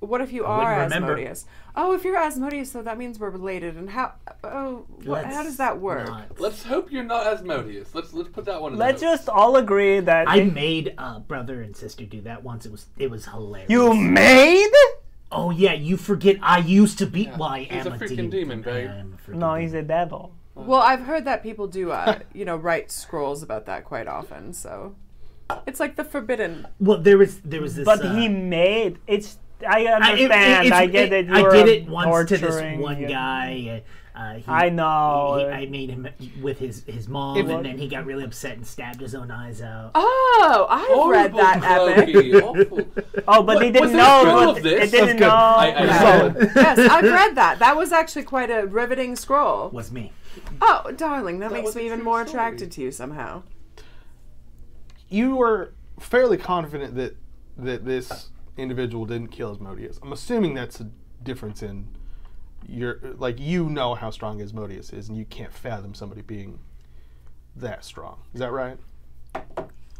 Speaker 5: What if you
Speaker 1: wouldn't
Speaker 5: are
Speaker 1: remember.
Speaker 5: Asmodeus? Oh, if you're Asmodeus, so that means we're related. And how? Oh, what, how does
Speaker 1: Let's
Speaker 5: that work?
Speaker 1: not-
Speaker 3: Let's hope you're not Asmodeus. Let's let's put that one. In the
Speaker 2: Let's
Speaker 3: notes.
Speaker 2: just all agree that
Speaker 1: I
Speaker 2: it-
Speaker 1: made a brother and sister do that once. It was it was hilarious.
Speaker 2: you made.
Speaker 1: Oh yeah, you forget I used to be. Why
Speaker 3: he's
Speaker 1: am
Speaker 3: a freaking demon, babe.
Speaker 1: I am a freaking
Speaker 2: No,
Speaker 1: demon.
Speaker 2: he's a devil.
Speaker 5: Well, I've heard that people do, uh, (laughs) you know, write scrolls about that quite often. So it's like the forbidden.
Speaker 1: Well, there was there was this.
Speaker 2: But
Speaker 1: uh,
Speaker 2: he made. It's. I
Speaker 1: I- it- it-
Speaker 2: understand. I,
Speaker 1: it's-
Speaker 2: get it.
Speaker 1: I
Speaker 2: you're
Speaker 1: did it once to this
Speaker 2: torturing-
Speaker 1: one guy. Uh, he,
Speaker 2: I know.
Speaker 1: he- I made him with his his mom,
Speaker 4: If-
Speaker 1: and then he got really upset and stabbed his own eyes out.
Speaker 5: Oh, I've read
Speaker 3: Horrible,
Speaker 5: that epic.
Speaker 3: Chloe,
Speaker 5: (laughs)
Speaker 3: awful.
Speaker 2: Oh, but they didn't
Speaker 3: What- was there a
Speaker 2: know.
Speaker 3: thrill
Speaker 2: but
Speaker 3: of this?
Speaker 2: It didn't
Speaker 4: That's good.
Speaker 2: know.
Speaker 3: I, I,
Speaker 4: Solid.
Speaker 5: yes,
Speaker 1: (laughs)
Speaker 5: I've read that. That was actually quite a riveting scroll.
Speaker 1: Was me.
Speaker 5: Oh, darling, that, makes
Speaker 3: was
Speaker 5: me
Speaker 3: a
Speaker 5: even
Speaker 3: true
Speaker 5: more
Speaker 3: story.
Speaker 5: attracted to you somehow.
Speaker 4: You were fairly confident that that this individual didn't kill Asmodeus. I'm assuming that's a difference in your like you know how strong Asmodeus is, and you can't fathom somebody being that strong. Is that right?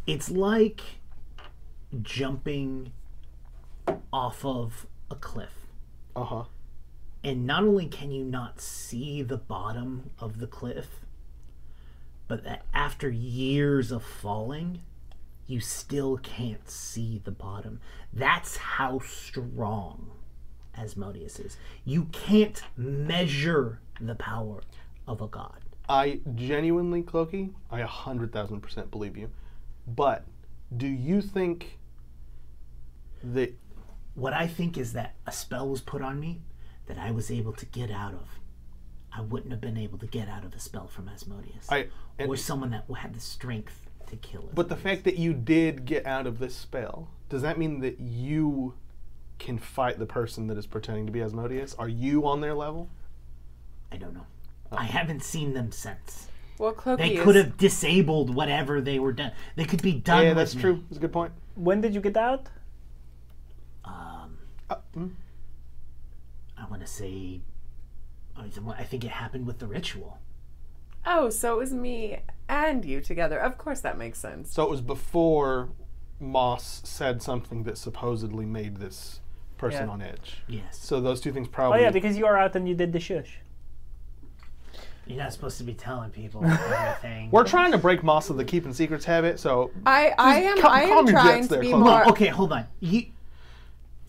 Speaker 1: It's like jumping off of a cliff.
Speaker 4: Uh huh.
Speaker 1: and not only can you not see the bottom of the cliff, but that after years of falling, you still can't see the bottom. That's how strong Asmodeus is. You can't measure the power of a god.
Speaker 4: I genuinely, Clokey, I a hundred thousand percent believe you. But do you think that
Speaker 1: What I think is that a spell was put on me that I was able to get out of. I wouldn't have been able to get out of a spell from Asmodeus.
Speaker 4: I? and-
Speaker 1: or someone that had the strength to kill it.
Speaker 4: but the fact that you did get out of this spell does that mean that you can fight the person that is pretending to be Asmodeus? Are you on their level?
Speaker 1: I don't know. I haven't seen them since.
Speaker 5: Well,
Speaker 1: They
Speaker 5: Cloaky
Speaker 1: could
Speaker 5: is,
Speaker 1: have disabled whatever they were done. They could be done.
Speaker 4: Yeah,
Speaker 1: with
Speaker 4: that's
Speaker 1: me.
Speaker 4: true. That's a good point.
Speaker 2: When did you get out?
Speaker 4: Uh, mm.
Speaker 1: I want to say. I th- I think it happened with the ritual.
Speaker 5: oh, so it was me and you together. Of course, that makes sense.
Speaker 4: So it was before Moss said something that supposedly made this person
Speaker 2: Yeah.
Speaker 4: on edge.
Speaker 1: Yes,
Speaker 4: So those two things
Speaker 2: Oh
Speaker 4: probably.
Speaker 2: yeah, because you were out and you did the shush.
Speaker 1: you're not supposed to be telling (laughs) people everything.
Speaker 4: We're trying to break Moss of the keeping secrets habit, so
Speaker 5: I, I am,
Speaker 4: calm-
Speaker 5: I am
Speaker 4: calm your
Speaker 5: trying
Speaker 4: jets
Speaker 5: to
Speaker 4: there,
Speaker 5: be
Speaker 4: Cloaky.
Speaker 5: more.
Speaker 4: (laughs)
Speaker 1: Well, Oh, okay, hold on. You,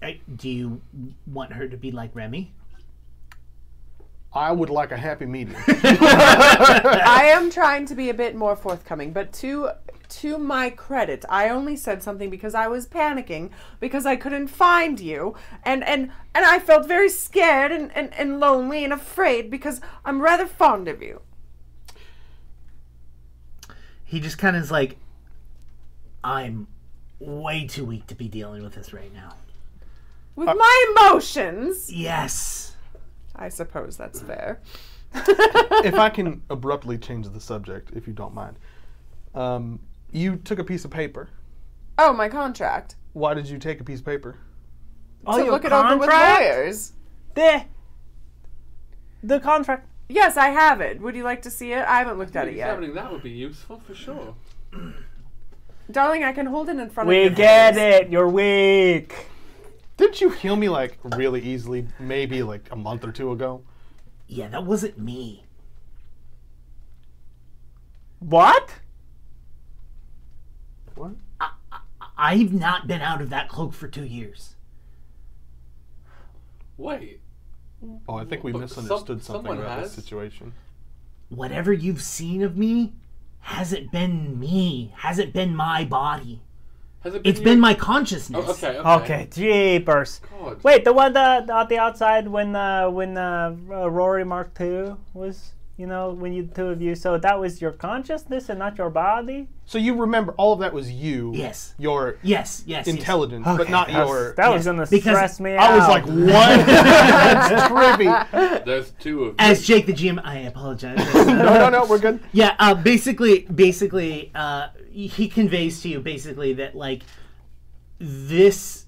Speaker 1: I, do you want her to be like Remy?
Speaker 4: I would like a happy
Speaker 2: (laughs)
Speaker 4: medium.
Speaker 5: I am trying to be a bit more forthcoming, but to to my credit, I only said something because I was panicking because I couldn't find you, and and and I felt very scared and and, and lonely and afraid because I'm rather fond of you.
Speaker 1: He just kind of is like, I'm way too weak to be dealing with this right now.
Speaker 5: With
Speaker 4: Uh,
Speaker 5: my emotions,
Speaker 1: Yes.
Speaker 5: I suppose that's fair. (laughs)
Speaker 4: if I can abruptly change the subject, if you don't mind, um, you took a piece of paper.
Speaker 5: Oh, my contract.
Speaker 4: Why did you take a piece of paper?
Speaker 2: Oh,
Speaker 5: to
Speaker 2: your
Speaker 5: look it over with
Speaker 2: contract?
Speaker 5: lawyers.
Speaker 2: The, the contract.
Speaker 5: Yes, I have it. Would you like to see it? I haven't looked at it yet.
Speaker 3: Examining that would be useful for sure.
Speaker 5: Darling, I can hold it in front
Speaker 2: We
Speaker 5: of you.
Speaker 2: get it. You're weak.
Speaker 4: Didn't you heal me like really easily, maybe like a month or two ago?
Speaker 1: Yeah, that wasn't me.
Speaker 2: What?
Speaker 4: What?
Speaker 1: I've not been out of that cloak for two years.
Speaker 3: Wait.
Speaker 4: Oh, I think we
Speaker 3: But
Speaker 4: misunderstood
Speaker 3: some-
Speaker 4: something
Speaker 3: someone
Speaker 4: about
Speaker 3: has.
Speaker 4: this situation.
Speaker 1: Whatever you've seen of me hasn't been me, hasn't been my body.
Speaker 3: Has it been
Speaker 1: It's
Speaker 3: you?
Speaker 1: been my consciousness.
Speaker 3: Oh, okay, Oh, okay.
Speaker 2: Okay, jeepers.
Speaker 3: God.
Speaker 2: Wait, the one that at the outside when uh, when uh, Rory Mark II was, you know, when you two of you. So that was your consciousness and not your body.
Speaker 4: So you remember all of that was you.
Speaker 1: Yes.
Speaker 4: Your
Speaker 1: Yes, yes. yes.
Speaker 4: intelligence, but
Speaker 2: Okay,
Speaker 4: not
Speaker 2: that was-
Speaker 4: your.
Speaker 2: that
Speaker 1: yes,
Speaker 2: was gonna
Speaker 1: because
Speaker 2: stress me out.
Speaker 4: I was
Speaker 1: (laughs)
Speaker 4: like, what? That's trippy.
Speaker 3: There's two of
Speaker 1: As Jake the GM, I apologize.
Speaker 3: (laughs)
Speaker 4: No, no, no. We're good.
Speaker 1: Yeah, uh, basically, basically, uh, he conveys to you basically that like this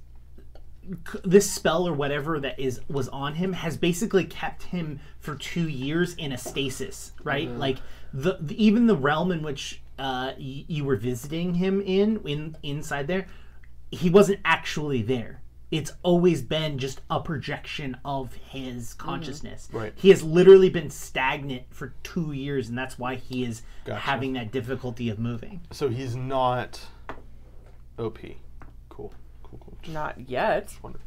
Speaker 1: c- this spell or whatever that is was on him has basically kept him for two years in a stasis, right? Like the, the even the realm in which uh, y- you were visiting him in in inside there, he wasn't actually there. It's always been just a projection of his consciousness.
Speaker 4: Right.
Speaker 1: He has literally been stagnant for two years, and that's why he is having that difficulty of moving.
Speaker 4: So he's not OP. Cool. Cool. Cool. Just
Speaker 5: Not yet.
Speaker 4: wonder.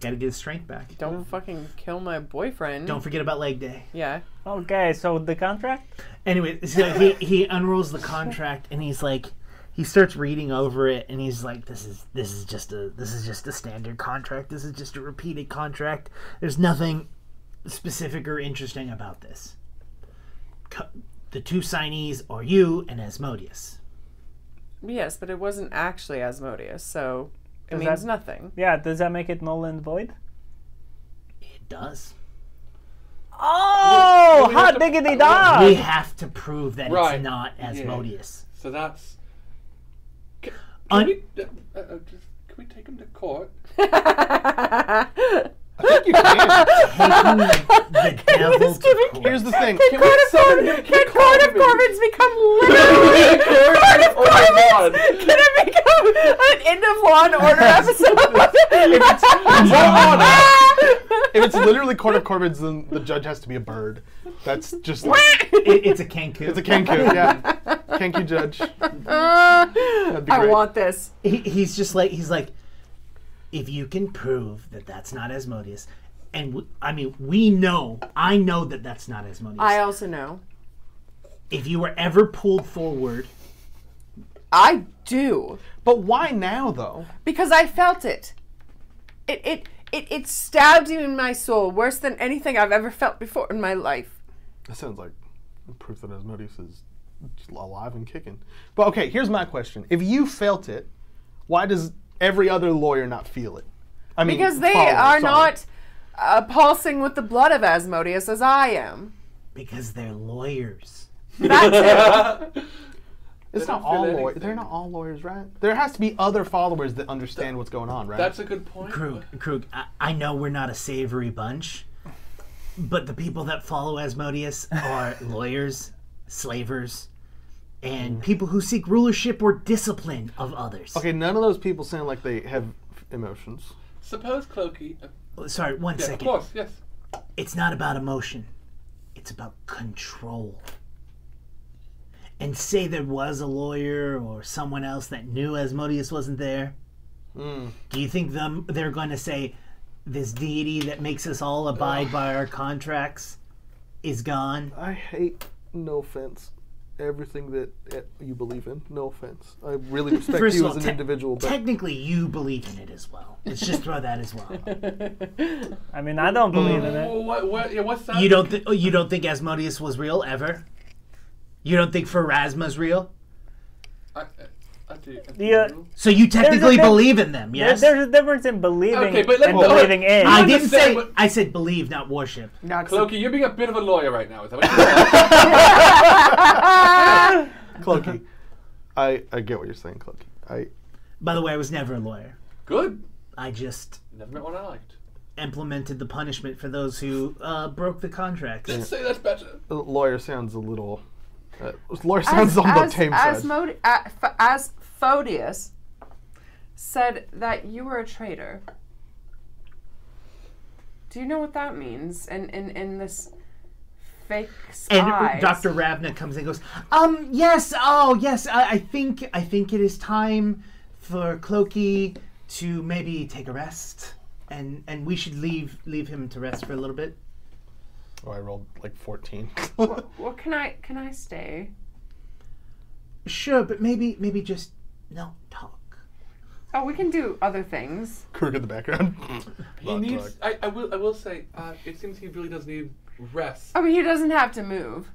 Speaker 1: Got to get his strength back.
Speaker 5: Don't
Speaker 3: Mm.
Speaker 5: fucking kill my boyfriend.
Speaker 1: Don't forget about leg day.
Speaker 5: Yeah.
Speaker 2: okay, so the contract.
Speaker 1: Anyway, so he, he unrolls the contract and he's like he starts reading over it and he's like this is this is just a this is just a standard contract. This is just a repeated contract. There's nothing specific or interesting about this. Co- The two signees are you and Asmodeus.
Speaker 5: Yes, but it wasn't actually Asmodeus, so it means
Speaker 2: that-
Speaker 3: (laughs)
Speaker 5: nothing.
Speaker 2: Yeah, does that make it null and void?
Speaker 1: It does.
Speaker 2: Oh, hot diggity
Speaker 1: We
Speaker 2: dog!
Speaker 1: have to prove that
Speaker 3: Right.
Speaker 1: it's not Asmodeus.
Speaker 3: So that's. Can,
Speaker 1: Un-
Speaker 3: can we, uh, uh, just, can we take him to court?
Speaker 1: Uh,
Speaker 4: I think you can.
Speaker 1: Taking the devil to court.
Speaker 4: Here's the thing.
Speaker 3: Can we summon him to court?
Speaker 5: Court of Corvin's become
Speaker 3: Court of (laughs) Oh my god.
Speaker 5: Can it become an end of Law and
Speaker 3: (laughs)
Speaker 5: Order episode?
Speaker 4: (laughs)
Speaker 5: (laughs)
Speaker 4: If it's literally Court of Corvids, then the judge has to be a bird. That's just like,
Speaker 1: It- it's a Cancun.
Speaker 4: it's a Kenku, (laughs) yeah. Kenku judge. That'd be
Speaker 5: I
Speaker 4: great.
Speaker 5: want this.
Speaker 1: he, he's just like he's like if you can prove that that's not asmodeus and w I i mean we know i know that that's not asmodeus
Speaker 5: I also know.
Speaker 1: if you were ever pulled forward
Speaker 5: I do.
Speaker 4: But why now though?
Speaker 5: Because I felt it. It it it, it stabbed you in my soul worse than anything I've ever felt before in my life.
Speaker 4: That sounds like proof that Asmodeus is just alive and kicking. But okay, here's my question: If you felt it, why does every other lawyer not feel it? I mean,
Speaker 5: Because they
Speaker 4: follow,
Speaker 5: are
Speaker 4: sorry.
Speaker 5: not uh, pulsing with the blood of Asmodeus as I
Speaker 4: (laughs)
Speaker 5: am.
Speaker 1: because they're lawyers
Speaker 4: It's not
Speaker 3: don't feel
Speaker 4: all lawyers.
Speaker 3: anything.
Speaker 4: They're not all lawyers, right? There has to be other followers that understand what's going on, right?
Speaker 3: That's a good point.
Speaker 1: krug krug I, I know we're not a savory bunch but the people that follow asmodeus are lawyers slavers and people who seek rulership or discipline of others
Speaker 4: okay. None of those people sound like they have emotions.
Speaker 3: Suppose Clokey. Uh,
Speaker 1: sorry one
Speaker 3: yeah,
Speaker 1: second.
Speaker 3: of course, yes.
Speaker 1: it's not about emotion, it's about control. And say there was a lawyer or someone else that knew Asmodeus wasn't there. Do you think them they're going to say this deity that makes us all abide by our contracts is gone?
Speaker 4: I hate. No offense. Everything that eh, you believe in. No offense. I really (laughs) respect
Speaker 1: First
Speaker 4: you
Speaker 1: of all,
Speaker 4: as an
Speaker 1: te-
Speaker 4: individual, but
Speaker 1: Technically, you believe in it as well. Let's just throw that as well.
Speaker 2: I mean, I don't believe in it.
Speaker 3: Well, what, what, yeah, what's that?
Speaker 1: You don't th- you don't think Asmodeus was real ever? You don't think Pharasma's real?
Speaker 3: I, uh, I, I do. I
Speaker 2: Yeah.
Speaker 3: do.
Speaker 1: So you technically
Speaker 2: thing-
Speaker 1: believe in them, yes?
Speaker 2: There's a difference in believing
Speaker 3: Okay, but let-
Speaker 2: and
Speaker 3: well,
Speaker 2: believing in.
Speaker 1: I
Speaker 3: I'm
Speaker 1: didn't
Speaker 3: just saying
Speaker 1: say.
Speaker 3: what-
Speaker 1: I said believe, not worship.
Speaker 5: Not
Speaker 3: Clokey, you're being a bit of a lawyer right now. Is that what
Speaker 1: (laughs)
Speaker 3: you're
Speaker 4: Clokey. (laughs) I I get what you're saying, Clokey. I
Speaker 1: By the way, I was never a lawyer.
Speaker 3: Good.
Speaker 1: I just
Speaker 3: Never met one I liked.
Speaker 1: implemented the punishment for those who uh, broke the contracts.
Speaker 3: Let's say that's better.
Speaker 4: Uh, lawyer sounds a little. Uh, lawyer sounds on the tame
Speaker 5: as,
Speaker 4: side.
Speaker 5: Modi- a- f- as Asmodeus said that you were a traitor
Speaker 6: Do you know what that means? And in in this fake
Speaker 1: And
Speaker 5: Ah,
Speaker 6: spies.
Speaker 1: Dr. Ravna comes and goes, um, yes, oh, yes, I, I think, I think it is time for Cloaky to maybe take a rest, and and we should leave leave him to rest for a little bit.
Speaker 4: Oh, I rolled like (laughs) 14.
Speaker 6: Well, can I can I stay?
Speaker 1: Sure, but maybe maybe just no talk.
Speaker 6: Oh, we can do other things.
Speaker 4: Kirk in the background.
Speaker 3: He needs. I, I will. I will say. Uh, it seems he really does need rest.
Speaker 2: Oh.
Speaker 6: I mean, he doesn't have to move.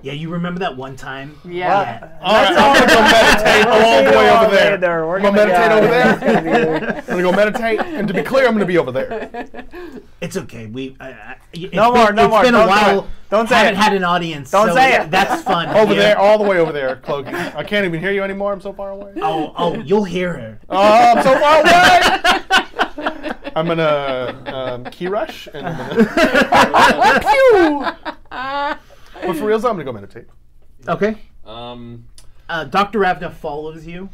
Speaker 1: Yeah, you remember that one time?
Speaker 6: Yeah.
Speaker 4: (laughs) All right, I'm gonna (laughs) go meditate all the way
Speaker 2: All the
Speaker 4: over
Speaker 2: way
Speaker 4: there.
Speaker 2: there. We're
Speaker 4: I'm gonna
Speaker 2: gonna
Speaker 4: meditate
Speaker 2: go. (laughs)
Speaker 4: over there. I'm gonna go meditate, and to be clear, I'm gonna be over there.
Speaker 1: It's okay. We I- I- it's
Speaker 2: No
Speaker 1: been-
Speaker 2: more, no more.
Speaker 1: It's been
Speaker 2: Don't
Speaker 1: a
Speaker 2: do
Speaker 1: while.
Speaker 2: it. Don't say
Speaker 1: haven't
Speaker 2: it.
Speaker 1: had an audience.
Speaker 2: Don't
Speaker 1: so
Speaker 2: say it.
Speaker 1: That's
Speaker 2: (laughs)
Speaker 1: fun.
Speaker 4: Over
Speaker 1: Yeah.
Speaker 4: there, all the way over there, Cloaky. I can't even hear you anymore. I'm so far away.
Speaker 1: Oh,
Speaker 4: Oh,
Speaker 1: oh, you'll hear her.
Speaker 4: I'm so far away. I'm gonna um, key rush, and I'm gonna. (laughs) Pew! But for reals, though, I'm gonna go meditate.
Speaker 1: Okay.
Speaker 3: Um.
Speaker 1: Uh, Dr. Ravna follows you.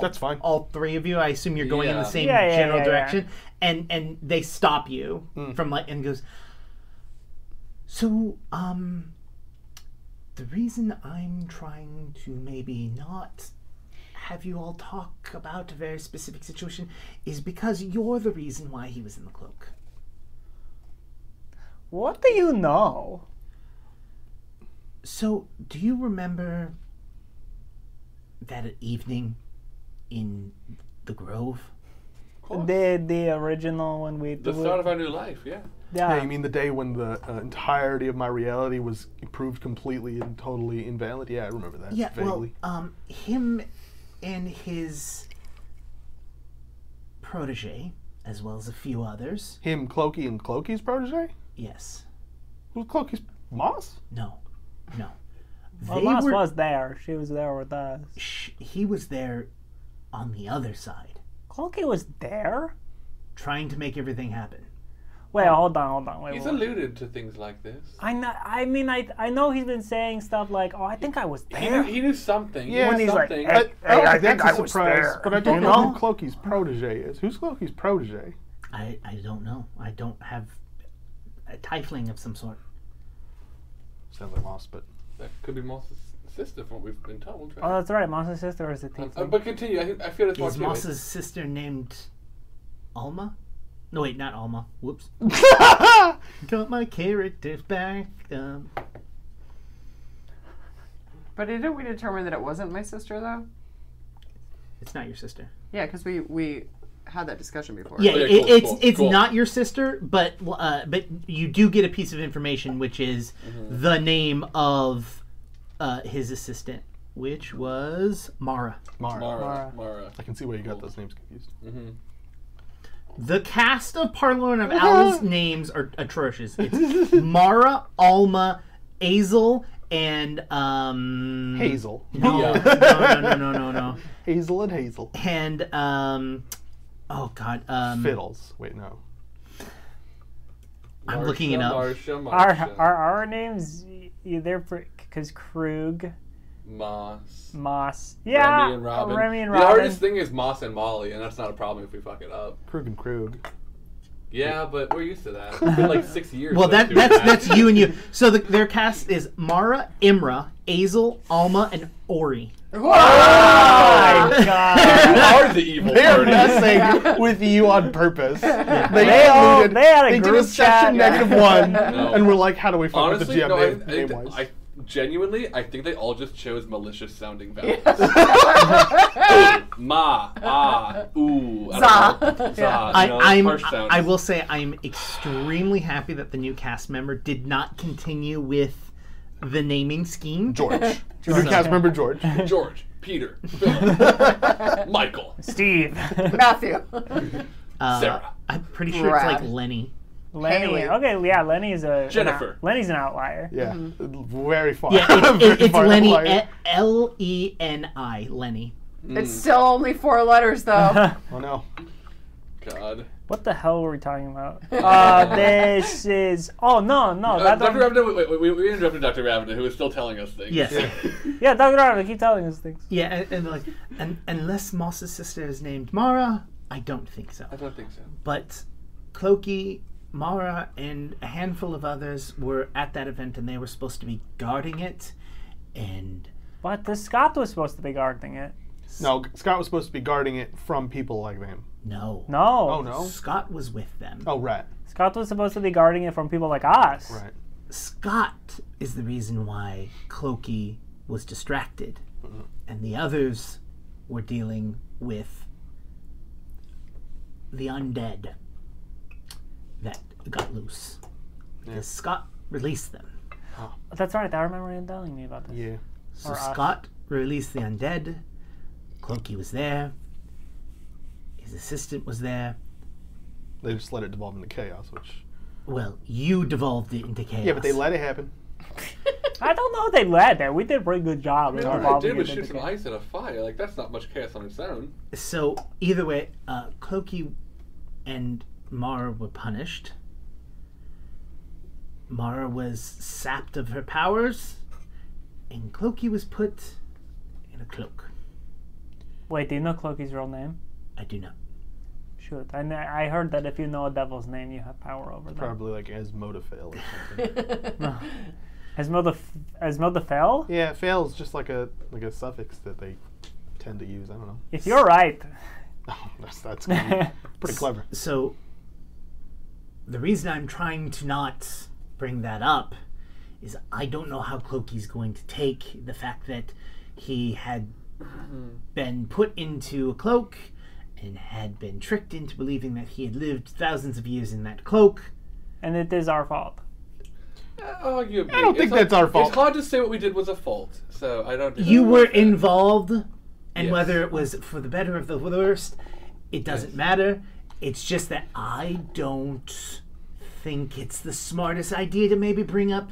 Speaker 4: That's fine.
Speaker 1: all three of you. I assume you're going in the
Speaker 3: Yeah.
Speaker 1: same
Speaker 2: Yeah, yeah,
Speaker 1: general
Speaker 2: yeah, Hmm. yeah.
Speaker 1: direction, and and they stop you from like and goes. So um, the reason I'm trying to maybe not have you all talk about a very specific situation is because you're the reason why he was in the cloak.
Speaker 2: What do you know?
Speaker 1: So do you remember that evening in the Grove?
Speaker 3: of course.
Speaker 2: The the original when we
Speaker 3: The start of our new life. Yeah.
Speaker 2: yeah.
Speaker 4: Yeah, you mean the day when the uh, entirety of my reality was proved completely and totally invalid? Yeah, I remember that
Speaker 1: Yeah, well,
Speaker 4: vaguely.
Speaker 1: um, him and his protege, as well as a few others.
Speaker 4: Him, Cloaky, and Cloaky's protege?
Speaker 1: Yes.
Speaker 4: Who's Cloaky's Moss?
Speaker 1: No. No.
Speaker 2: Well,
Speaker 1: They
Speaker 2: Moss
Speaker 1: were-
Speaker 2: was there. She was there with us.
Speaker 1: Sh- he was there on the other side,
Speaker 2: Cloaky was there.
Speaker 1: trying to make everything happen.
Speaker 2: Wait, hold on, hold on. Wait,
Speaker 3: He's
Speaker 2: wait.
Speaker 3: alluded to things like this.
Speaker 2: I know. I mean, I I know he's been saying stuff like, "Oh, I think I was
Speaker 3: He
Speaker 2: there."
Speaker 3: knew, he knew something.
Speaker 4: Yeah,
Speaker 3: he
Speaker 4: when
Speaker 3: knew
Speaker 2: he's like,
Speaker 3: something.
Speaker 2: eh.
Speaker 4: I, I,
Speaker 2: Hey, I
Speaker 4: don't think
Speaker 2: think I
Speaker 4: that's a
Speaker 2: was
Speaker 4: surprise,
Speaker 2: there.
Speaker 4: but I don't
Speaker 2: You
Speaker 4: know
Speaker 2: know?
Speaker 4: who Cloaky's protege is. Who's Cloaky's protege?
Speaker 1: I, I don't know. I don't have a tiefling of some sort.
Speaker 4: Sounds like Moss, but
Speaker 3: that could be Moss's sister, from what we've been told.
Speaker 2: oh,
Speaker 3: Right?
Speaker 2: that's right. Moss's sister was the thief.
Speaker 3: Uh, but continue. I, think- I feel it's more
Speaker 1: Is
Speaker 3: to it.
Speaker 1: Moss's sister named Alma? No, wait, not Alma. Whoops. Got my characters back up.
Speaker 6: But didn't we determine that it wasn't my sister though?
Speaker 1: It's not your sister.
Speaker 6: Yeah, because we we had that discussion before.
Speaker 1: Yeah,
Speaker 3: yeah,
Speaker 1: it,
Speaker 3: cool,
Speaker 1: it's
Speaker 3: cool,
Speaker 1: it's
Speaker 3: cool.
Speaker 1: not your sister, but uh, but you do get a piece of information, which is
Speaker 3: Mm-hmm.
Speaker 1: the name of uh, his assistant, which was Mara.
Speaker 4: Mara.
Speaker 3: Mara. Mara.
Speaker 4: I can see where you got those names confused.
Speaker 1: The cast of Parliament of Owls names are atrocious. It's Mara, Alma, Azel, and um,
Speaker 4: Hazel.
Speaker 1: No,
Speaker 3: Yeah.
Speaker 1: (laughs) no, no, no, no, no,
Speaker 4: Hazel and Hazel.
Speaker 1: and um, oh god,
Speaker 2: Mm.
Speaker 1: um,
Speaker 4: Fiddles. Wait, no.
Speaker 1: I'm looking it up.
Speaker 3: Marsha,
Speaker 2: Our
Speaker 3: Marsha,
Speaker 2: our our names either because Krug,
Speaker 3: Moss.
Speaker 2: Moss, yeah,
Speaker 3: Remy and Robin.
Speaker 2: Remy and
Speaker 3: The
Speaker 2: Robin.
Speaker 3: hardest thing is Moss and Molly, and that's not a problem if we fuck it up.
Speaker 4: Krug and Krug.
Speaker 3: Yeah, but we're used to that. It's been
Speaker 1: (laughs)
Speaker 3: like six years.
Speaker 1: Well, that
Speaker 3: since doing
Speaker 1: that's
Speaker 3: that.
Speaker 1: that's you and you. So the, their cast is Mara, Imra, Azel, Alma, and Ori.
Speaker 2: Oh my god.
Speaker 3: You are the evil
Speaker 4: They're
Speaker 3: party.
Speaker 4: messing with you on purpose. They,
Speaker 2: They all-
Speaker 4: included-
Speaker 2: they had a
Speaker 4: did
Speaker 2: group
Speaker 4: section
Speaker 2: chat. (laughs)
Speaker 4: negative one, and we're like, how do we fuck
Speaker 3: Honestly,
Speaker 4: with the GM
Speaker 3: no, I,
Speaker 4: name,
Speaker 3: I-
Speaker 4: name-wise?
Speaker 3: I- genuinely, I think they all just chose malicious sounding vowels. (laughs) Ma, ah, ooh, I don't know. Za,
Speaker 1: I,
Speaker 3: you know,
Speaker 1: I'm,
Speaker 3: harsh sounds.
Speaker 1: I will say I'm extremely happy that the new cast member did not continue with the naming scheme.
Speaker 4: (laughs) (laughs) George. Your cast member George.
Speaker 3: George, Peter, Philip, Michael,
Speaker 2: Steve, (laughs)
Speaker 6: Matthew.
Speaker 3: Sarah,
Speaker 1: Uh, I'm pretty sure it's
Speaker 6: Brad.
Speaker 1: like Lenny.
Speaker 3: (laughs)
Speaker 2: Lenny.
Speaker 6: Haley.
Speaker 2: Okay, yeah, Lenny's a
Speaker 3: Jennifer.
Speaker 2: Lenny's an outlier.
Speaker 4: Yeah, very far. (laughs)
Speaker 1: Yeah, it,
Speaker 4: Very
Speaker 1: it, it's
Speaker 4: far
Speaker 1: Lenny.
Speaker 4: outlier.
Speaker 2: E-
Speaker 1: L E N I. Lenny.
Speaker 6: It's still only four letters though.
Speaker 4: Oh no.
Speaker 3: God.
Speaker 2: What the hell were we talking
Speaker 3: (laughs)
Speaker 2: about? uh, this is. Oh no, no,
Speaker 3: Uh,
Speaker 2: that
Speaker 3: Dr.
Speaker 2: one.
Speaker 3: Ravna, wait, wait, we, we interrupted Dr. Ravna, who is still telling us things.
Speaker 1: Yes. Yeah,
Speaker 2: Yeah, Dr. Robin, keep telling us things.
Speaker 1: and, and like, and unless Moss's sister is named Mara, I don't think so.
Speaker 3: I don't think so.
Speaker 1: But Cloaky Mara and a handful of others were at that event and they were supposed to be guarding it. And
Speaker 2: But the Scott was supposed to be guarding it.
Speaker 4: No, Scott was supposed to be guarding it from people like them.
Speaker 1: no,
Speaker 2: No.
Speaker 4: Oh no.
Speaker 1: Scott was with them.
Speaker 4: Oh right,
Speaker 2: Scott was supposed to be guarding it from people like us.
Speaker 4: right.
Speaker 1: Scott is the reason why Clokey was distracted,
Speaker 4: Mm-hmm.
Speaker 1: and the others were dealing with the undead that got loose. Because Scott released them.
Speaker 2: That's right. I remember him telling me about this.
Speaker 4: Yeah.
Speaker 1: So
Speaker 2: Or us.
Speaker 1: Scott released the undead. Clokey was there. His assistant was there.
Speaker 4: They just let it devolve into chaos, which
Speaker 1: Well, you devolved it into chaos.
Speaker 4: yeah, but they let it happen.
Speaker 2: I don't know. if They led that. We did a pretty good job.
Speaker 3: I
Speaker 2: in
Speaker 3: mean, all I
Speaker 2: involving
Speaker 3: did was
Speaker 2: it
Speaker 3: shoot
Speaker 2: into
Speaker 3: some
Speaker 2: it.
Speaker 3: ice in a fire. Like that's not much chaos on its own.
Speaker 1: So either way, uh, Clokey and Mara were punished. Mara was sapped of her powers, and Clokey was put in a cloak.
Speaker 2: Wait, do you know Clokey's real name?
Speaker 1: I do not.
Speaker 2: Shoot, I, kn- I heard that if you know a devil's name, you have power over them.
Speaker 4: Probably like Asmodephil. or something.
Speaker 2: Asmodef- Asmodephel?
Speaker 4: yeah, fail is just like a like a suffix that they tend to use. I don't know.
Speaker 2: If you're right. (laughs)
Speaker 4: (laughs) that's that's pretty, pretty clever.
Speaker 1: So the reason I'm trying to not bring that up is I don't know how Clokey's going to take the fact that he had been put into a cloak and had been tricked into believing that he had lived thousands of years in that cloak.
Speaker 2: and it is our fault.
Speaker 3: Arguably,
Speaker 4: I don't
Speaker 3: It's
Speaker 4: think
Speaker 3: hard-
Speaker 4: that's our fault.
Speaker 3: It's hard to say what we did was a fault. So I don't.
Speaker 1: You were involved, and
Speaker 3: Yes.
Speaker 1: whether it was for the better or for the worst, it doesn't matter. It's just that I don't think it's the smartest idea to maybe bring up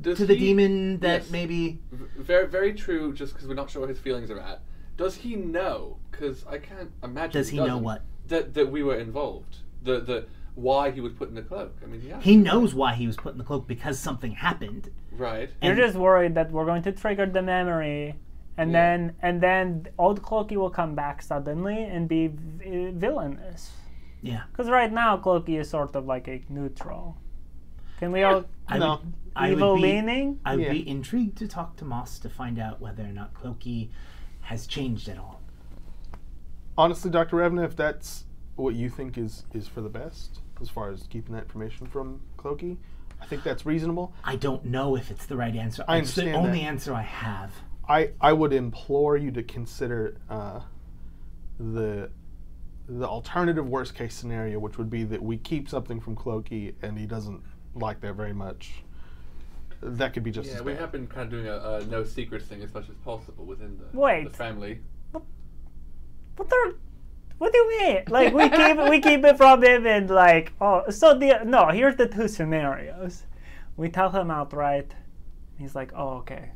Speaker 3: Does
Speaker 1: to the
Speaker 3: he-
Speaker 1: demon that
Speaker 3: yes. Mm-hmm.
Speaker 1: maybe
Speaker 3: Very, very true. Just because we're not sure what his feelings are at. Does he know? Because I can't imagine.
Speaker 1: does he know
Speaker 3: doesn't.
Speaker 1: what
Speaker 3: That that we were involved. The the why he was put in the cloak. I mean, yeah.
Speaker 1: he knows why he was put in the cloak because something happened
Speaker 3: right.
Speaker 2: You're
Speaker 1: And-
Speaker 2: just worried that we're going to trigger the memory, and
Speaker 3: Yeah.
Speaker 2: then and then old Clokey will come back suddenly and be v- villainous.
Speaker 1: yeah
Speaker 2: Because right now Clokey is sort of like a neutral. Can we all
Speaker 1: I
Speaker 4: No.
Speaker 1: would, I
Speaker 2: evil
Speaker 1: would be,
Speaker 2: leaning?
Speaker 1: I would
Speaker 4: Yeah.
Speaker 1: be intrigued to talk to Moss to find out whether or not Clokey has changed at all.
Speaker 4: Honestly, Doctor Revna, if that's what you think is is for the best as far as keeping that information from Clokey, I think that's reasonable.
Speaker 1: I don't know if it's the right answer.
Speaker 4: I
Speaker 1: it's the
Speaker 4: understand
Speaker 1: only
Speaker 4: that.
Speaker 1: answer I have.
Speaker 4: I I would implore you to consider uh, the the alternative worst case scenario, which would be that we keep something from Clokey and he doesn't like that very much. That could be just
Speaker 3: Yeah,
Speaker 4: as
Speaker 3: we
Speaker 4: bad.
Speaker 3: have been kind of doing a, a no secrets thing as much as possible within the, the
Speaker 2: Wait.
Speaker 3: family.
Speaker 2: What the? What do you mean? Like we keep we keep it from him and like oh so the no here's the two scenarios. We tell him outright. He's like oh okay,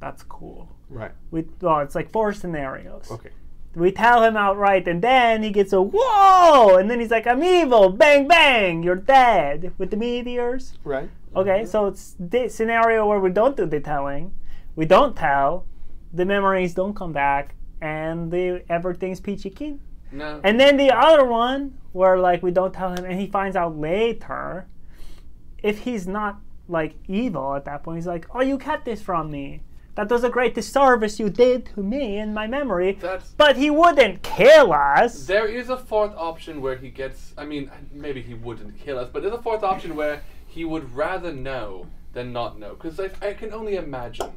Speaker 2: that's cool.
Speaker 4: right.
Speaker 2: We well it's like four scenarios.
Speaker 4: Okay.
Speaker 2: We tell him outright and then he gets a whoa and then he's like I'm evil bang bang you're dead with the meteors.
Speaker 4: Right.
Speaker 2: Okay, so it's the scenario where we don't do the telling, we don't tell, the memories don't come back, and the everything's peachy keen.
Speaker 3: No.
Speaker 2: And then the other one where like we don't tell him, and he finds out later. If he's not like evil at that point, he's like, "Oh, you kept this from me. That was a great disservice you did to me in my memory."
Speaker 3: That's
Speaker 2: But he wouldn't kill us.
Speaker 3: There is a fourth option where he gets. I mean, maybe he wouldn't kill us, but there's a fourth option where he would rather know than not know. Because I, I can only imagine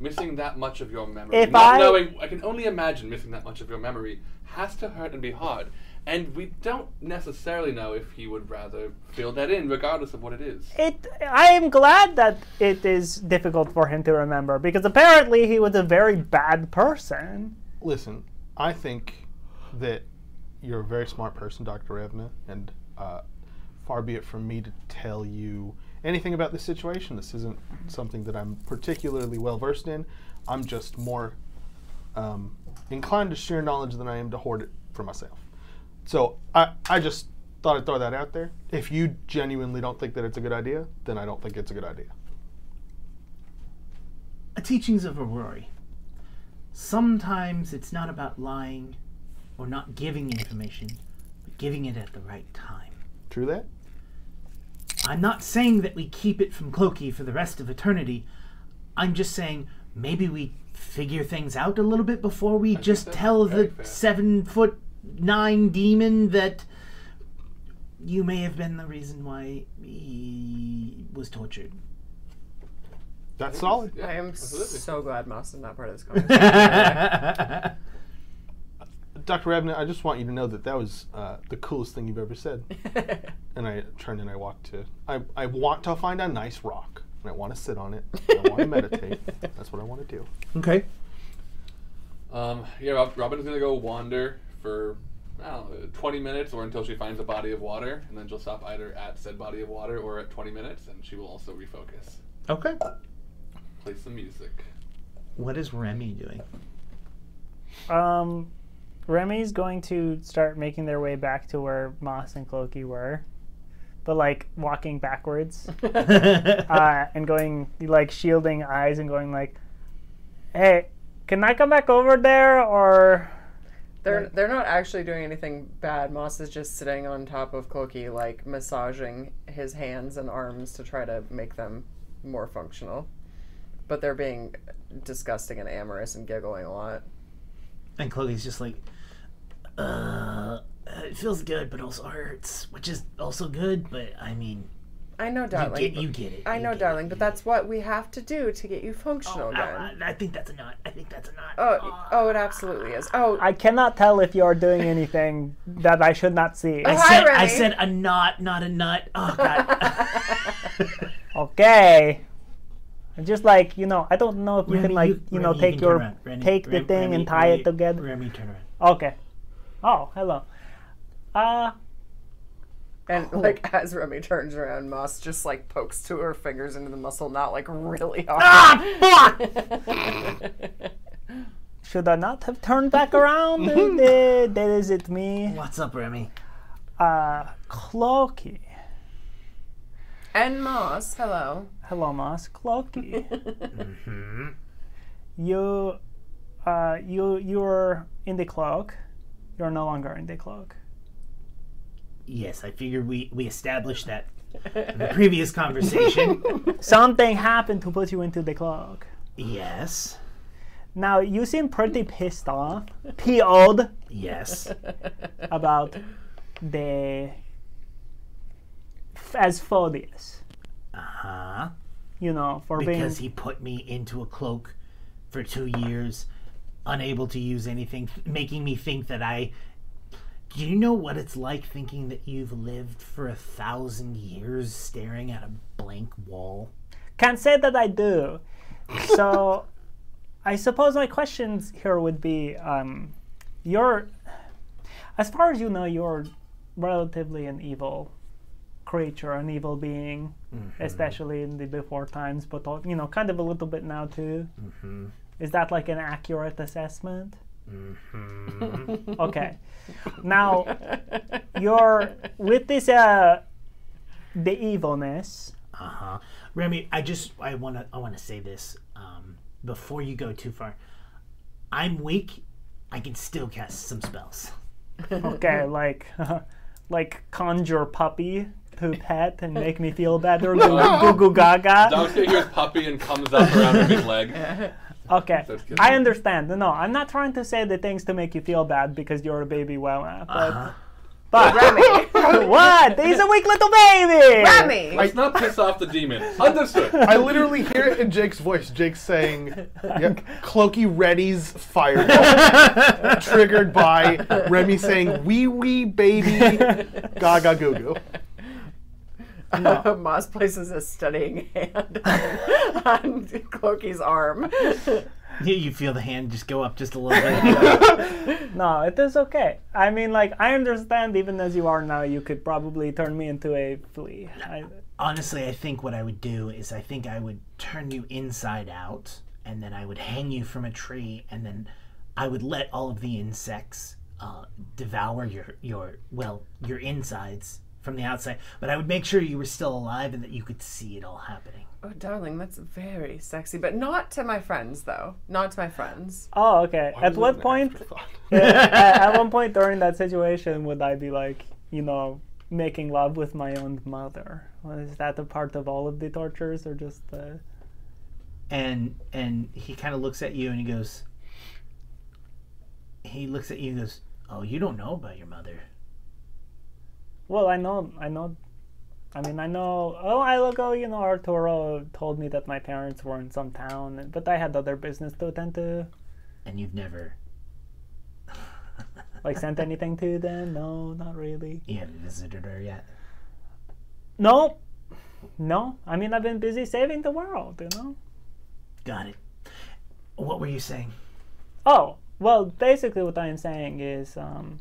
Speaker 3: missing that much of your memory.
Speaker 2: If
Speaker 3: not
Speaker 2: I-
Speaker 3: knowing, I can only imagine missing that much of your memory has to hurt and be hard. And we don't necessarily know if he would rather fill that in, regardless of what it is.
Speaker 2: It. I am glad that it is difficult for him to remember because apparently he was a very bad person.
Speaker 4: Listen, I think that you're a very smart person, Dr. Evna, and uh, far be it from me to tell you anything about this situation. This isn't something that I'm particularly well versed in. I'm just more um, inclined to share knowledge than I am to hoard it for myself. So I, I just thought I'd throw that out there. If you genuinely don't think that it's a good idea, then I don't think it's a good idea.
Speaker 1: A teachings of Aurori. Sometimes it's not about lying or not giving information, but giving it at the right time.
Speaker 4: True that?
Speaker 1: I'm not saying that we keep it from Clokey for the rest of eternity. I'm just saying maybe we figure things out a little bit before we just
Speaker 3: that's
Speaker 1: tell
Speaker 3: very
Speaker 1: the
Speaker 3: fair.
Speaker 1: seven foot nine demon that you may have been the reason why he was tortured. (laughs)
Speaker 4: That's solid.
Speaker 3: Yeah,
Speaker 5: I am
Speaker 3: absolutely.
Speaker 5: so glad Moss is not part of this conversation. (laughs)
Speaker 4: Dr. Rabna, I just want you to know that that was uh, the coolest thing you've ever said. and I turned and I walked to. I, I want to find a nice rock. And I want to sit on it. and I want to meditate. That's what I want to do.
Speaker 1: Okay.
Speaker 3: Um, yeah, Rob, Robin's gonna go wander for I don't know, 20 minutes or until she finds a body of water, and then she'll stop either at said body of water or at 20 minutes, and she will also refocus.
Speaker 1: Okay.
Speaker 3: Play some (laughs) music.
Speaker 1: What is Remy doing?
Speaker 2: Um, Remy's going to start making their way back to where Moss and Clokey were, but like walking (laughs) backwards uh, and going like shielding eyes and going like, "Hey, can I come back over there?" Or
Speaker 5: They're they're not actually doing anything bad. Moss is just sitting on top of Clokey, like massaging his hands and arms to try to make them more functional. But they're being disgusting and amorous and giggling a lot.
Speaker 1: And Chloe's just like, uh, it feels good, but also hurts, which is also good, but I mean,
Speaker 5: I know,
Speaker 1: you
Speaker 5: darling.
Speaker 1: get, you get it.
Speaker 5: I
Speaker 1: You
Speaker 5: know,
Speaker 1: get
Speaker 5: darling,
Speaker 1: it.
Speaker 5: but that's what we have to do to get you functional
Speaker 1: Ow,
Speaker 5: again.
Speaker 1: I, I think that's a knot. I think that's a Ah. knot.
Speaker 5: Oh, oh, it absolutely is. Oh,
Speaker 2: I cannot tell if you are doing (laughs) anything that I should not (laughs) see.
Speaker 1: I
Speaker 5: oh, hi,
Speaker 1: said, I
Speaker 5: Remy.
Speaker 1: said a knot, not a nut. Oh, (laughs)
Speaker 5: (laughs)
Speaker 1: God.
Speaker 2: Okay. I'm just like you know, I don't know if you can like you, know
Speaker 1: Remy,
Speaker 2: take
Speaker 1: can
Speaker 2: your
Speaker 1: turn around. Remy,
Speaker 2: take the
Speaker 1: Rem-
Speaker 2: thing
Speaker 1: Remy,
Speaker 2: and tie
Speaker 1: Remy,
Speaker 2: it together.
Speaker 1: Remy, turn around.
Speaker 2: Okay. Oh, hello. Uh,
Speaker 5: and
Speaker 1: oh.
Speaker 5: like as Remy turns around, Moss just like pokes two of her fingers into the muscle, not like really hard.
Speaker 1: Ah, fuck!
Speaker 2: should I not have turned back around? Uh, that is it me.
Speaker 1: What's up, Remy?
Speaker 2: Uh, Clokey.
Speaker 5: And Moss, hello.
Speaker 2: Hello, Moss. Clokey. You, uh, you, you're in the cloak. You're no longer in the cloak.
Speaker 1: Yes, I figured we, we established that in the previous
Speaker 5: (laughs)
Speaker 1: conversation.
Speaker 2: Something happened to put you into the cloak.
Speaker 1: yes,
Speaker 2: Now you seem pretty pissed off, PO'd
Speaker 1: yes.
Speaker 2: about the as Asphodius.
Speaker 1: Huh?
Speaker 2: You know, for being
Speaker 1: because he put me into a cloak for two years, unable to use anything, making me think that I. Do you know what it's like thinking that you've lived for a thousand years staring at a blank wall?
Speaker 2: Can't say that I do. So, I suppose my questions here would be: um, You're, as far as you know, you're relatively an evil creature, an evil being, especially in the before times, but al- you know, kind of a little bit now too. Is that like an accurate assessment? (laughs) okay. Now, you're with this uh, the evilness.
Speaker 1: Uh-huh. Remy, I just I want to I want to say this um, before you go too far. I'm weak. I can still cast some spells.
Speaker 2: Okay, like (laughs) like conjure puppy to pet and make me feel better. Goo goo goo gaga.
Speaker 3: Dog's gonna hear his puppy and comes up around her big
Speaker 4: (laughs)
Speaker 3: leg.
Speaker 2: Okay,
Speaker 3: That's good.
Speaker 2: I understand. No, I'm not trying to say the things to make you feel bad because you're a baby. Well, uh, but but (laughs) what? He's a weak little baby.
Speaker 5: (laughs) Remy!
Speaker 3: Let's not piss off the
Speaker 4: (laughs)
Speaker 3: demon. Understood.
Speaker 4: I literally hear it in Jake's voice. Jake's saying, yeah, Clokey ready's fired. Triggered by Remy saying, wee wee baby, gaga goo goo.
Speaker 5: Moss places a steadying hand (laughs) on Clokey's arm.
Speaker 1: You, you feel the hand just go up just a little (laughs) bit.
Speaker 2: No, it is okay. I mean, like I understand. Even as you are now, you could probably turn me into a flea. I,
Speaker 1: Honestly, I think what I would do is I think I would turn you inside out and then I would hang you from a tree and then I would let all of the insects uh, devour your, your, well, your insides from the outside. But I would make sure you were still alive and that you could see it all happening.
Speaker 5: Oh, darling, that's very sexy, but not to my friends, though. Not to my friends.
Speaker 2: oh, okay. At
Speaker 4: was
Speaker 2: what
Speaker 4: that an
Speaker 2: point?
Speaker 4: afterthought?
Speaker 2: at, at one point during that situation, would I be like, you know, making love with my own mother? Well, is that the part of all of the tortures, or just the?
Speaker 1: and and he kind of looks at you and he goes he looks at you and goes oh you don't know about your mother
Speaker 2: Well, I know, I know. I mean, I know a while ago, you know, Arturo told me that my parents were in some town, but I had other business to attend to.
Speaker 1: and you've never
Speaker 2: Like, sent anything to them? No, not really.
Speaker 1: you haven't visited her yet
Speaker 2: No, no. I mean, I've been busy saving the world, you know.
Speaker 1: got it what were you saying
Speaker 2: Oh, well, basically, what I am saying is, um,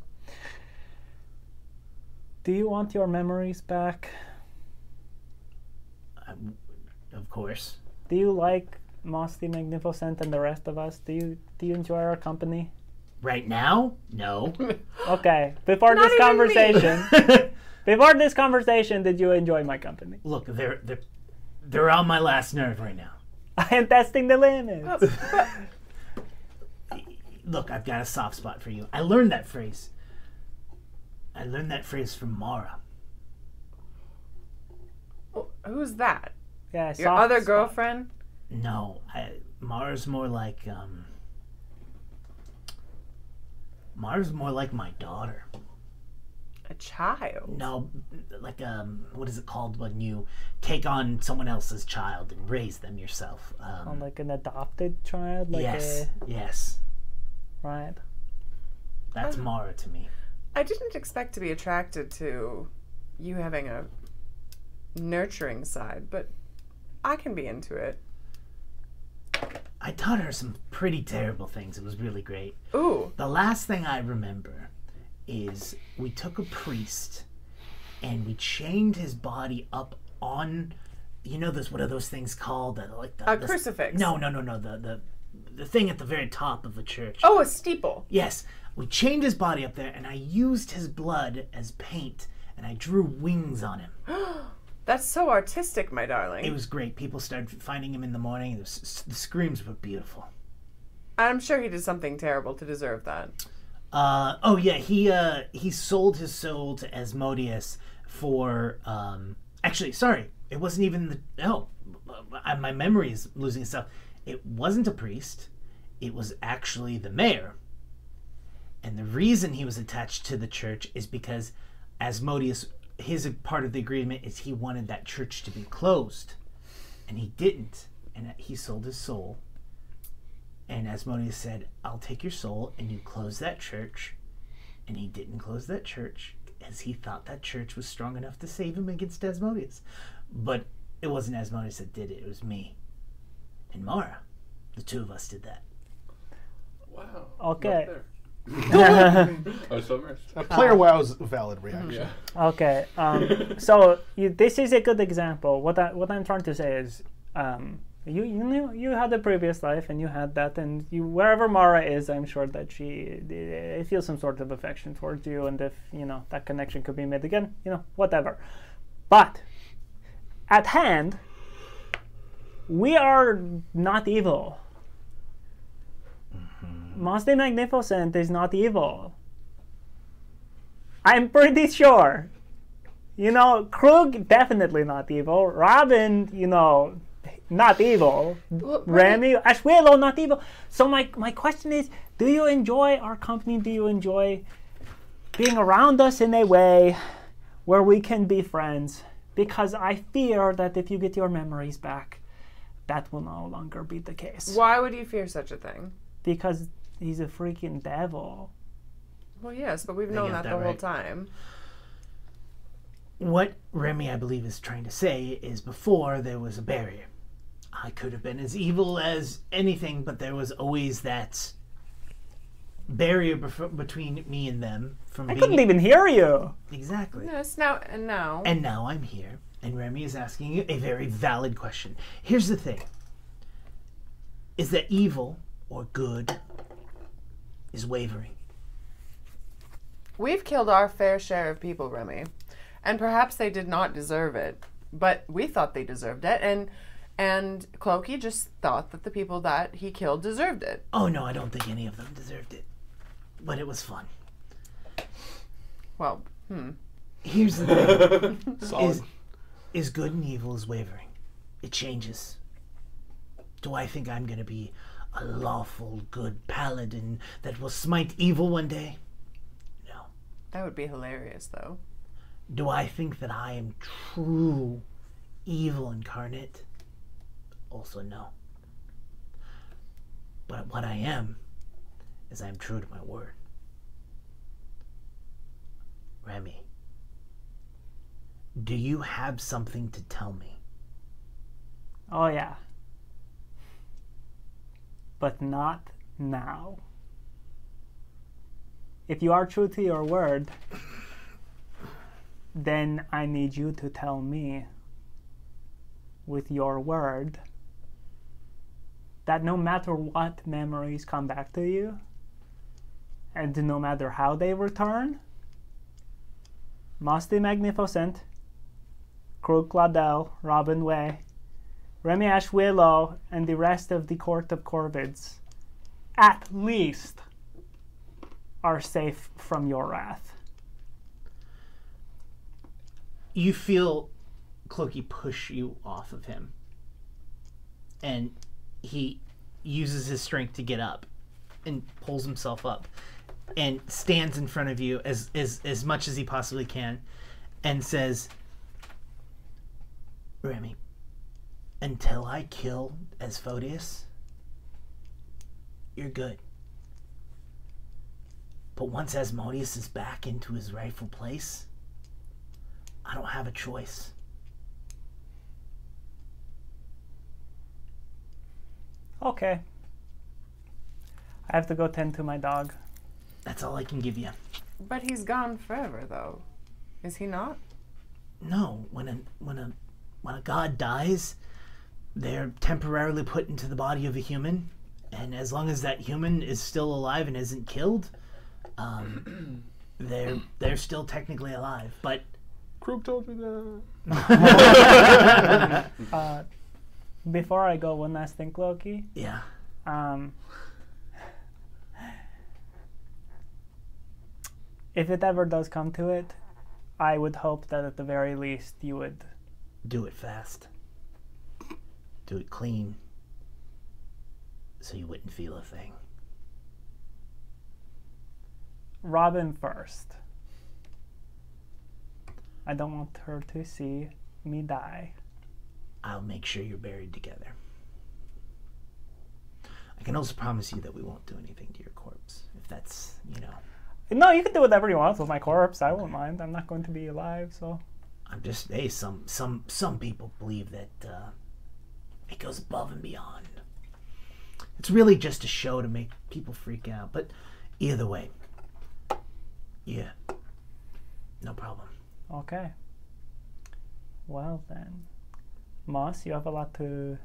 Speaker 2: do you want your memories back?
Speaker 1: I, of course
Speaker 2: Do you like Moss the Magnificent and the rest of us? Do you do you enjoy our company?
Speaker 1: right now no
Speaker 2: Okay, before this
Speaker 5: even
Speaker 2: conversation, (laughs) before this conversation, did you enjoy my company? (laughs)
Speaker 1: look they're they're they're on my last nerve right now
Speaker 2: I am testing the limits.
Speaker 1: look i've got a soft spot for you i learned that phrase i learned that phrase from mara
Speaker 5: Wh- Who's that?
Speaker 2: Yeah,
Speaker 5: Your
Speaker 2: soft
Speaker 5: other
Speaker 2: spot.
Speaker 5: girlfriend?
Speaker 1: No, I, Mars more like um. Mars more like my daughter.
Speaker 5: A child.
Speaker 1: No, like um, what is it called when you take on someone else's child and raise them yourself? Um,
Speaker 2: like an adopted child, like
Speaker 1: yes,
Speaker 2: a,
Speaker 1: yes,
Speaker 2: right?
Speaker 1: that's Mara to me.
Speaker 5: I didn't expect to be attracted to you having a nurturing side, but I can be into it.
Speaker 1: I taught her some pretty terrible things. It was really great.
Speaker 5: Ooh,
Speaker 1: The last thing I remember is we took a priest and we chained his body up on, you know, those what are those things called? That are like the,
Speaker 5: a
Speaker 1: the-
Speaker 5: crucifix.
Speaker 1: No, no, no, no. The the the thing at the very top of the church.
Speaker 5: Oh, a steeple.
Speaker 1: Yes, we chained his body up there, and I used his blood as paint, and I drew wings on him.
Speaker 5: That's so artistic, my
Speaker 1: It
Speaker 5: darling.
Speaker 1: was great. People started finding him in the morning. The, s- the screams were beautiful.
Speaker 5: I'm sure he did something terrible to deserve that.
Speaker 1: Uh, oh yeah, he uh, he sold his soul to Asmodeus for. Um, actually, sorry, it wasn't even the. No, I, my memory is losing itself. It wasn't a priest. It was actually the mayor. And the reason he was attached to the church is because Asmodeus, his part of the agreement is he wanted that church to be closed, and he didn't, and he sold his soul and Asmodeus said, I'll take your soul, and you close that church. And he didn't close that church, as he thought that church was strong enough to save him against Asmodeus. But it wasn't Asmodeus that did it, it was me and Mara. The two of us did that.
Speaker 3: Wow.
Speaker 4: (laughs)
Speaker 2: Okay.
Speaker 3: (laughs) I was so immersed.
Speaker 4: Player WoW's valid reaction.
Speaker 3: Yeah.
Speaker 2: Okay, um, so you, this is a good example. What I what I'm trying to say is, um, you you knew you had a previous life and you had that, and you wherever Mara is, I'm sure that she uh, feels some sort of affection towards you, and if you know that connection could be made again, you know whatever. But at hand, we are not evil. Mos the Magnificent is not evil. I'm pretty sure. You know, Krug definitely not evil. Robin, you know, not evil. Remy, Ashwillow not evil. So my my question is, do you enjoy our company? Do you enjoy being around us in a way where we can be friends? Because I fear that if you get your memories back, that will no longer be the case.
Speaker 5: Why would you fear such a thing?
Speaker 2: Because he's a freaking devil.
Speaker 5: Well, yes, but we've known
Speaker 1: got
Speaker 5: that, the
Speaker 1: that
Speaker 5: whole
Speaker 1: right.
Speaker 5: time.
Speaker 1: What Remy, I believe, is trying to say is before there was a barrier. I could have been as evil as anything, but there was always that barrier bef- between me and them from
Speaker 2: I
Speaker 1: being
Speaker 2: couldn't even hear you.
Speaker 1: exactly.
Speaker 5: Yes, now and now.
Speaker 1: And now I'm here, and Remy is asking you a very valid question. Here's the thing Is that evil or good is wavering?
Speaker 5: We've killed our fair share of people, Remy. And perhaps they did not deserve it, but we thought they deserved it. And and Clokey just thought that the people that he killed deserved it.
Speaker 1: Oh no, I don't think any of them deserved it. But it was fun.
Speaker 5: Well,
Speaker 1: Here's the thing
Speaker 4: Solid.
Speaker 1: is is good and evil is wavering. It changes. Do I think I'm going to be a lawful good paladin that will smite evil one day? No.
Speaker 5: That would be hilarious, though.
Speaker 1: Do I think that I am true evil incarnate? Also, no. But what I am is I am true to my word. Remy, do you have something to tell me?
Speaker 2: Oh, yeah. But not now. If you are true to your word, then I need you to tell me with your word that no matter what memories come back to you, and no matter how they return, Musty Magnificent, Krug Claudel, Robin Way, Remy Ash Willow, and the rest of the Court of Corvids, at least, are safe from your wrath.
Speaker 1: you feel Clokey push you off of him. And he uses his strength to get up and pulls himself up and stands in front of you as, as, as much as he possibly can and says, Remy, until I kill Asphodius, you're good. But once Asmodeus is back into his rightful place, I don't have a choice.
Speaker 2: Okay. I have to go tend to my dog.
Speaker 1: That's all I can give you.
Speaker 5: But he's gone forever, though. Is he not?
Speaker 1: No, when a when a when a god dies, they're temporarily put into the body of a human, and as long as that human is still alive and isn't killed, um, they're they're still technically alive. But
Speaker 4: Krug told me that.
Speaker 2: Uh, before I go, one last thing, Loki.
Speaker 1: yeah,
Speaker 2: Um, if it ever does come to it, I would hope that at the very least you would.
Speaker 1: do it fast. Do it clean. So you wouldn't feel a thing.
Speaker 2: Robin first. I don't want her to see me die.
Speaker 1: I'll make sure you're buried together. I can also promise you that we won't do anything to your corpse, if that's, you know.
Speaker 2: No, you can do whatever you want with my corpse. I won't mind. I'm not going to be alive, so.
Speaker 1: I'm just hey, some some some people believe that uh, it goes above and beyond. It's really just a show to make people freak out. But either way, yeah, no problem.
Speaker 2: Okay. Well then, Moss, you have a lot to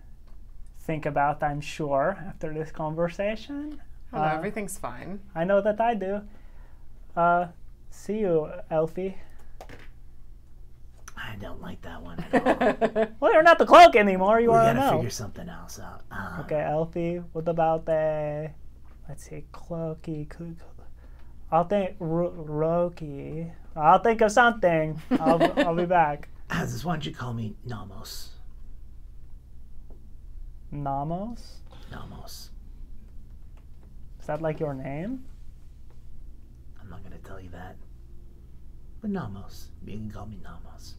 Speaker 2: think about, I'm sure, after this conversation.
Speaker 5: Oh, no, everything's fine.
Speaker 2: I know that I do. Uh, see you, Elfie.
Speaker 1: I don't like that one
Speaker 5: (laughs)
Speaker 1: at all.
Speaker 5: Uh,
Speaker 2: Well, you're not the cloak anymore. You
Speaker 1: we
Speaker 2: are
Speaker 1: gotta
Speaker 2: now.
Speaker 1: figure something else out. Uh,
Speaker 2: Okay, Elfie. What about the? Let's see, cloaky. coo- coo- I'll think ro- Roki. I'll think of something.
Speaker 4: (laughs)
Speaker 2: I'll, I'll be back.
Speaker 1: Aziz, why don't you call me Namos?
Speaker 2: Namos.
Speaker 1: Namos.
Speaker 2: Is that like your name?
Speaker 1: I'm not gonna tell you that. But Namos, you can call me Namos.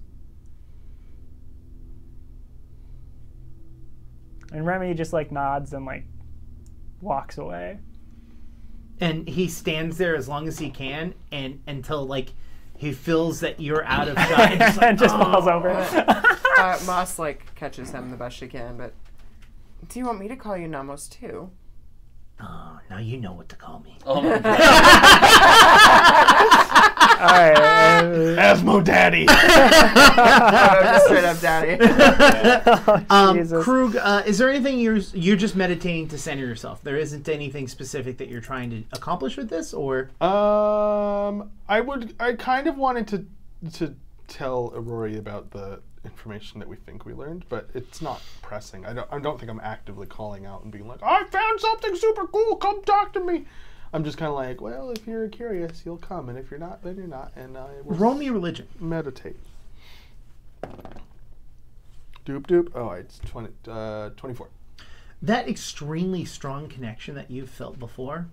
Speaker 2: And Remy just like nods and like walks away.
Speaker 1: and he stands there as long as he can and until like he feels that you're out of shot and just, like,
Speaker 2: and just
Speaker 1: "Oh."
Speaker 2: falls
Speaker 4: (laughs)
Speaker 2: over.
Speaker 5: Uh, Moss, like, catches him the best she can, but. Do you want me to call you Namos, too?
Speaker 1: Oh, now you know what to call me
Speaker 3: Oh my god.
Speaker 2: All right. (laughs)
Speaker 4: Asmo Daddy.
Speaker 5: I'm just straight up daddy.
Speaker 1: um,
Speaker 2: Jesus.
Speaker 1: krug uh, is there anything you're you're just meditating to center yourself there isn't anything specific that you're trying to accomplish with this or
Speaker 4: Um, I would. I kind of wanted to to tell Aurori about the information that we think we learned, but it's not pressing. I don't. I don't think I'm actively calling out and being like, "I found something super cool. Come talk to me." I'm just kind of like, well, if you're curious, you'll come, and if you're not, then you're not, and I will
Speaker 1: roll me a religion
Speaker 4: meditate. Doop doop. Oh, it's 20, uh, 24.
Speaker 1: That extremely strong connection that you've felt before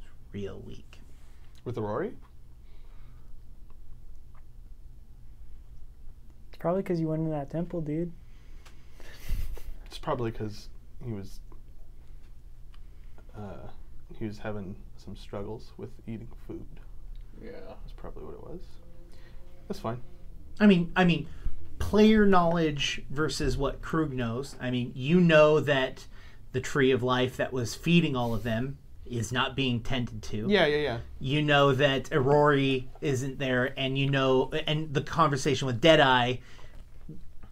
Speaker 1: is real weak.
Speaker 4: With the Rory?
Speaker 2: It's probably because you went into that temple, dude.
Speaker 4: It's probably because he was. Uh, he was having some struggles with eating food.
Speaker 3: Yeah.
Speaker 4: That's probably what it was. That's fine.
Speaker 1: I mean, I mean, player knowledge versus what Krug knows. I mean, you know that the tree of life that was feeding all of them is not being tended to.
Speaker 4: Yeah, yeah, yeah.
Speaker 1: You know that Aurori isn't there, and you know, and the conversation with Deadeye.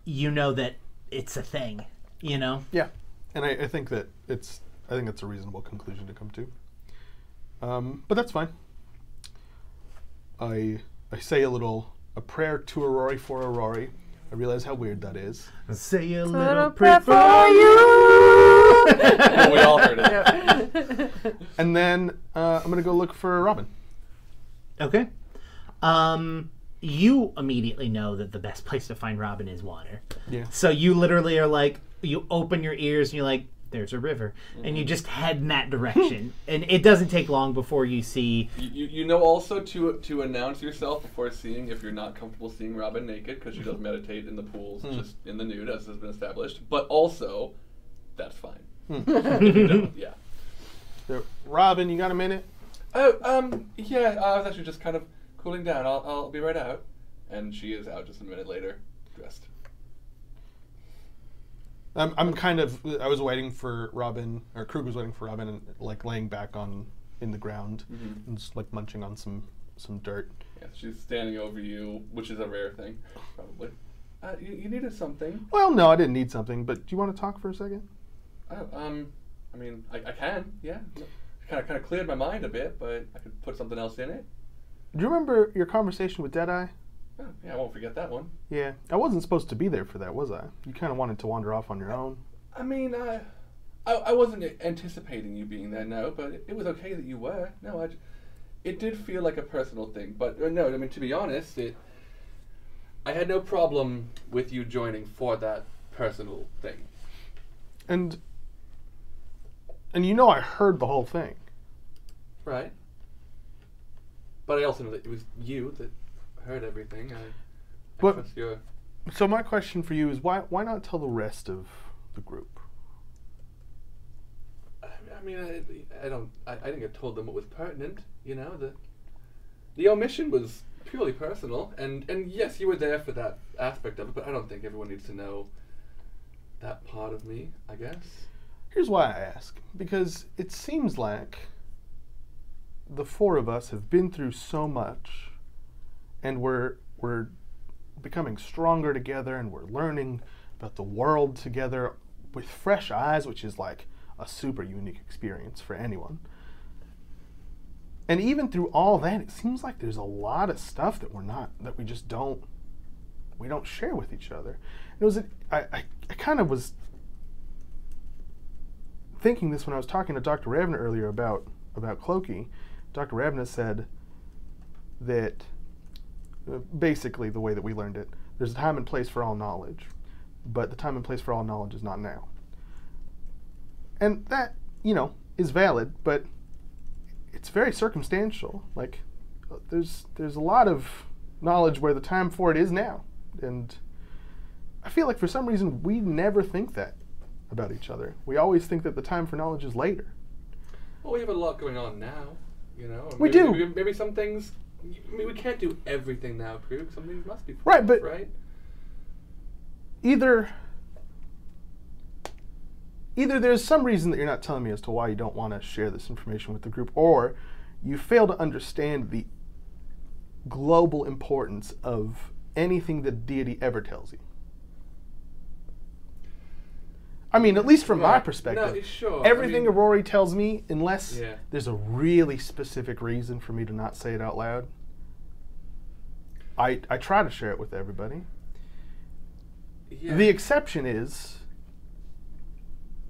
Speaker 1: You know that it's a thing. You know.
Speaker 4: Yeah, and I, I think that it's I think that's a reasonable conclusion to come to. Um, but that's fine. I I say a little a prayer to Aurori for Aurori. I realize how weird that is.
Speaker 1: Say a little,
Speaker 5: Little
Speaker 1: prayer
Speaker 5: prayer
Speaker 1: for
Speaker 5: for
Speaker 3: Well, we all heard it.
Speaker 4: And then uh, I'm gonna go look for Robin.
Speaker 1: Okay. Um, you immediately know that the best place to find Robin is water.
Speaker 4: Yeah.
Speaker 1: So you literally are like, you open your ears and you're like, there's a river. And you just head in that direction. and it doesn't take long before you see.
Speaker 3: You, you- you know also to to announce yourself before seeing if you're not comfortable seeing Robin naked because she does meditate in the pools, just in the nude as has been established. But also, that's fine. If you don't, yeah.
Speaker 4: There- Robin, you got a minute?
Speaker 3: Oh, um, yeah. I was actually just kind of cooling down. I'll I'll be right out. And she is out just a minute later, dressed.
Speaker 4: I'm, I'm kind of I was waiting for Robin or Krug was waiting for Robin and like laying back on in the ground and just like munching on some some dirt.
Speaker 3: Yeah, she's standing over you, which is a rare thing, probably. Uh, you, you needed something.
Speaker 4: Well, no, I didn't need something, but do you want to talk for a second?
Speaker 3: Oh, um, I mean, I, I can, yeah. Kind of, kind of cleared my mind a bit, but I could put something else in it.
Speaker 4: Do you remember your conversation with Deadeye?
Speaker 3: Oh, yeah, I won't forget that one.
Speaker 4: Yeah, I wasn't supposed to be there for that, was I? You kind of wanted to wander off on your own.
Speaker 3: I mean, I, I, I wasn't anticipating you being there, no, but it, was okay that you were. No, I, j- it did feel like a personal thing, but uh, no, I mean, to be honest, it, I had no problem with you joining for that personal thing.
Speaker 4: And and you know I heard the whole thing.
Speaker 3: Right. But I also know that it was you that heard everything. I, I
Speaker 4: But-
Speaker 3: trust your.
Speaker 4: So my question for you is why why not tell the rest of the group?
Speaker 3: I I mean, I, I don't. I, I think I told them what was pertinent. You know, the the omission was purely personal, and and yes, you were there for that aspect of it, but I don't think everyone needs to know that part of me. I guess.
Speaker 4: Here's why I ask because it seems like the four of us have been through so much and we're we're becoming stronger together and we're learning about the world together with fresh eyes, which is like a super unique experience for anyone. And even through all that, it seems like there's a lot of stuff that we're not that we just don't we don't share with each other. It was a, I, I, I kind of was thinking this when I was talking to Dr. Ravna earlier about about Clokey. Dr. Ravna said that uh, basically the way that we learned it, there's a time and place for all knowledge, but the time and place for all knowledge is not now. And that, you know, is valid, but it's very circumstantial. Like uh, there's there's a lot of knowledge where the time for it is now. And I feel like for some reason we never think that about each other. We always think that the time for knowledge is later.
Speaker 3: Well, we have a lot going on now. You know,
Speaker 4: We
Speaker 3: maybe,
Speaker 4: do.
Speaker 3: Maybe, maybe some things. I mean, we can't do everything now, Krug. Some things must be put
Speaker 4: Right,
Speaker 3: off,
Speaker 4: but-
Speaker 3: right.
Speaker 4: Either either there's some reason that you're not telling me as to why you don't want to share this information with the group or you fail to understand the global importance of anything that deity ever tells you. I mean, at least from my
Speaker 3: Right.
Speaker 4: perspective,
Speaker 3: No, sure. I
Speaker 4: everything
Speaker 3: mean-
Speaker 4: Rory tells me, unless
Speaker 3: Yeah.
Speaker 4: there's a really specific reason for me to not say it out loud, I, I try to share it with everybody.
Speaker 3: Yeah. (laughs)
Speaker 4: The exception is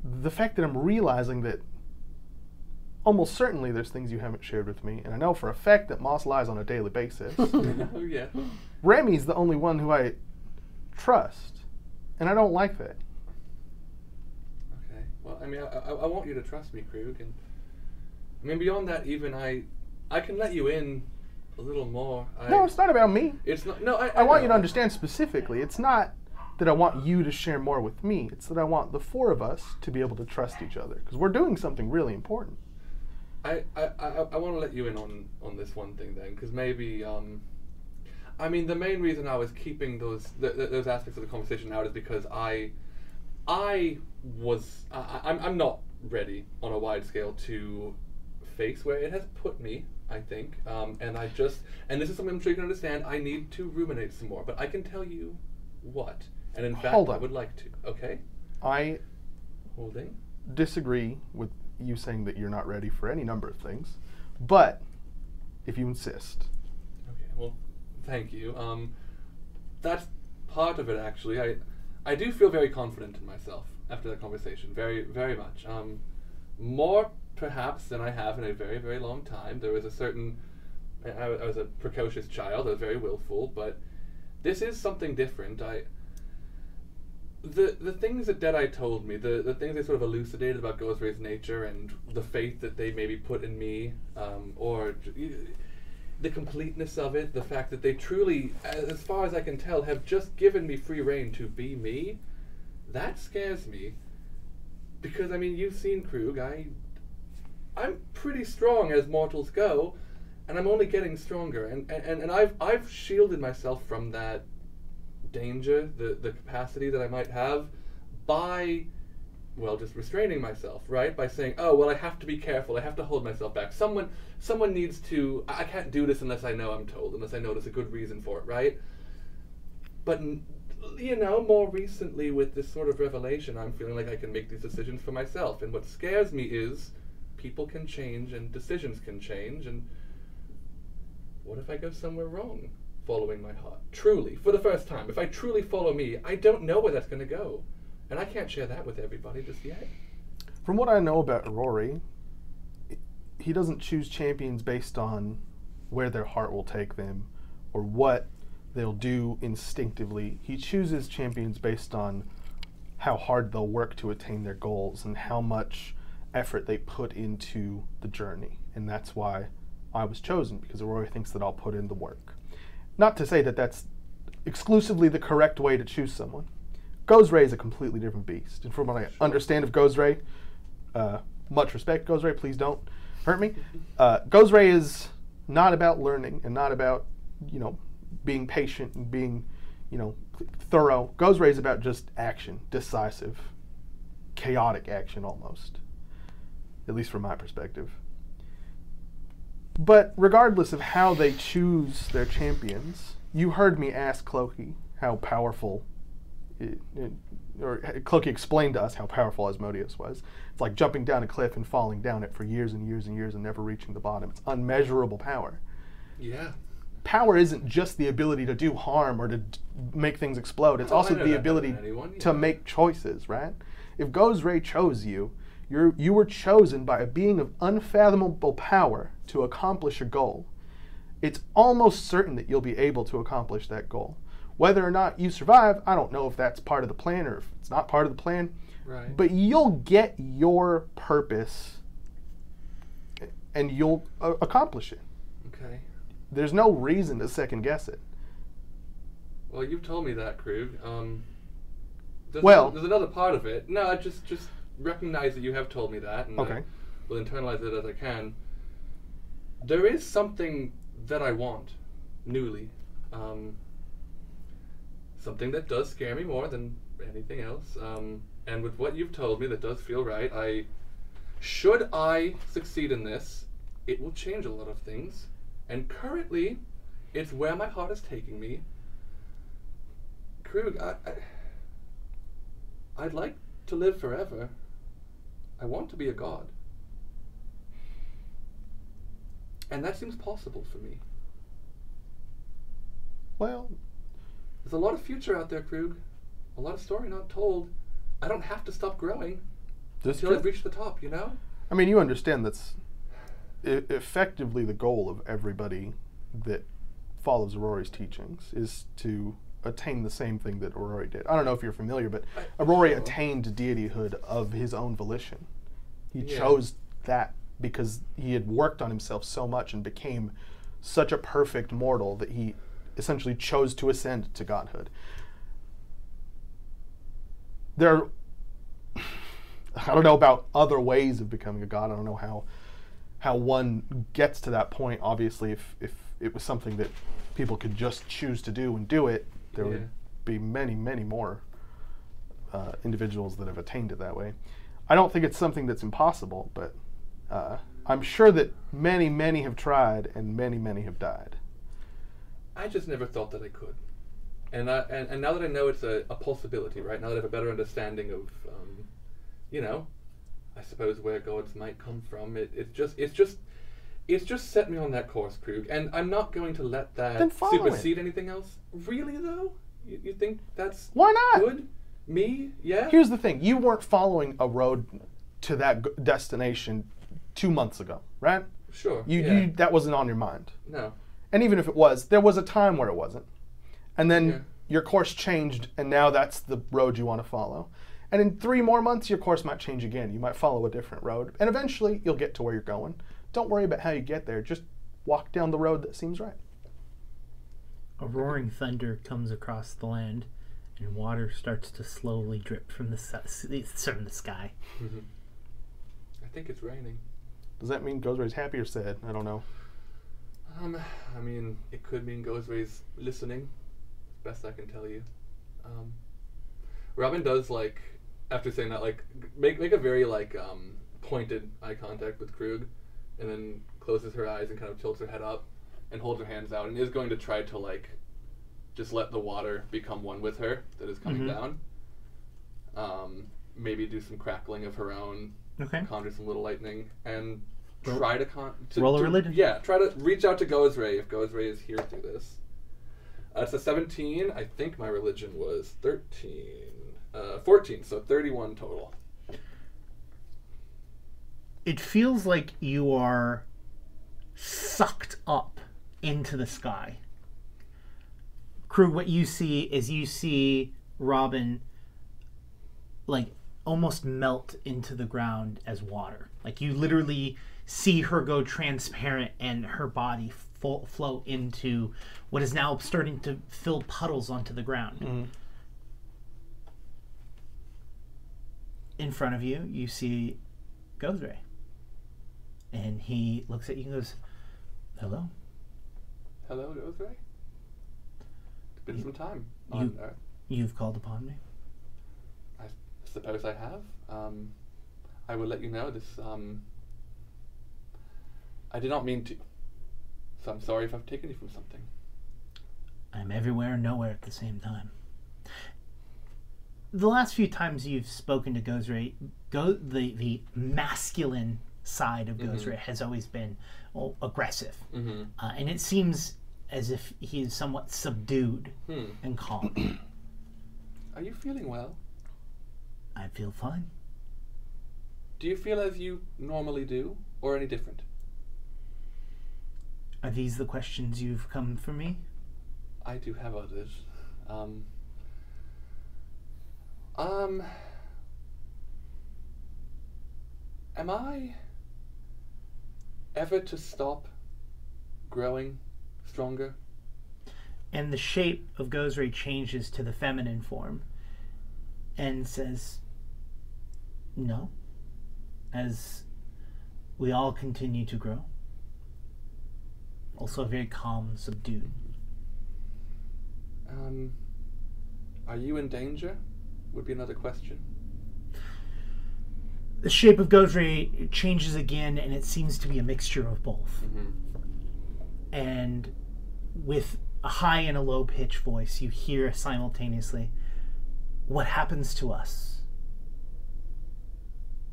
Speaker 4: the fact that I'm realizing that almost certainly there's things you haven't shared with me, and I know for a fact that Moss lies on a daily basis.
Speaker 3: Oh, yeah.
Speaker 4: Remy's the only one who I trust. and I don't like that.
Speaker 3: Okay. Well, I mean, I, I, I want you to trust me, Krug, and I mean beyond that, even I, I can let you in a little more. I,
Speaker 4: No, it's not about me.
Speaker 3: It's not. No, I.
Speaker 4: I want you to
Speaker 3: know.
Speaker 4: understand specifically. It's not that I want you to share more with me. It's that I want the four of us to be able to trust each other because we're doing something really important.
Speaker 3: I, I, I, I want to let you in on, on this one thing then, because maybe, um, I mean, the main reason I was keeping those th- th- those aspects of the conversation out is because I, I was, I, I- I'm, I'm not ready on a wide scale to face where it has put me. I think, um, and I just, and this is something I'm sure you can understand. I need to ruminate some more, but I can tell you what, and in fact,
Speaker 4: Hold
Speaker 3: I
Speaker 4: on.
Speaker 3: would like to. Okay,
Speaker 4: I
Speaker 3: holding.
Speaker 4: disagree with you saying that you're not ready for any number of things, but if you insist,
Speaker 3: Okay, well, thank you. Um, that's part of it, actually. I, I do feel very confident in myself after that conversation, very, very much. Um, more perhaps than I have in a very, very long time. There was a certain, I, I I was a precocious child. I was very willful, but this is something different. I. The, the things that Deadeye told me, the, the things they sort of elucidated about Ghost Ray's nature and the faith that they maybe put in me, um, or j- the completeness of it, the fact that they truly, a- as far as I can tell, have just given me free reign to be me, that scares me. Because I mean, you've seen Krug. I, I'm pretty strong as mortals go, and I'm only getting stronger. And and, and- and I've I've shielded myself from that danger, the the capacity that I might have, by well just restraining myself right by saying oh well i have to be careful i have to hold myself back someone someone needs to i I can't do this unless i know i'm told unless i know there's a good reason for it right but n- you know more recently with this sort of revelation i'm feeling like i can make these decisions for myself and what scares me is people can change and decisions can change and what if i go somewhere wrong following my heart truly for the first time if i truly follow me i don't know where that's going to go and I can't share that with everybody just yet.
Speaker 4: from what I know about Rory, i- he doesn't choose champions based on where their heart will take them or what they'll do instinctively. He chooses champions based on how hard they'll work to attain their goals and how much effort they put into the journey. And that's why I was chosen because Rory thinks that I'll put in the work. Not to say that that's exclusively the correct way to choose someone. Gozray is a completely different beast. And from what I understand of Gozray, uh, much respect, Gozray, please don't hurt me. Uh, Gozray is not about learning and not about, you know, being patient and being, you know, thorough. Gozray is about just action, decisive, chaotic action almost, at least from my perspective. But regardless of how they choose their champions, you heard me ask Clokey how powerful it, it- or Cloaky explained to us how powerful Asmodeus was. It's like jumping down a cliff and falling down it for years and years and years and never reaching the bottom. It's unmeasurable power.
Speaker 3: Yeah.
Speaker 4: Power isn't just the ability to do harm or to d- make things explode. It's
Speaker 3: Oh, I
Speaker 4: also
Speaker 3: know that
Speaker 4: the
Speaker 3: better
Speaker 4: ability
Speaker 3: than anyone,
Speaker 4: to
Speaker 3: yeah.
Speaker 4: make choices, right? If Gozray chose you, you're, you were chosen by a being of unfathomable power to accomplish a goal. It's almost certain that you'll be able to accomplish that goal. Whether or not you survive, I don't know if that's part of the plan or if it's not part of the plan,
Speaker 3: Right.
Speaker 4: but you'll get your purpose and you'll uh, accomplish it.
Speaker 3: okay.
Speaker 4: There's no reason to second guess it.
Speaker 3: Well, you've told me that, Krug. Um. There's
Speaker 4: Well-
Speaker 3: there's another part of it. No, I just just recognize that you have told me that, and I
Speaker 4: Okay.
Speaker 3: will internalize it as I can. There is something that I want, newly. Um, something that does scare me more than anything else. Um, and with what you've told me, that does feel right. I should I succeed in this, it will change a lot of things. And currently, it's where my heart is taking me. Krug, I, I, I'd like to live forever. I want to be a god. And that seems possible for me.
Speaker 4: Well,
Speaker 3: There's a lot of future out there, Krug. A lot of story not told. I don't have to stop growing
Speaker 4: this
Speaker 3: until I've reached the top, you know?
Speaker 4: I mean, you understand that's e- effectively the goal of everybody that follows Rory's teachings is to attain the same thing that Aurori did. I don't know if you're familiar, but Aurori attained deityhood of his own volition. He chose that because he had worked on himself so much and became such a perfect mortal that he essentially chose to ascend to godhood. There, I don't know about other ways of becoming a god. I don't know how how one gets to that point. Obviously, if if it was something that people could just choose to do and do it, there
Speaker 3: Yeah.
Speaker 4: would be many, many more uh, individuals that have attained it that way. I don't think it's something that's impossible, but uh, I'm sure that many, many have tried and many, many have died.
Speaker 3: I just never thought that I could. And, I, and, and now that I know it's a, a possibility, right? Now that I have a better understanding of, um, you know, I suppose where gods might come from, it, it's just it's just it's just set me on that course, Krug. And I'm not going to let
Speaker 4: Then
Speaker 3: that
Speaker 4: follow it.
Speaker 3: supersede anything else. Really though, you, you think that's
Speaker 4: Why not?
Speaker 3: good? Me? Yeah.
Speaker 4: Here's the thing: you weren't following a road to that g- destination two months ago, right?
Speaker 3: sure.
Speaker 4: You,
Speaker 3: yeah.
Speaker 4: you that wasn't on your mind.
Speaker 3: no.
Speaker 4: And even if it was, there was a time where it wasn't. And then
Speaker 3: Yeah.
Speaker 4: your course changed, and now that's the road you want to follow. And in three more months, your course might change again. You might follow a different road, and eventually you'll get to where you're going. Don't worry about how you get there. Just walk down the road that seems right.
Speaker 1: A roaring thunder comes across the land, and water starts to slowly drip from the su- from the sky.
Speaker 3: I think it's raining.
Speaker 4: Does that mean Gozray's happy or sad? I don't know.
Speaker 3: Um, I mean, it could mean Gozray's listening, best I can tell you. Um, Robin does like after saying that, like g- make make a very like um, pointed eye contact with Krug, and then closes her eyes and kind of tilts her head up and holds her hands out and is going to try to like just let the water become one with her that is coming
Speaker 1: Mhm.
Speaker 3: down. Um, maybe do some crackling of her own
Speaker 1: Okay.
Speaker 3: conjure some little lightning and
Speaker 1: Roll-
Speaker 3: try to con to,
Speaker 1: roll a
Speaker 3: to-
Speaker 1: religion.
Speaker 3: Yeah, try to reach out to Gozray if Gozray is here through this. Uh, it's a 17. I think my religion was 13, uh, 14, so 31 total.
Speaker 1: It feels like you are sucked up into the sky. Crew, what you see is you see Robin like almost melt into the ground as water. Like you literally see her go transparent and her body fo- flow into what is now starting to fill puddles onto the ground.
Speaker 4: Mm-hmm.
Speaker 1: In front of you, you see Gozray. And he looks at you and goes, Hello.
Speaker 3: Hello, Gozray. It's been some time on Earth.
Speaker 1: You've called upon me.
Speaker 3: I suppose I have. Um, I will let you know this. Um, I did not mean to. So I'm sorry if I've taken you from something.
Speaker 1: I'm everywhere and nowhere at the same time. The last few times you've spoken to Gozray, go the the masculine side of Gozray has always been well, aggressive,
Speaker 3: Mm.
Speaker 1: uh, and it seems as if he is somewhat subdued
Speaker 3: Hmm.
Speaker 1: and calm.
Speaker 3: Are you feeling well?
Speaker 1: I feel fine.
Speaker 3: Do you feel as you normally do, or any different?
Speaker 1: Are these the questions you've come for me?
Speaker 3: I do have others. Um, um, am I ever to stop growing stronger?
Speaker 1: and the shape of Gozray changes to the feminine form and says, No, as we all continue to grow. Also, very calm, subdued.
Speaker 3: Um, are you in danger? Would be another question.
Speaker 1: The shape of Gozray changes again, and it seems to be a mixture of both. And with a high and a low pitch voice, you hear simultaneously what happens to us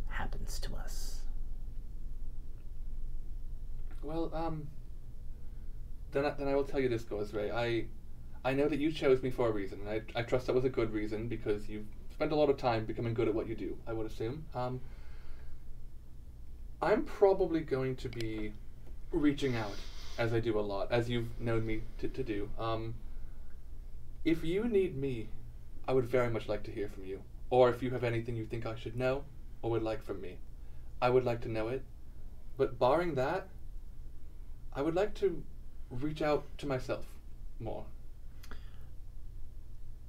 Speaker 1: happens to us.
Speaker 3: Well, um, then I, then I will tell you this, Gozray. I I know that you chose me for a reason, and I, I trust that was a good reason because you've spent a lot of time becoming good at what you do. I would assume. Um, I'm probably going to be reaching out as I do a lot, as you've known me to, to do. Um, If you need me, I would very much like to hear from you. Or if you have anything you think I should know or would like from me, I would like to know it. But barring that, I would like to reach out to myself more.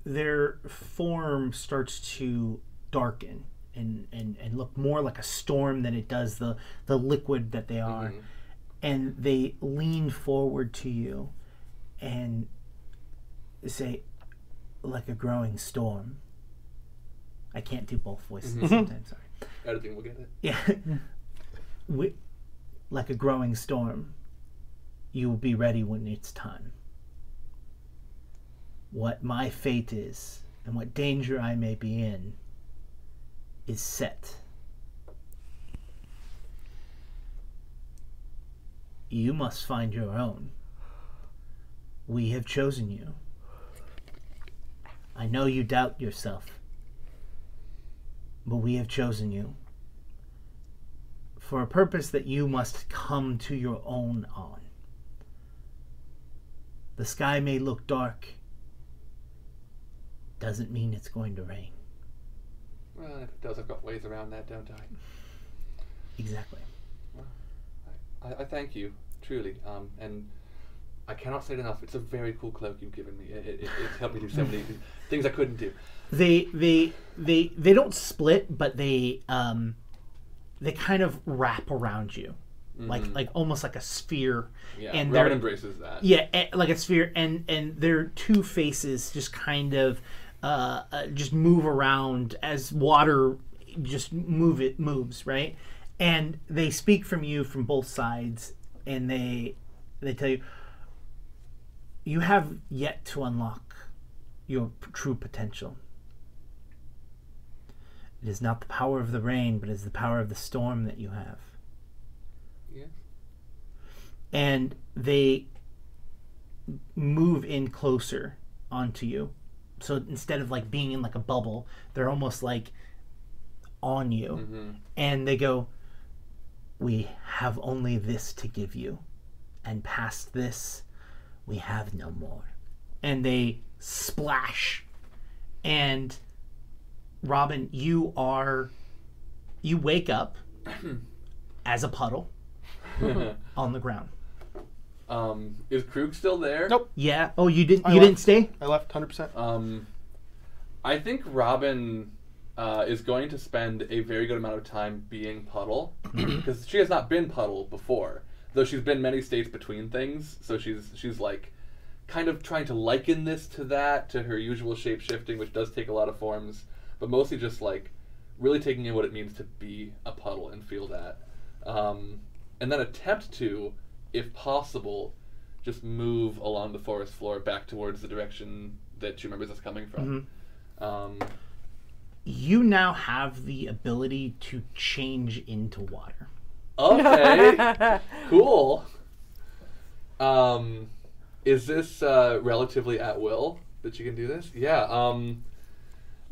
Speaker 1: their form starts to darken and, and, and look more like a storm than it does the, the liquid that they are. And they lean forward to you and say, like a growing storm. I can't do both voices sometimes, sorry.
Speaker 3: Editing will get it.
Speaker 1: (laughs) Yeah. we, like a growing storm, you will be ready when it's time. What my fate is and what danger I may be in is set. You must find your own. We have chosen you. I know you doubt yourself, but we have chosen you for a purpose that you must come to your own on. The sky may look dark, doesn't mean it's going to rain.
Speaker 3: Well, if it does, I've got ways around that, don't I?
Speaker 1: Exactly.
Speaker 3: I, I thank you, truly. Um, and I cannot say it enough. It's a very cool cloak you've given me. It, it, it- it's helped me do so (laughs) many things I couldn't do.
Speaker 1: They they they they don't split, but they um they kind of wrap around you. Like like almost like a sphere.
Speaker 3: Yeah,
Speaker 1: And
Speaker 3: Robin
Speaker 1: they're-
Speaker 3: embraces that.
Speaker 1: yeah eh, like a sphere and and their two faces just kind of uh, uh just move around as water just move it moves right and they speak from you from both sides and they they tell you you have yet to unlock your p- true potential it is not the power of the rain but it is the power of the storm that you have
Speaker 3: Yeah.
Speaker 1: and they move in closer onto you. So instead of like being in like a bubble, they're almost like on you. And they go, We have only this to give you. And past this, we have no more. And they splash. And Robin, you are, you wake up as a puddle on the ground.
Speaker 3: Um, is Krug still there?
Speaker 4: Nope.
Speaker 1: Yeah. Oh, you didn't.
Speaker 4: I
Speaker 1: you didn't
Speaker 4: left.
Speaker 1: stay.
Speaker 4: I left 100%.
Speaker 3: Um, I think Robin uh, is going to spend a very good amount of time being Puddle because she has not been Puddle before, though she's been many states between things. So she's she's like kind of trying to liken this to that to her usual shape shifting, which does take a lot of forms, but mostly just like really taking in what it means to be a puddle and feel that, um, and then attempt to, if possible, just move along the forest floor back towards the direction that she remembers us coming from. Um,
Speaker 1: you now have the ability to change into water.
Speaker 3: okay, cool. Um, is this uh, relatively at will that you can do this? Yeah. Um,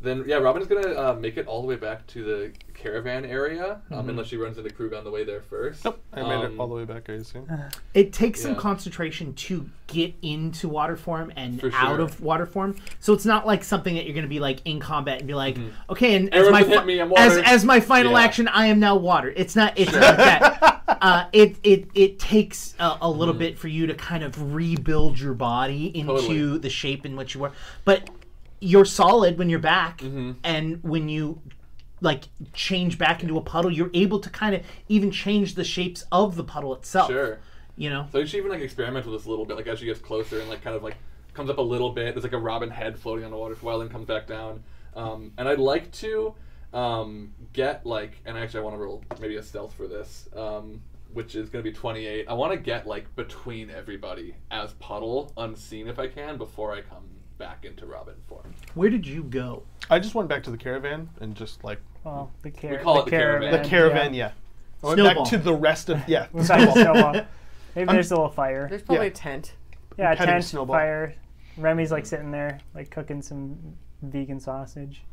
Speaker 3: then yeah, Robin's gonna uh, make it all the way back to the caravan area, um, unless she runs into Krug on the way there first.
Speaker 4: Nope. I made
Speaker 3: Um,
Speaker 4: it all the way back, I assume.
Speaker 1: It takes some
Speaker 3: Yeah.
Speaker 1: concentration to get into water form and
Speaker 3: For
Speaker 1: out
Speaker 3: sure.
Speaker 1: of water form. So it's not like something that you're going to be like in combat and be like, okay, and
Speaker 3: Mm-hmm. Everyone
Speaker 1: as my
Speaker 3: hit
Speaker 1: fi-
Speaker 3: me, I'm
Speaker 1: as
Speaker 3: water.
Speaker 1: as my final
Speaker 3: Yeah.
Speaker 1: action, I am now water. It's not. It's not that.
Speaker 3: (laughs)
Speaker 1: Uh, it it it takes a, a
Speaker 3: Mm-hmm.
Speaker 1: little bit for you to kind of rebuild your body into
Speaker 3: Totally.
Speaker 1: the shape in which you were, but you're solid when you're back,
Speaker 3: Mm-hmm.
Speaker 1: and when you like change back into a puddle, you're able to kind of even change the shapes of the puddle itself.
Speaker 3: Sure.
Speaker 1: You know.
Speaker 3: So she even like experiments with this a little bit, like as she gets closer and like kind of like comes up a little bit. There's like a robin head floating on the water for a while, then comes back down. Um, and I'd like to um, get like, and actually I want to roll maybe a stealth for this, um, which is going to be 28. I want to get like between everybody as puddle, unseen if I can, before I come back into robin form.
Speaker 1: Where did you go?
Speaker 4: I just went back to the caravan and just like
Speaker 2: Well, the, car-
Speaker 3: call
Speaker 2: the,
Speaker 3: it the
Speaker 2: caravan.
Speaker 3: caravan.
Speaker 4: the caravan, yeah. I went
Speaker 1: Snowball.
Speaker 4: back to the rest of
Speaker 1: (laughs)
Speaker 4: yeah.
Speaker 2: It's
Speaker 4: (laughs)
Speaker 2: not gonna show up. Maybe there's a little fire.
Speaker 5: There's probably
Speaker 4: Yeah.
Speaker 5: a tent.
Speaker 2: Yeah,
Speaker 4: petting
Speaker 2: tent,
Speaker 4: snowball.
Speaker 2: fire. Remy's like sitting there, like cooking some vegan sausage.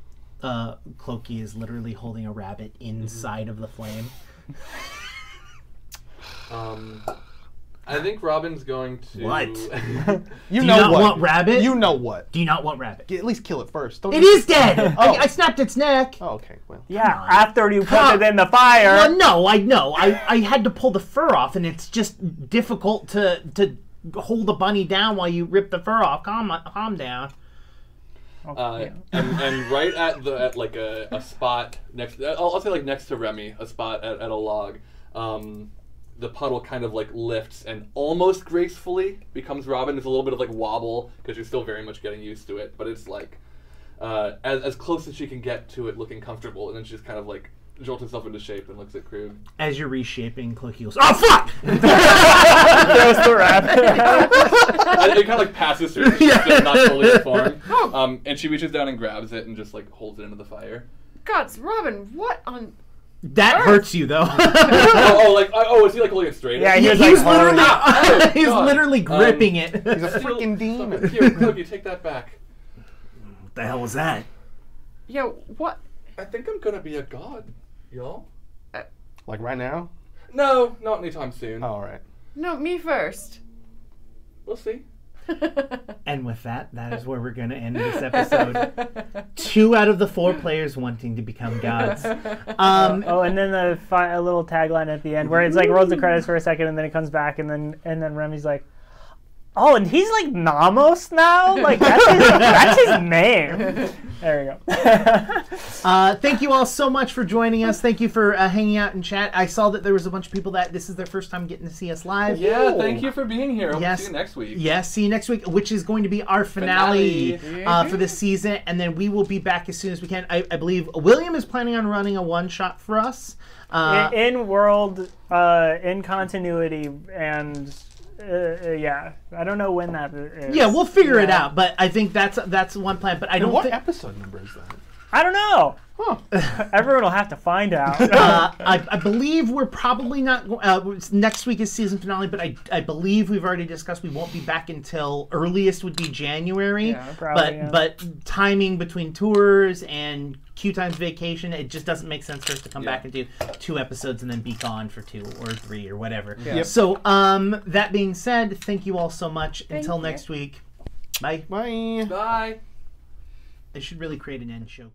Speaker 1: Uh, Clokey is literally holding a rabbit inside of the flame.
Speaker 3: Um, I think Robin's going to.
Speaker 1: What?
Speaker 3: (laughs)
Speaker 4: You
Speaker 1: Do you
Speaker 4: know
Speaker 1: not
Speaker 4: what?
Speaker 1: want rabbit?
Speaker 4: You know what?
Speaker 1: Do you not want rabbit? Oh.
Speaker 4: At least kill it first. Don't
Speaker 1: It
Speaker 4: just-
Speaker 1: is (laughs) dead. I, I snapped its neck.
Speaker 4: Oh, okay. Well,
Speaker 2: Yeah, after you put it in the
Speaker 1: Well,
Speaker 2: fire.
Speaker 1: no, I know. I, I had to pull the fur off, and it's just difficult to to hold a bunny down while you rip the fur off. Calm, calm down.
Speaker 3: Uh, and, and right at the at like a, a spot next, I'll, I'll say like next to Remy, a spot at, at a log, um, the puddle kind of like lifts and almost gracefully becomes Robin. There's a little bit of like wobble because you're still very much getting used to it, but it's like uh, as, as close as she can get to it, looking comfortable, and then she just kind of like jolts herself into shape and looks at Krug.
Speaker 1: As you're reshaping, Clicky goes, "Oh fuck!"
Speaker 2: Throws the rabbit.
Speaker 3: And it kind of like passes through. She's still not fully informed. Um, and she reaches down and grabs it and just like holds it into the fire.
Speaker 5: Gods, Robin, what on?
Speaker 1: That hurts you (laughs) though.
Speaker 3: oh, oh, like oh, is he like holding it straight?
Speaker 2: Yeah,
Speaker 1: he
Speaker 2: he
Speaker 1: was,
Speaker 2: was like,
Speaker 1: literally
Speaker 3: "Oh,
Speaker 1: (laughs) he's
Speaker 3: God."
Speaker 1: literally
Speaker 3: Um,
Speaker 1: gripping it.
Speaker 4: (laughs)
Speaker 1: (laughs)
Speaker 4: he's a freaking demon.
Speaker 3: Here, Krug, you take that back.
Speaker 1: What the hell was that?
Speaker 5: Yo, what?
Speaker 3: I think I'm gonna be a god, y'all.
Speaker 4: Like right now?
Speaker 3: No, not anytime soon.
Speaker 4: Oh, all right.
Speaker 5: No, me first.
Speaker 3: We'll see.
Speaker 1: And with that, that is where we're going to end this episode. Two out of the four players wanting to become gods. Um,
Speaker 2: Oh, and then the fi- a little tagline at the end where it's like rolls the credits for a second and then it comes back and then and then Remy's like, oh, and he's like Namos now. Like that's his, that's his name. There we go.
Speaker 1: Uh, thank you all so much for joining us. Thank you for uh, hanging out in chat. I saw that there was a bunch of people that this is their first time getting to see us live.
Speaker 3: Yeah, thank you for being here. We'll
Speaker 1: Yes.
Speaker 3: see you next week.
Speaker 1: Yes, see you next week, which is going to be our finale,
Speaker 3: Finale.
Speaker 1: Uh, for this season. And then we will be back as soon as we can. I, I believe William is planning on running a one shot for us. Uh,
Speaker 2: in, in world, uh, in continuity, and uh, uh, yeah, I don't know when that is.
Speaker 1: yeah, we'll figure it
Speaker 2: Yeah.
Speaker 1: out, but I think that's that's one plan. But I don't
Speaker 4: What
Speaker 1: thi-
Speaker 4: episode number is that?
Speaker 2: I don't know.
Speaker 4: Huh.
Speaker 2: (laughs) Everyone will have to find out.
Speaker 1: uh, I, I believe we're probably not. go- Uh, it's- next week is season finale, but I, I believe we've already discussed we won't be back until earliest would be January.
Speaker 2: probably,
Speaker 1: but
Speaker 2: yeah.
Speaker 1: but timing between tours and Q times vacation, it just doesn't make sense for us to come
Speaker 3: Yeah.
Speaker 1: back and do two episodes and then be gone for two or three or whatever.
Speaker 4: Yep.
Speaker 1: So um, that being said, thank you all so much. until next week, bye.
Speaker 4: Bye.
Speaker 3: Bye.
Speaker 1: I should really create an end show.